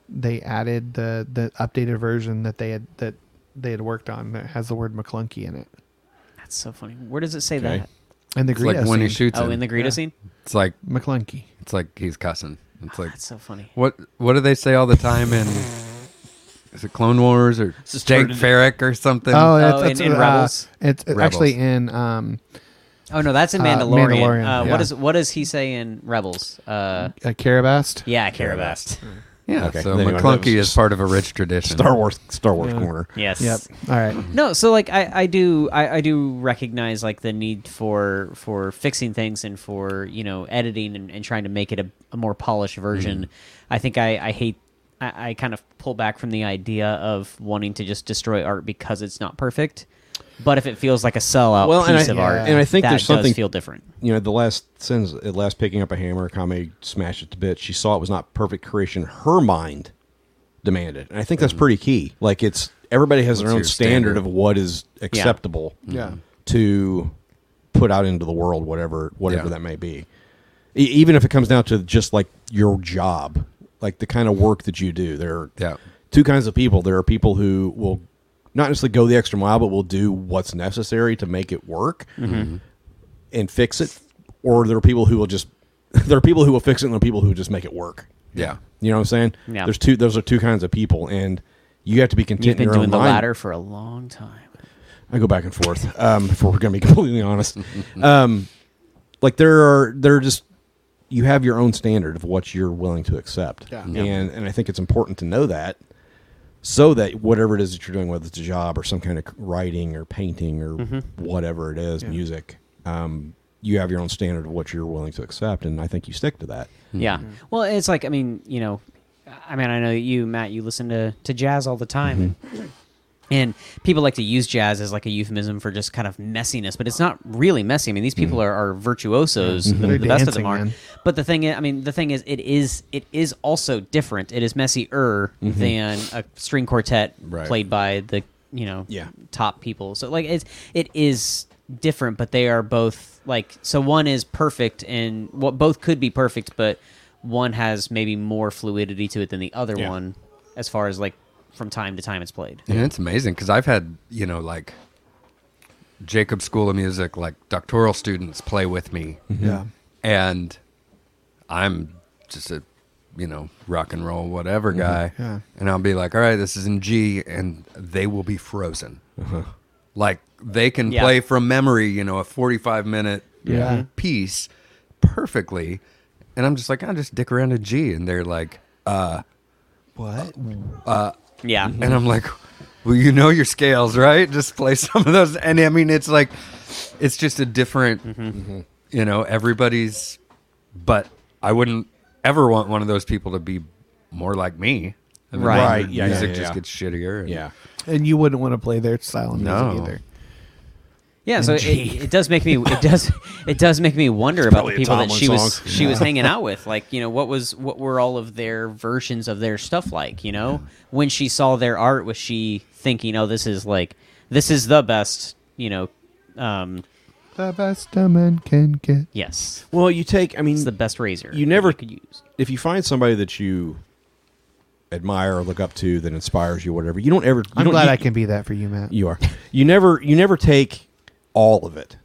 they added the the updated version that they had that they had worked on that has the word McClunky in it.
That's so funny. Where does it say
Okay.
that?
And the
It's like
Greedo
when he
scene.
shoots.
Oh,
him.
in the Greedo Yeah. scene?
It's like
McClunky.
It's like he's cussing. It's like
that's so funny.
What What do they say all the time in? Is it Clone Wars or
This is
Jake
turned into-
Ferrick or something?
Oh, that's, that's uh, It's it's
Rebels.
actually in. Um,
Oh no, that's in
uh,
Mandalorian. Uh,
Mandalorian, yeah.
What is what does he say in Rebels? Uh,
a Carabast?
yeah, Carabast.
Yeah,
Okay,
so
anyway, that
McClunky
was
is part of a rich tradition.
Star Wars. Star Wars
Yeah.
corner.
Yes.
Yep. All right.
No, so like I, I do I, I do recognize like the need for for fixing things and for you know editing and, and trying to make it a, a more polished version.
Mm-hmm.
I think I, I hate I, I kind of pull back from the idea of wanting to just destroy art because it's not perfect. But if it feels like a sellout
and I,
piece of art,
and I think
that
there's
does
something
feel different.
You know, the last sentence, at last picking up a hammer, Kame smashed it to bits. She saw it was not perfect creation. Her mind demanded, and I think that's pretty key. Like it's everybody has their
Mm-hmm. What's
own
your
standard,
standard?
of what is
Yeah. Mm-hmm.
acceptable.
Yeah.
To put out into the world, whatever whatever
Yeah.
that may be, E- even if it comes down to just like your job, like the kind of work that you do. There are two kinds of people. There are people who will not necessarily go the extra mile, but will do what's necessary to make it work
Mm-hmm.
Mhm.
and fix it. Or there are people who will just there are people who will fix it and there are people who just make it work.
Yeah.
You know what I'm saying?
Yeah.
There's two those are two kinds of people and you have to be content
You've
in
been
your
doing
own
the
mind.
latter for a long time.
I go back and forth. Um, if we're going to be completely honest, um, like there are there are just you have your own standard of what you're willing to accept,
Yeah. Yeah.
and and I think it's important to know that so that whatever it is that you're doing, whether it's a job or some kind of writing or painting or
Mhm.
Mm-hmm.
whatever it is, music, um, you have your own standard of what you're willing to accept, and I think you stick to that.
Yeah.
Mm-hmm.
Well, it's like I mean, you know, I mean, I know that you, Matt, you listen to to jazz all the time, and, and people like to use jazz as like a euphemism for just kind of messiness, but it's not really messy. I mean, these people are, are virtuosos.
Yeah.
The,
They're
the best of
dancing,
them are.
man.
But the thing, I I mean, the thing is, it is it is also different. It is messier
Mhm.
than a string quartet
Right.
played by the you know
Yeah.
top people. So like it's it is different, but they are both like so one is perfect and what both could be perfect, but one has maybe more fluidity to it than the other
Yeah.
one as far as like from time to time it's played.
And it's amazing because I've had, you know, like
Mm-hmm.
Jacob School of Music, like doctoral students play with me.
Yeah.
and I'm just a you know rock and roll whatever
Mhm.
guy,
Yeah.
and I'll be like, all right, this is in G, and they will be frozen.
Uh-huh.
Like they can
Yeah.
play from memory, you know, a 45 minute
Yeah.
piece perfectly, and I'm just like, I'll just dick around a G, and they're like, uh,
What?
uh,
yeah.
And I'm like, well, you know your scales, right? Just play some of those. And I mean, it's like, it's just a different,
Mm-hmm.
you know, everybody's, but I wouldn't ever want one of those people to be more like me. I mean,
Right.
the
Right, yeah,
Music
yeah,
just
yeah.
gets shittier. and-
Yeah.
And you wouldn't want to play their style of music
No.
either.
Yeah, so it,
Gee.
it does make me it does it does make me wonder about the
probably a
people that
Tomlin
she was
song.
she was
Yeah.
hanging out with. Like, you know, what was what were all of their versions of their stuff like? You know, when she saw their art, was she thinking, "Oh, this is like this is the best"? You know, um,
The best a man can get.
yes.
Well, you take. I mean,
the best razor
You never If you find somebody that you admire or look up to that inspires you, whatever, you don't ever. You
I'm
don't,
glad
you,
I can be that for you, Matt.
You are. You never. You never take all of it.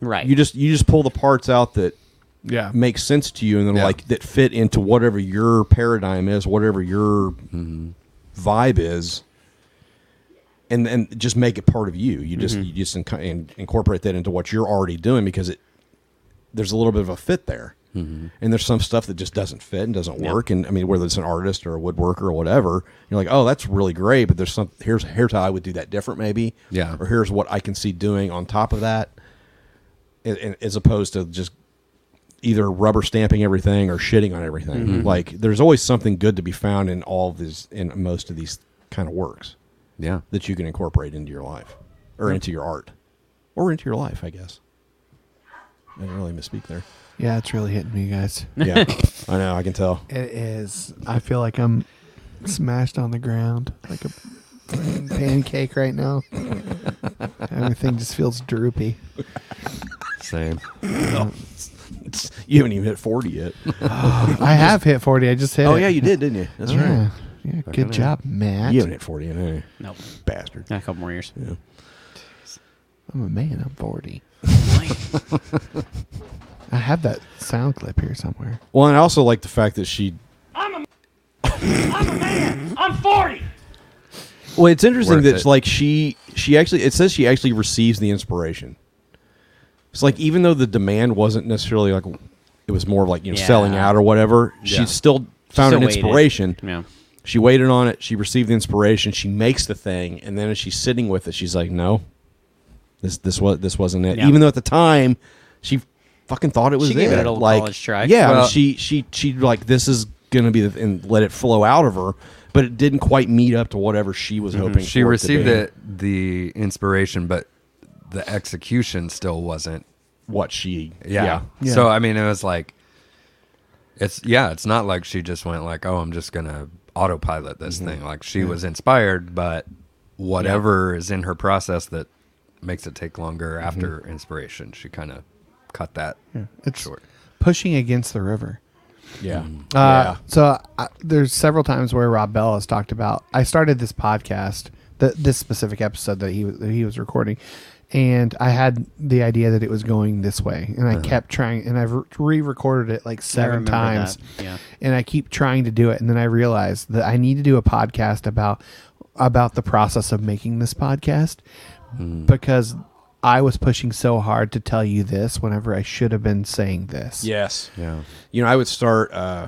Right.
You just. You just pull the parts out that.
Yeah.
Make sense to you, and then like that fit into whatever your paradigm is, whatever your vibe is, and and just make it part of you. You just
Mhm.
you just inc- in, incorporate that into what you're already doing because it there's a little bit of a fit there. And there's some stuff that just doesn't fit and doesn't work. And I mean, whether it's an artist or a woodworker or whatever, you're like, oh, that's really great. But there's some here's here's how I would do that different, maybe.
Yeah.
Or here's what I can see doing on top of that, and, and- as opposed to just either rubber stamping everything or shitting on everything.
Mhm.
Like there's always something good to be found in all of these in most of these kind of works.
Yeah.
That you can incorporate into your life or
Yeah.
into your art or into your life, I guess. I didn't really misspeak there.
Yeah, it's really hitting me, guys.
Yeah. I know, I can tell.
It is. I feel like I'm smashed on the ground like a fucking pancake right now. Everything just feels droopy.
Same.
you haven't even hit 40 yet.
I have hit 40. I just hit.
Oh,
it.
yeah, you did, didn't you? That's
Yeah.
right.
Yeah,
Fucking
good
A.
job, Matt.
You haven't hit 40 yet, eh?
No.
Bastard.
Not a couple more years.
Yeah.
I'm a man. I'm 40. I have that sound clip here somewhere.
Well, and I also like the fact that she.
I'm 40.
Well, it's interesting
Worth
that
it.
it's like she she actually it says she actually receives the inspiration. It's like even though the demand wasn't necessarily like it was more of like you know selling
Yeah.
out or whatever, she
Yeah.
still found
Still
an
waited.
inspiration.
Yeah.
She waited on it. She received the inspiration. She makes the thing, and then as she's sitting with it, she's like, "No, this this was this wasn't it."
Yeah.
Even though at the time, she fucking thought it was
She gave
it.
it an old
like,
college try.
Yeah,
Well-
she she she like this is gonna be the, and let it flow out of her, but it didn't quite meet up to whatever she was hoping.
She
for
received
it, to be.
it, the inspiration, but the execution still wasn't
what she.
Yeah.
yeah.
So
Yeah.
I mean, it was like, it's yeah, it's not like she just went like, oh, I'm just gonna autopilot this thing. Like she
Mm-hmm. Yeah.
was inspired, but whatever is in her process that makes it take longer after inspiration, she kind of cut that
Mm-hmm. Yeah, it's
short.
pushing against the river.
Yeah.
Uh, So I, there's several times where Rob Bell has talked about. I started this podcast, the, this specific episode that he was- that he was recording, and I had the idea that it was going this way, and I kept trying, and I've re-recorded it like seven
Uh-huh. remember
times,
that, yeah.
and I keep trying to do it, and then I realized that I need to do a podcast about about the process of making this podcast
Hmm.
because I was pushing so hard to tell you this whenever I should have been saying this.
Yes.
Yeah.
You know, I would start. Uh,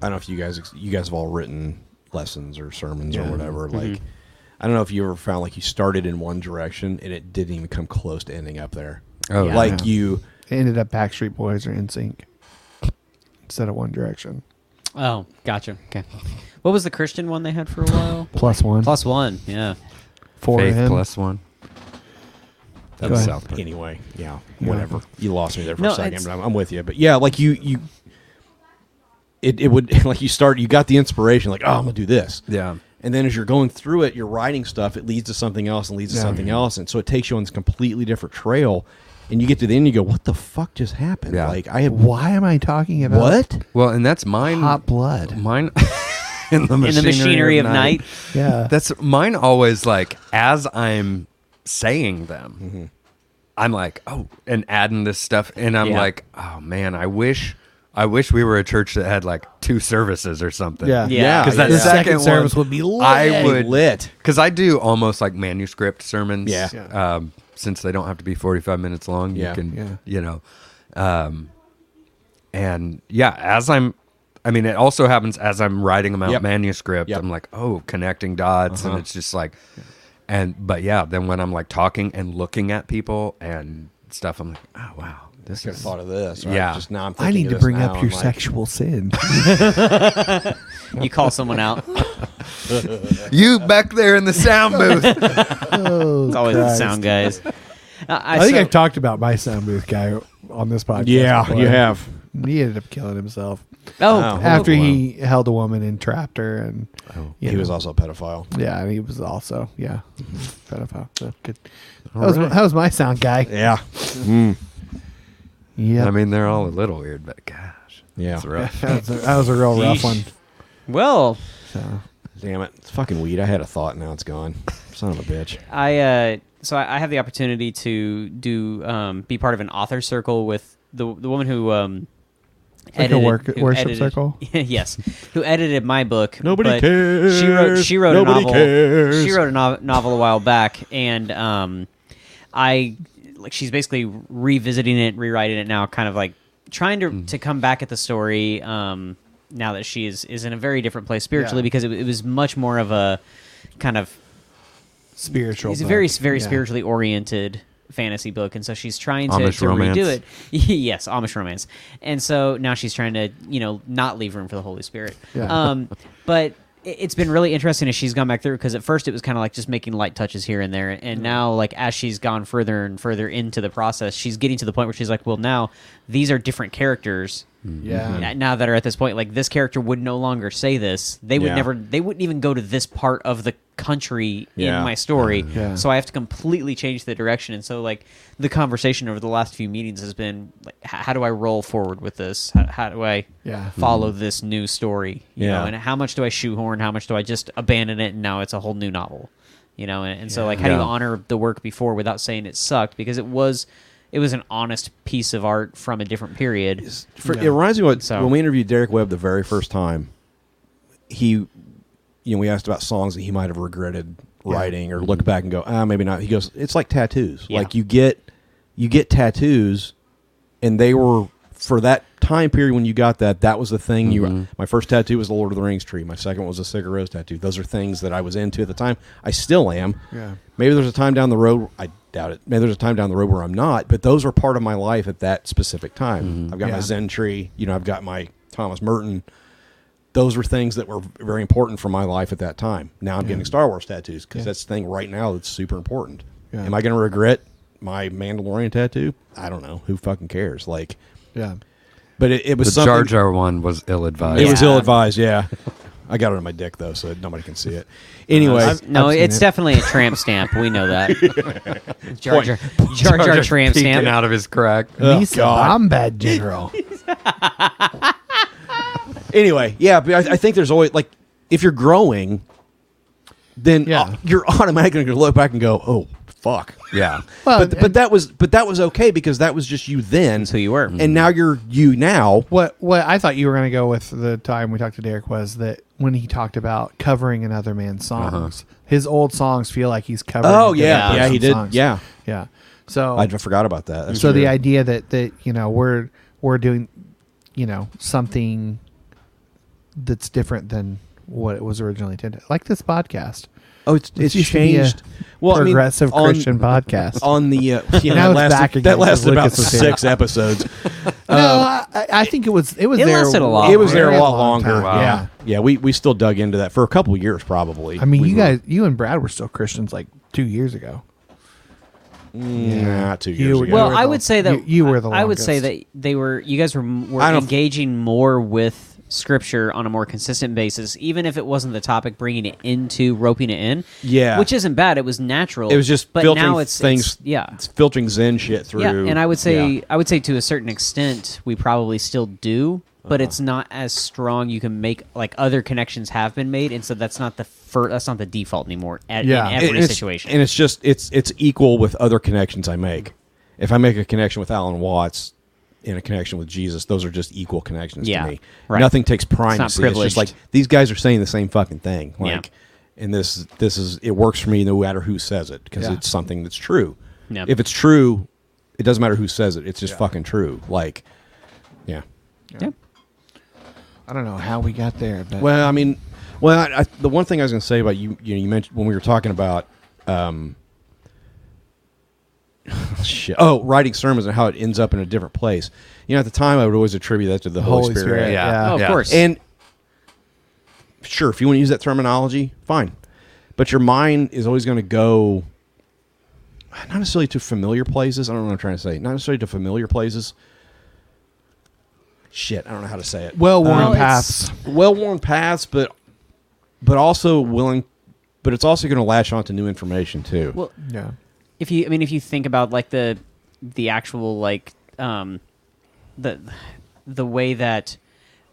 I don't know if you guys you guys have all written lessons or sermons
Yeah.
or whatever.
Mhm.
Like, I don't know if you ever found like you started in one direction and it didn't even come close to ending up there. like
Oh, Yeah.
you.
ended up Backstreet Boys or NSYNC instead of One Direction.
Oh, gotcha. Okay. What was the Christian one they had for a while?
Plus one.
Plus one. Yeah.
For
Faith
him.
plus one.
That
Go
was
ahead.
South Park. Anyway, yeah,
Yeah.
whatever. You lost me there for
No,
a second,
it's-
but I'm, I'm with you. But yeah, like you, you, it, it would like you start. You got the inspiration, like oh, I'm gonna do this.
Yeah.
And then as you're going through it, you're writing stuff. It leads to something else, and leads to
Yeah.
something else, and so it takes you on this completely different trail. And you get to the end, you go, "What the fuck just happened?"
Yeah.
Like I had
Why am I talking about
What?
Well, and that's mine.
Hot blood.
Mine. in the
In the
machinery,
machinery
of,
of
night.
night. Yeah.
Mm-hmm.
That's mine. Always like as I'm saying them. I'm like, oh, and adding this stuff, and I'm
Yeah.
like, oh man, I wish. I wish we were a church that had like two services or something.
Yeah. Yeah.
Because that
The
second,
second service
one,
would be
I
lit.
would
lit.
Because I do almost like manuscript sermons.
Yeah.
Um, since they don't have to be 45 minutes long,
Yeah.
you can,
Yeah.
you know, um, and yeah, as I'm, I mean, it also happens as I'm writing them out
Yep.
manuscript. I'm like, oh, connecting dots,
Uh-huh.
and it's just like, and but yeah, then when I'm like talking and looking at people and stuff, I'm like, oh wow, this
Could've
is
thought of this, or I
Yeah,
just now I'm
I need to bring up your sexual sin.
you call someone out.
you back there in the sound booth.
Oh,
it's always the
Christ.
sound guys. Uh,
I, think
so-
I've talked about my sound booth guy on this podcast.
Yeah, you have.
He ended up killing himself.
Oh. Oh.
after he held a woman and trapped her, and
Oh,
you
he was
know.
also a pedophile.
Yeah, and he was also yeah, pedophile. So good. That
All
was,
right.
that was my sound guy.
Yeah. Mm.
Yeah.
I mean, they're all a little weird, but gosh,
Yeah.
it's rough.
that, was a, that was a real rough one.
Well,
Damn it. It's fucking weed. I had a thought. Now it's gone. Son of a bitch.
I uh, so I, I have the opportunity to do um, be part of an author circle with the the woman who um,
Like a work-
who
worship circle?
yes, who edited my book.
Nobody
but She wrote
cares.
she wrote
Nobody
a novel.
cares.
She wrote a no- novel a while back, and um, I like she's basically revisiting it, rewriting it now, kind of like trying to
Mm-hmm.
to come back at the story. Um, now that she is is in a very different place spiritually,
Yeah.
because it, it was much more of a kind of
Spiritual.
He's
book.
a very very
Yeah.
spiritually oriented fantasy book, and so she's trying to,
Amish
to
romance.
redo it. yes, Amish romance, and so now she's trying to you know not leave room for the Holy Spirit.
Yeah.
Um, but it- it's been really interesting as she's gone back through because at first it was kind of like just making light touches here and there, and now like as she's gone further and further into the process, she's getting to the point where she's like, well, now these are different characters.
Yeah.
n- Now that are at this point, like this character would no longer say this. They would
Yeah.
never. They wouldn't even go to this part of the country
Yeah.
in my story.
Yeah.
So I have to completely change the direction. And so like the conversation over the last few meetings has been like, h- how do I roll forward with this? How, how do I
Yeah.
follow this new story? You
Yeah.
know, and how much do I shoehorn? How much do I just abandon it? And now it's a whole new novel. You know, and, and so like how do you
Yeah.
honor the work before without saying it sucked? Because it was. It was an honest piece of art from a different period.
For, It reminds me what
So-
when we interviewed Derek Webb the very first time. He, you know, we asked about songs that he might have regretted writing or look back and go, ah, maybe not. He goes, it's like tattoos.
Yeah.
Like you get, you get tattoos, and they were for that time period when you got that. That was the thing.
Mm-hmm.
You, my first tattoo was the Lord of the Rings tree. My second was a cigarette Rose tattoo. Those are things that I was into at the time. I still am.
Yeah.
Maybe there's a time down the road. I doubt it. Maybe there's a time down the road where I'm not, but those are part of my life at that specific time. I've got my
Yeah.
Zen tree. You know, I've got my Thomas Merton. Those were things that were very important for my life at that time. Now I'm getting Star Wars tattoos because
Yeah.
that's the thing right now that's super important.
Yeah.
Am I going to regret my Mandalorian tattoo? I don't know. Who fucking cares? Like,
Yeah.
but it, it was
the
something.
Jar Jar one was ill advised.
It was ill advised. Yeah, I got it on my dick though, so nobody can see it. Anyway,
no, it's definitely a tramp stamp. We know that. Jar
Point.
Jar, Jar, Jar tramp
peeking
stamp.
out of his crack.
Lisa Bombad General.
anyway, yeah, but I, I think there's always like if you're growing, then uh, you're automatically going to look back and go, "Oh, fuck."
Yeah.
Well,
but, but that was but that was okay because that was just you then. That's
who you were, Mm-hmm.
and now you're you now.
What what I thought you were going to go with the time we talked to Derek was that when he talked about covering another man's songs, his old songs feel like he's covering.
Oh,
a
yeah.
different
Yeah, he
person's
did. Yeah.
yeah. So
I forgot about that. That's
so the
true.
idea that that you know we're we're doing, you know, something that's different than what it was originally intended, like this podcast.
Oh, it's
This
it's
used to be a
changed. I mean,
uh, progressive
on-
Christian podcast.
on the uh, you
Now
know, that
it's
lasted,
back again
that lasted
'cause
about
Lucas was here.
six episodes.
no, I, I think it was it was
Um, It
there.
lasted a lot
It was there a
very
lot
long
longer.
time. Yeah.
yeah. We we still dug into that for a couple of years, probably.
I mean,
We
you
were-
guys, you and Brad were still Christians like two years ago.
Mm, not two
You
years.
were-
ago.
well,
were
I
the-
would say that
you- you were the
I would say
longest.
that they were. You guys were m- were
I don't-
engaging more with scripture on a more consistent basis, even if it wasn't the topic, bringing it into roping it in.
Yeah.
which isn't bad. It was natural.
It was just
but
filtering
now it's
things.
it's- yeah,
it's filtering Zen shit through.
Yeah, and I would say
Yeah.
I would say to a certain extent we probably still do, but it's not as strong. You can make like other connections have been made, and so that's not the fir- that's not the default anymore. At,
Yeah.
in every
And it's-
situation.
and it's just it's it's equal with other connections I make. if I make a connection with Alan Watts and a connection with Jesus, those are just equal connections
Yeah,
to me.
right.
Nothing takes
It's not
primacy. It's,
privileged.
just like these guys are saying the same fucking thing.
Yeah.
Like, and this this is it works for me no matter who says it because
Yeah.
it's something that's true.
Yep.
If it's true, it doesn't matter who says it. It's just fucking true. Like, yeah.
I don't know how we got there, but
Well, I mean, well, I, I, the one thing I was going to say about you, you know, you mentioned when we were talking about, um, shit. Oh, writing sermons and how it ends up in a different place. You know, at the time, I would always attribute that to the Holy,
Holy
Spirit.
Spirit, Yeah. yeah. Oh, of Yeah. course.
And sure, if you want to use that terminology, fine. But your mind is always going to go not necessarily to familiar places. I don't know what I'm trying to say. Not necessarily to familiar places. Shit, I don't know how to say it.
Well-worn
Um,
paths.
Well-worn paths, but but also willing. But it's also going to latch on to new information too.
Well,
yeah.
If you, I mean, if you think about like the the actual like um, the the way that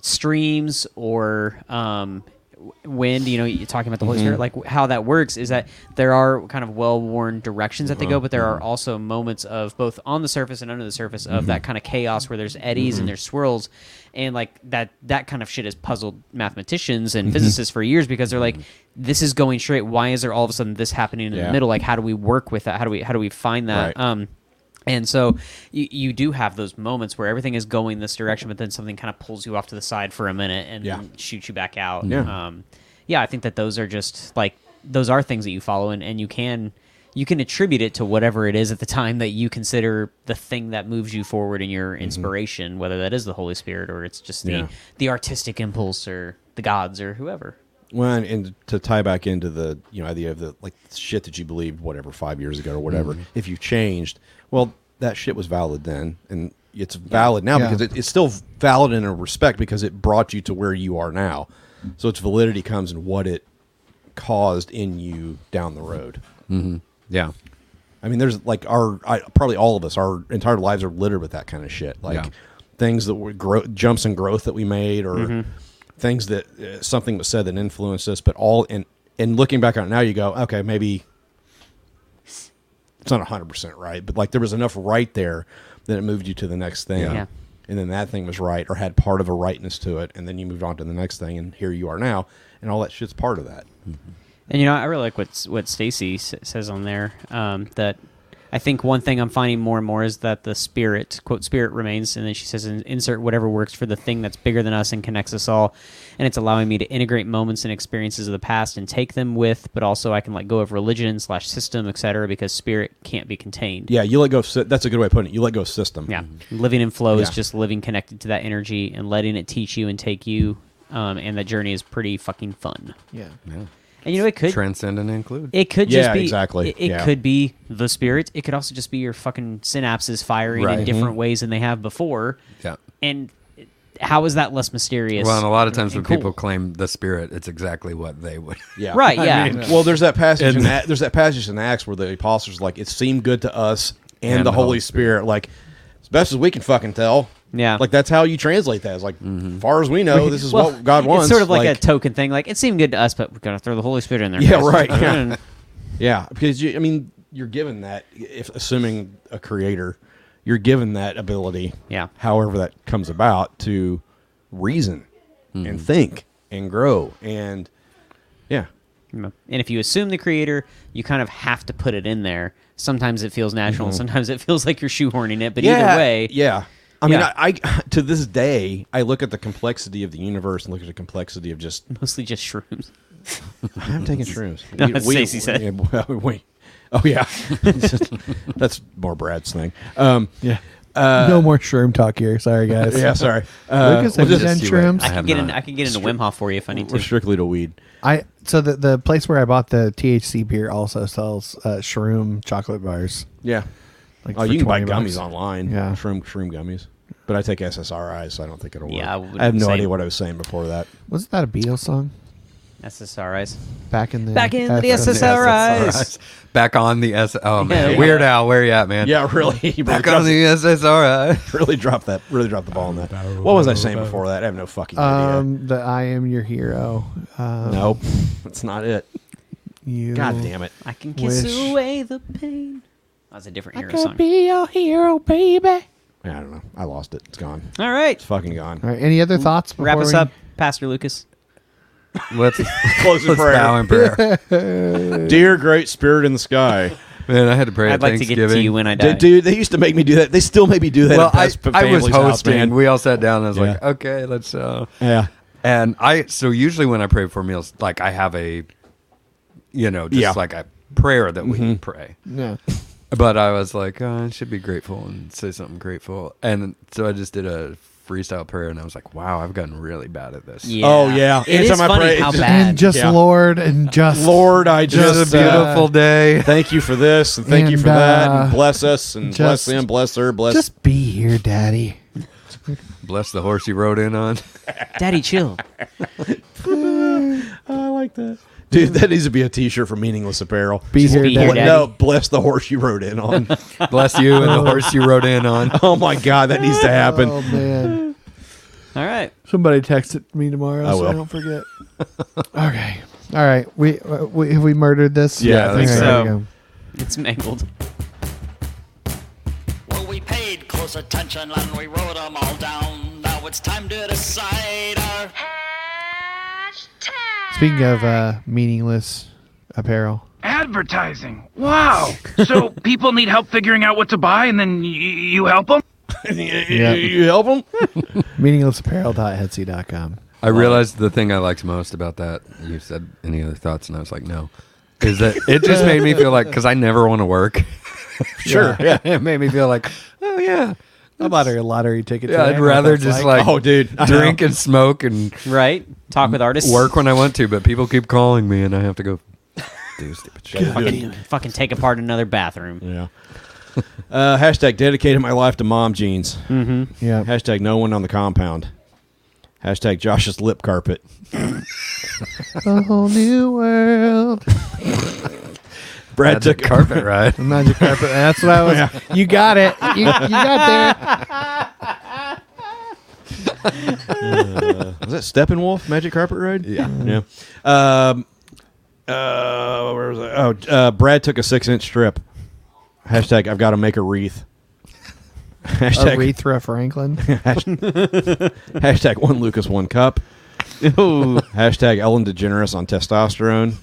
streams or um, w- wind, you know, you're talking about the Holy
Mhm.
Spirit, like w- how that works is that there are kind of well-worn directions that they
Uh-huh.
go, but there are also moments of both on the surface and under the surface of
Mhm.
that kind of chaos where there's eddies
Mhm.
and there's swirls, and like that that kind of shit has puzzled mathematicians and
Mhm.
physicists for years because they're like, this is going straight. Why is there all of a sudden this happening in
Mm-hmm. Yeah.
the middle? Like, how do we work with that? How do we how do we find that?
Right.
Um, and so you, you do have those moments where everything is going this direction, but then something kind of pulls you off to the side for a minute and
Yeah.
then shoots you back out.
Yeah.
Um, yeah, I think that those are just like those are things that you follow and, and you can you can attribute it to whatever it is at the time that you consider the thing that moves you forward in your
Mm-hmm.
inspiration, whether that is the Holy Spirit or it's just the
Yeah.
the artistic impulse or the gods or whoever.
Well, and, and to tie back into the you know idea of the like shit that you believed whatever five years ago or whatever,
Mhm.
if you changed, well, that shit was valid then, and it's valid now
Yeah.
because it, it's still valid in a respect because it brought you to where you are now. So its validity comes in what it caused in you down the road.
Mm-hmm. Yeah.
I mean, there's like our I, probably all of us, our entire lives are littered with that kind of shit, like
Yeah.
things that were grow- jumps in growth that we made, or
Mm-hmm.
Mhm.
things that uh, something was said that influenced us. But all and and looking back on it now, you go, okay, maybe it's not hundred percent right, but like there was enough right there that it moved you to the next thing.
Yeah. Yeah.
And then that thing was right or had part of a rightness to it. And then you moved on to the next thing. And here you are now. And all that shit's part of that.
And you know, I really like what's what Stacy s- says on there. Um, that I think one thing I'm finding more and more is that the spirit, quote, spirit remains, and then she says, "In- insert whatever works for the thing that's bigger than us and connects us all. And it's allowing me to integrate moments and experiences of the past and take them with, but also I can let go of religion slash system, etc., because spirit can't be contained.
Yeah. You let go of, sy- that's a good way of putting it. You let go of system.
Yeah. Living in flow is
Yeah.
just living connected to that energy and letting it teach you and take you. Um, and that journey is pretty fucking fun.
Yeah.
Yeah.
And you know, it could
transcend and include.
It could just
Yeah,
be
exactly.
It, it
Yeah.
could be the spirit. It could also just be your fucking synapses firing in
Right.
different
Mhm.
ways than they have before.
Yeah.
And it- how is that less mysterious?
Well, and a lot of times when
and cool?
people claim the spirit, it's exactly what they would.
Yeah.
Right, I yeah. mean-
well, there's that passage. In,
And-
Ac- there's that passage in Acts where the apostles are like it seemed good to us and, the, Holy Spirit. Like as best as we can fucking tell.
Yeah.
Like that's how you translate that. It's like far as we know, Oh, this is
Well,
what God wants.
It's sort of like, a token thing. Like it seemed good to us, but we're gonna throw the Holy Spirit in there.
yeah,
guys.
right. Yeah. yeah, because you, I mean, you're given that if assuming a creator, you're given that ability.
Yeah.
However that comes about to reason and think and grow and yeah.
And if you assume the creator, you kind of have to put it in there. Sometimes it feels natural, and
Mhm.
sometimes it feels like you're shoehorning it. But
Yeah,
either way,
yeah. I mean,
Yeah.
I, I to this day I look at the complexity of the universe and look at the complexity of just
mostly just shrooms.
I'm taking shrooms.
That's what Stacey said.
yeah, well, we- oh yeah, that's more Brad's thing. Um,
Yeah.
uh,
no more shroom talk here. Sorry, guys.
yeah, sorry. Uh,
Lucas,
we'll
have you
just-
done shrooms?
I can get in. I can get into Wim Hof for you if I need to.
We're strictly to weed.
I so the the place where I bought the THC beer also sells uh, shroom chocolate bars.
Yeah.
Like
oh,
for
you can buy
20
gummies
bucks.
online.
Yeah.
Shroom shroom gummies. But I take SSRIs, so I don't think it'll work.
Yeah, I
I have
wouldn't
no
say-
idea what I was saying before that.
Wasn't that a Beatles song
SSRIs.
back in the
Back in the
after-
SSRIs.
Back on the S. Oh man,
Yeah.
Weird Al, where you at, man?
Yeah, really. You
Back
really
on the SSRI.
Really dropped that. Really dropped the ball on that. What was I saying before that? I have no fucking idea.
Um, the I am your hero. Um,
nope, that's not it.
You
God damn it!
I can kiss
wish-
away the pain. That's a different
I
hero
could
song.
be your hero, baby.
I don't know. I lost it. It's gone.
All right.
It's fucking gone.
All right. Any other thoughts?
Wrap
before
us
we-
up, Pastor Lucas.
Let's
Close in
let's
prayer.
bow in prayer.
Dear great spirit in the sky.
Man, I had to pray.
I'd like to get to
Thanksgiving.
you when I die.
Dude, dude, they used to make me do that. They still make me do that.
well,
at
I,
Best
I was
Family's house,
hosting.
man.
we all sat down. and I was like,
Yeah.
okay, let's. Uh,
Yeah.
And I so usually when I pray for meals, like I have a, you know, just
Yeah.
like a prayer that we
Mhm.
pray.
Yeah.
But I was like, oh, I should be grateful and say something grateful. And so I just did a freestyle prayer, and I was like, wow, I've gotten really bad at this.
Yeah.
Oh, yeah.
It is
Anytime I
funny
pray, it
how
just-
bad.
And just
Yeah.
Lord and just
Lord, I
Just,
just
a beautiful
uh,
day.
thank you for this and thank you
And,
for that and
uh,
bless us and bless
just-
them, bless her, bless.
Just be here, Daddy.
Bless the horse you rode in on.
Daddy, chill.
I like that. Dude, that needs to be a T-shirt for Meaningless Apparel.
Be here,
be
Daddy.
here,
Bl- no, bless the horse you rode in on.
Bless you and the horse you rode in on.
oh my God, that needs to happen.
Oh man.
All right.
Somebody texted me tomorrow,
I
so I
will.
don't forget. okay. All right. We, uh, we have we murdered this.
Yeah, I think
Okay,
so.
there we go.
It's mangled.
Well, we paid close attention and we wrote 'em all down. Now it's time to decide our.
Speaking of uh, meaningless apparel,
Advertising. Wow. So people need help figuring out what to buy, and then y- you help them.
Yeah.
You help them?
meaninglessapparel.etsy.com.
I realized the thing I liked most about that. You said any other thoughts, and I was like, no. Is that it? Just made me feel like because I never want to work.
Sure. Yeah.
it made me feel like, oh yeah,
I bought a lottery ticket.
yeah. I'd rather just like,
Oh, dude, I know.
drink and smoke and
Right? Talk with artists.
work when I want to, but people keep calling me, and I have to go do stupid shit.
Fucking, fucking take apart another bathroom.
Yeah. Uh, hashtag dedicated my life to mom jeans. Mm-hmm.
yeah.
Hashtag no one on the compound. Hashtag Josh's lip carpet.
a whole new world.
Brad
That's a
took
carpet ride.
Magic carpet. That's what I was. You got it. You, you got
Was that Steppenwolf Magic Carpet Ride? Yeah. Yeah. Um, uh, where was I? Oh, uh, Brad took a six inch strip. Hashtag I've got to make a wreath.
there.
Hashtag,
Aretha Franklin.
hashtag one Lucas, one cup. Hashtag Ellen DeGeneres on testosterone.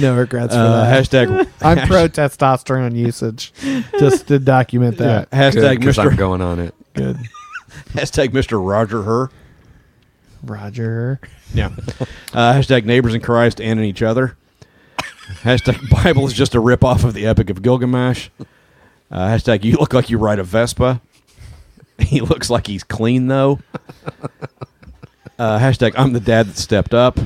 No regrets for
Uh,
that.
hashtag
I'm pro testosterone usage. Just to document that.
uh, hashtag
Good, 'cause I'm
Mr.
going on it.
Good.
hashtag Mr. Roger Her.
Roger.
Yeah. Uh, hashtag neighbors in Christ and in each other. Hashtag Bible is just a ripoff of the Epic of Gilgamesh. Uh, hashtag you look like you ride a Vespa. He looks like he's clean though. Uh, hashtag I'm the dad that stepped up. uh,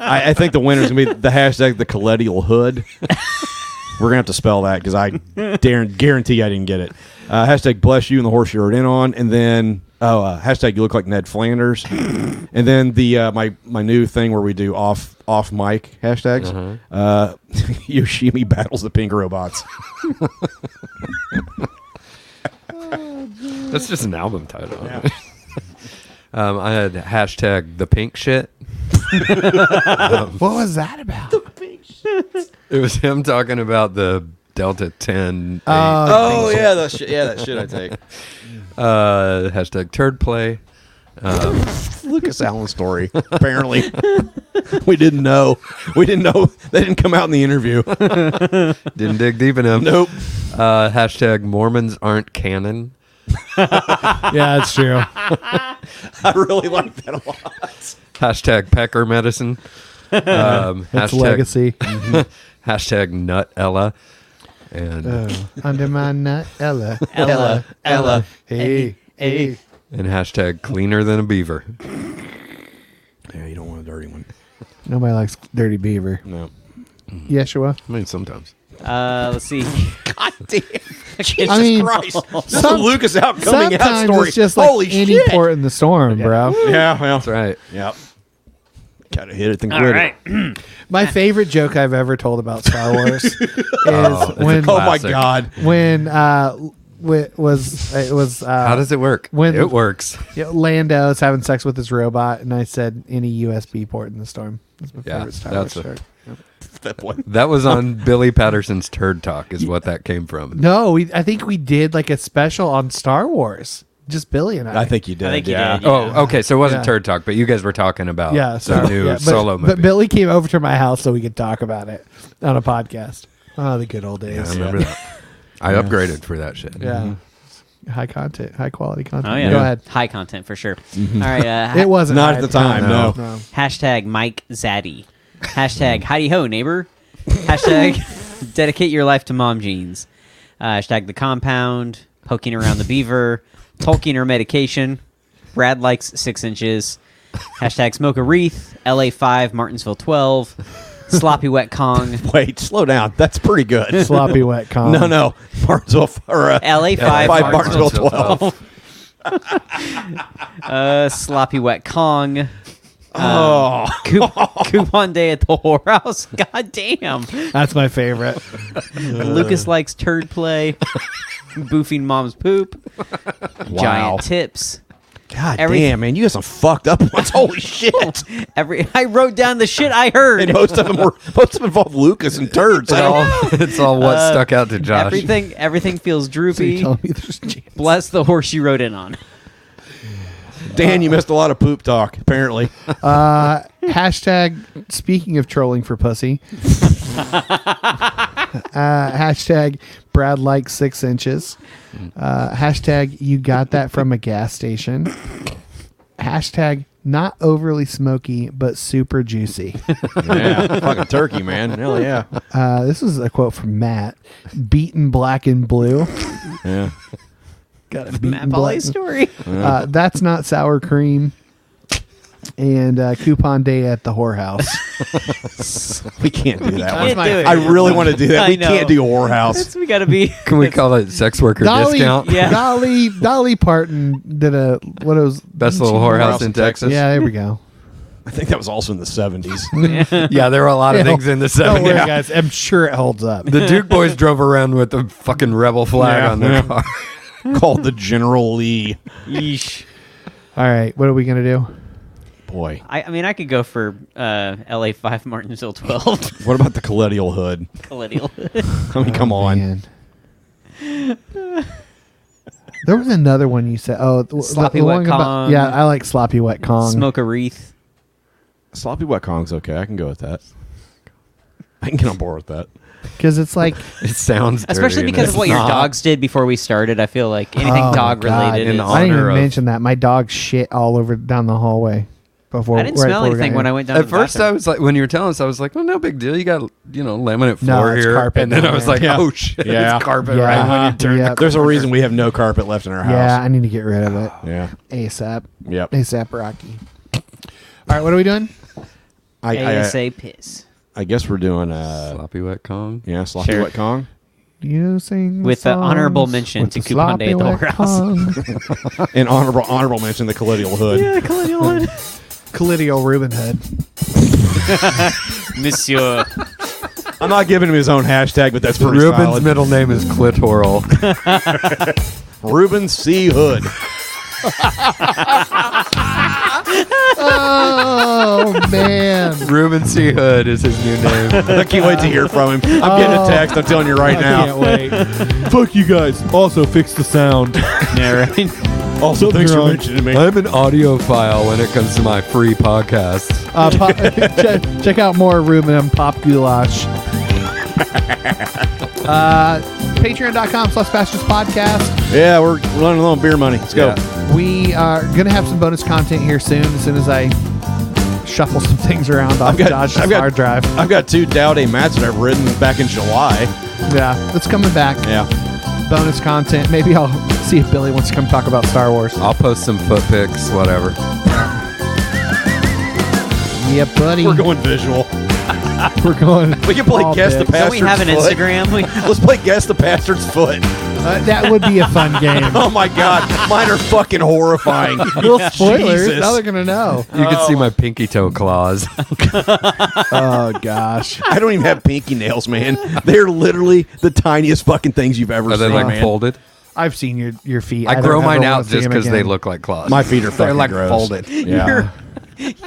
I, I think the winner's gonna be the hashtag the Colettial Hood. We're gonna have to spell that because I dare, guarantee I didn't get it. Uh, hashtag bless you and the horse you rode in on, and then oh uh, hashtag you look like Ned Flanders, and then the uh, my my new thing where we do off off mic hashtags. Uh, Yoshimi battles the pink robots.
That's just an album title. um, I had hashtag the pink shit.
What was that about?
It was him talking about the Delta 10. eight,
Oh yeah, that shit, yeah that shit I take.
uh, hashtag turd play.
Lucas Allen story. Apparently, we didn't know. We didn't know they didn't come out in the interview.
Didn't dig deep enough.
Nope.
Uh, hashtag Mormons aren't canon.
yeah, that's true.
I really like that a lot.
Hashtag pecker medicine. Um,
That's
hashtag,
legacy.
Hashtag nut Ella. And,
Oh, under my nut, Ella.
Ella, Ella.
Hey, hey.
and hashtag cleaner than a beaver.
Yeah, you don't want a dirty one.
Nobody likes Dirty Beaver.
No.
Yeshua.
I mean, sometimes.
Uh, let's see.
God damn. Jesus
I mean,
Christ. This
some-
is Lucas out coming out
Sometimes
story.
it's just like
Holy
any
shit.
port in the storm, bro.
Yeah, well.
That's right.
Yep. Gotta hit it. Think
All right.
My favorite joke I've ever told about Star Wars is
Oh, that's a
when
Oh my
Classic.
God.
when uh, wa- was it was uh,
How does it work?
When
It works.
Yeah, Lando is having sex with his robot, and I said any USB port in the storm. That's my
Yeah,
favorite Star
that's
Wars
a-
joke.
that one.
That was on Billy Patterson's turd talk, is what that came from.
No, we, I think we did like a special on Star Wars. Just Billy and I.
Oh, okay. So it wasn't
Yeah.
turd talk, but you guys were talking about
yeah, so
the uh, new
yeah, but,
solo movie.
But Billy came over to my house so we could talk about it on a podcast. Oh, the good old days.
Yeah, I remember that. I upgraded for that shit.
Yeah. High content, high quality content.
Oh yeah,
Go ahead.
High content for sure.
Mhm.
All right, uh,
It wasn't Not high at the time,
no.
no. No.
Hashtag Mike Zaddy. Hashtag Heidi Ho neighbor. Hashtag Dedicate your life to mom jeans. Uh, hashtag the compound. Poking around the beaver. Tolkien or medication. Brad likes six inches. Hashtag smoke a wreath. LA five Martinsville twelve. Sloppy wet Kong.
Wait, slow down. That's pretty good.
Sloppy wet Kong.
No, no. Martinsville or uh,
LA five,
five Martinsville twelve.
uh, sloppy wet Kong. Um,
Oh.
coup- coupon day at the whorehouse. God damn.
That's my favorite.
Lucas
Uh.
likes turd play. Boofing mom's poop.
Wow.
Giant tips.
God
Every-
damn, man, you guys are fucked up ones. Holy shit!
Every I wrote down the shit I heard.
And most of them were most of them involved Lucas and turds. I don't-
it's all what
Uh,
stuck out to Josh.
Everything everything feels droopy.
telling
Bless the horse you rode in on.
Dan, you missed a lot of poop talk. Apparently,
Uh, hashtag speaking of trolling for pussy. uh, hashtag Brad likes six inches. Uh, hashtag you got that from a gas station. Hashtag not overly smoky but super juicy.
yeah, fucking turkey, man. Hell yeah,
Uh, this is a quote from Matt. Beaten black and blue.
yeah.
Got
a Matt Polly story.
Uh, that's not sour cream. And uh, coupon day at the whorehouse.
we can't do that
can't
one.
do it.
I really want to do that.
I
we
know.
can't do a whorehouse.
That's- we gotta be
Can we call it sex worker
Dolly,
discount?
Yeah.
Dolly, Dolly Parton did a what it was
Best little whorehouse in Texas.
Yeah, there we go.
I think that was also in the seventies.
Yeah, there were a lot of
Yeah.
things in the
Don't worry,
70s.
guys. I'm sure it holds up.
The Duke boys drove around with a fucking rebel flag
Yeah.
on their
Yeah.
car.
Called the General Lee.
Yeesh.
All right, what are we gonna do?
Boy,
I, I mean I could go for uh, LA five Martinsville twelve.
what about the Collodial Hood?
Collidial.
I mean, come on.
There was another one you said. Oh, th-
Sloppy
the
Wet
one
Kong.
yeah, I like sloppy wet Kong.
Smoke a wreath.
Sloppy wet Kong's okay. I can go with that. I can get on board with that.
because it's like
It sounds
Especially
dirty and
because
it's
of what your
not.
dogs did before we started. I feel like anything
oh,
dog
God.
related. is-
I didn't even mention that. My dog shit all over down the hallway before.
I didn't
right
smell
before we got
anything when
here.
I went down. to
At
the
first, I
bathroom.
was like, when you were telling us, I was like, well, no big deal. You got, you know, laminate
No,
floor
it's
here.
carpet
and then I
down
was
there.
like,
Yeah.
oh, shit,
Yeah. Uh-huh.
it's carpet
Yeah.
right when you turn
Yep.
the
There's a reason we have no carpet left in our house.
Yeah, I need to get rid of it.
Yeah.
ASAP.
Yep.
ASAP Rocky. All right, what are we doing?
I, I,
ASA piss
I guess we're doing uh
Sloppy wet Kong.
yeah, sloppy
Sure.
wet Kong.
You sing
with
the
an honorable
songs
mention
with
to
the
Coupon Day at the
sloppy wet
Whorehouse.
Kong.
And honorable honorable mention the Collodial Hood.
Collidial Reuben Hood.
Monsieur.
I'm not giving him his own hashtag, but that's pretty
Ruben's
solid.
middle name is Clitoral.
Ruben C. Hood.
Oh man.
Ruben C. Hood is his new name.
I can't wait to hear from him. I'm getting a
Oh.
text. I'm telling you right now.
Fuck you guys. Also fix the sound.
Also, thanks for mentioning me.
I'm an audiophile when it comes to my free podcast.
Uh, pop, check, check out more Ruben and Pop Goulash. uh, Patreon.com slash Bastards Podcast.
Yeah, we're running low on beer money. Let's go.
We are gonna have some bonus content here soon. As soon as I shuffle some things around off
I've got-
Josh's
I've got-
hard drive.
I've got two Dowday mats that I've ridden back in July.
Yeah, it's coming back.
Yeah.
Bonus content. Maybe I'll see if Billy wants to come talk about Star Wars.
I'll post some foot pics, whatever.
Yeah, buddy.
We're going visual.
We're going.
We can play
all
Guess the
big.
Past.
Don't we have an
Foot.
Instagram? We-
Let's play Guess the Bastard's Foot.
Uh, that would be a fun game.
Oh my God. Mine are fucking horrifying.
Well, spoilers.
Jesus.
Now they're gonna know.
You can
Oh.
see my pinky toe claws.
Oh gosh.
I don't even have pinky nails, man. They're literally the tiniest fucking things you've ever
Are they
seen,
like
man.
folded?
I've seen your your feet.
I
don't
grow
ever
mine
wanna
out
see
just
them
'cause they
again.
look like claws.
My feet are
They're
fucking
like
gross.
folded.
Yeah.
You're-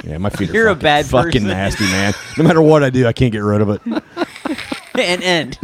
yeah, my feet are
You're a
fucking,
bad
fucking
person.
nasty, man. No matter what I do, I can't get rid of it.
and end.